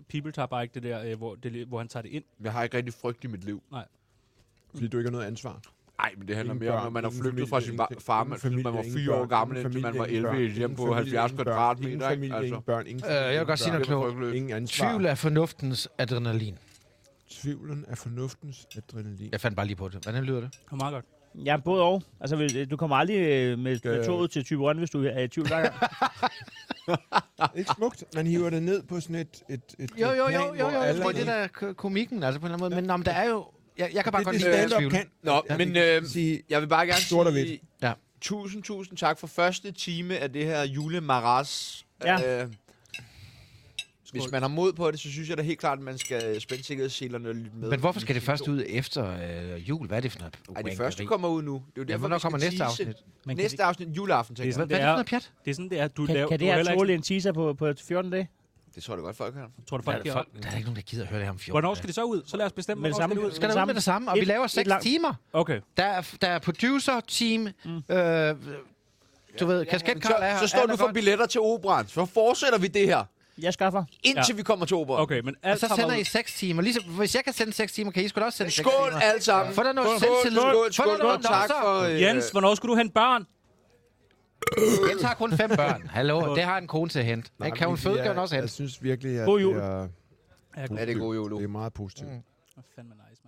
Speaker 2: People tager bare ikke det der, øh, hvor, det, li- hvor han tager det ind.
Speaker 3: jeg har ikke rigtig frygt i mit liv.
Speaker 4: Fordi du ikke har noget ansvar.
Speaker 3: Nej, men det handler
Speaker 4: Ingen
Speaker 3: mere om,
Speaker 4: børn,
Speaker 3: at man har
Speaker 4: ingen
Speaker 3: flygtet
Speaker 4: familie,
Speaker 3: fra sin
Speaker 4: ingen-
Speaker 3: ba- far,
Speaker 4: ingen
Speaker 3: man, siden man var
Speaker 4: familie,
Speaker 3: fire
Speaker 4: ingen
Speaker 3: år
Speaker 4: børn,
Speaker 3: gammel,
Speaker 4: ingen
Speaker 3: indtil man var
Speaker 4: familie,
Speaker 3: 11 i
Speaker 4: ingen
Speaker 3: et hjem
Speaker 4: børn,
Speaker 3: på
Speaker 4: ingen
Speaker 3: 70
Speaker 4: familie, ingen børn,
Speaker 3: kvadratmeter.
Speaker 4: Ingen
Speaker 3: ikke?
Speaker 4: familie,
Speaker 3: Altså,
Speaker 4: ingen børn, ingen
Speaker 1: Øh, jeg vil godt sige noget
Speaker 3: det er
Speaker 1: klogt.
Speaker 3: frygteligt.
Speaker 4: Ingen ansvar.
Speaker 1: Tvivl er fornuftens adrenalin.
Speaker 4: Tvivlen er fornuftens adrenalin.
Speaker 1: Jeg fandt bare lige på det. Hvordan lyder det?
Speaker 2: Det var meget godt.
Speaker 5: Ja, både og. Altså, vil- du kommer aldrig øh, med, med
Speaker 4: Skal-
Speaker 5: toget til Typerøn, hvis du er i tvivl hver gang.
Speaker 4: Ikke smukt. Man hiver det ned på sådan et... et, et
Speaker 1: Jo, jo,
Speaker 4: plan,
Speaker 1: jo, jo,
Speaker 4: hvor
Speaker 1: jo. Jeg
Speaker 4: alle-
Speaker 1: tror, det der er ko- komikken, altså på en eller anden måde. Men nå, men der er jo... Jeg, jeg kan bare
Speaker 4: Det,
Speaker 1: godt
Speaker 4: det
Speaker 1: lide at
Speaker 4: stand-up
Speaker 1: tvivle.
Speaker 4: kan.
Speaker 3: Nå,
Speaker 4: Ja,
Speaker 3: men
Speaker 4: vi kan
Speaker 3: øh,
Speaker 4: sige,
Speaker 3: jeg vil bare gerne
Speaker 4: Sort og
Speaker 3: sige
Speaker 1: Ja.
Speaker 3: tusind, tusind tak for første time af det her julemaras.
Speaker 5: Ja.
Speaker 3: Øh, hvis man har mod på det, så synes jeg da helt klart, at man skal øh, spænde sikkerhedsselerne og lytte med.
Speaker 1: Men hvorfor skal det først ud efter øh, jul? Hvad er det for noget?
Speaker 3: Ej,
Speaker 1: wankeri?
Speaker 3: det første kommer ud nu. Det er jo
Speaker 1: Ja,
Speaker 3: derfor,
Speaker 1: hvornår
Speaker 3: vi skal
Speaker 1: kommer næste
Speaker 3: tease.
Speaker 1: afsnit?
Speaker 5: Men kan,
Speaker 3: Næste afsnit, juleaften,
Speaker 2: Det
Speaker 3: tænker
Speaker 2: er
Speaker 3: jeg.
Speaker 2: sådan,
Speaker 1: Hvad
Speaker 2: det
Speaker 1: er det for
Speaker 2: er,
Speaker 1: noget pjat?
Speaker 2: det er sådan, det er, du
Speaker 5: kan,
Speaker 2: laver...
Speaker 5: kan det
Speaker 2: du er
Speaker 5: her
Speaker 2: heller ikke
Speaker 5: tåle en teaser på, på 14 dage?
Speaker 3: Det tror jeg da godt, folk her.
Speaker 2: sådan- Tror du,
Speaker 1: Der
Speaker 2: folk
Speaker 1: er,
Speaker 2: giver
Speaker 1: folk,
Speaker 2: op?
Speaker 1: der er ikke nogen, der gider at høre det her om 14
Speaker 2: Hvornår skal det så ud? Så lad os bestemme,
Speaker 5: Med det
Speaker 2: hvornår
Speaker 5: samme.
Speaker 2: skal det ud.
Speaker 1: Skal der ud med det samme? Og vi
Speaker 5: Et-
Speaker 1: laver
Speaker 5: et
Speaker 1: 6
Speaker 5: langt-
Speaker 1: timer.
Speaker 2: Okay.
Speaker 1: Der er, der er producer, team, mm. øh, du ved, kasketkarl er her.
Speaker 3: Så, så står
Speaker 1: alt
Speaker 3: du
Speaker 1: er
Speaker 3: for
Speaker 1: godt.
Speaker 3: billetter til operan. Så fortsætter vi det her,
Speaker 5: Jeg skaffer.
Speaker 3: indtil vi kommer til operan.
Speaker 2: Okay, men
Speaker 1: Og
Speaker 2: alt
Speaker 1: så
Speaker 2: har
Speaker 1: sender
Speaker 2: været-
Speaker 1: I 6 timer. Ligesom, hvis jeg kan sende 6 timer, kan I sgu da også sende 6
Speaker 3: Skål
Speaker 1: timer.
Speaker 3: alle sammen.
Speaker 1: Få dig noget
Speaker 3: Skål,
Speaker 1: selvtillid.
Speaker 3: Skål,
Speaker 1: Få dig
Speaker 3: skål, skål,
Speaker 1: noget
Speaker 3: og tak
Speaker 1: nok, så.
Speaker 3: for... øh,
Speaker 2: Jens, hvornår skulle du hente børn?
Speaker 1: Jeg tager kun 5 børn. Hallo, det har en kone til at hente.
Speaker 4: nej,
Speaker 1: Ikke? kan hun
Speaker 4: vi-
Speaker 1: føde, kan hun
Speaker 4: jeg-
Speaker 1: også hente.
Speaker 4: Jeg synes virkelig, at
Speaker 5: God jul.
Speaker 4: det er,
Speaker 2: Ja,
Speaker 3: Ja, det er god jul.
Speaker 1: Mm.
Speaker 4: det er meget positivt.
Speaker 2: fandme nice.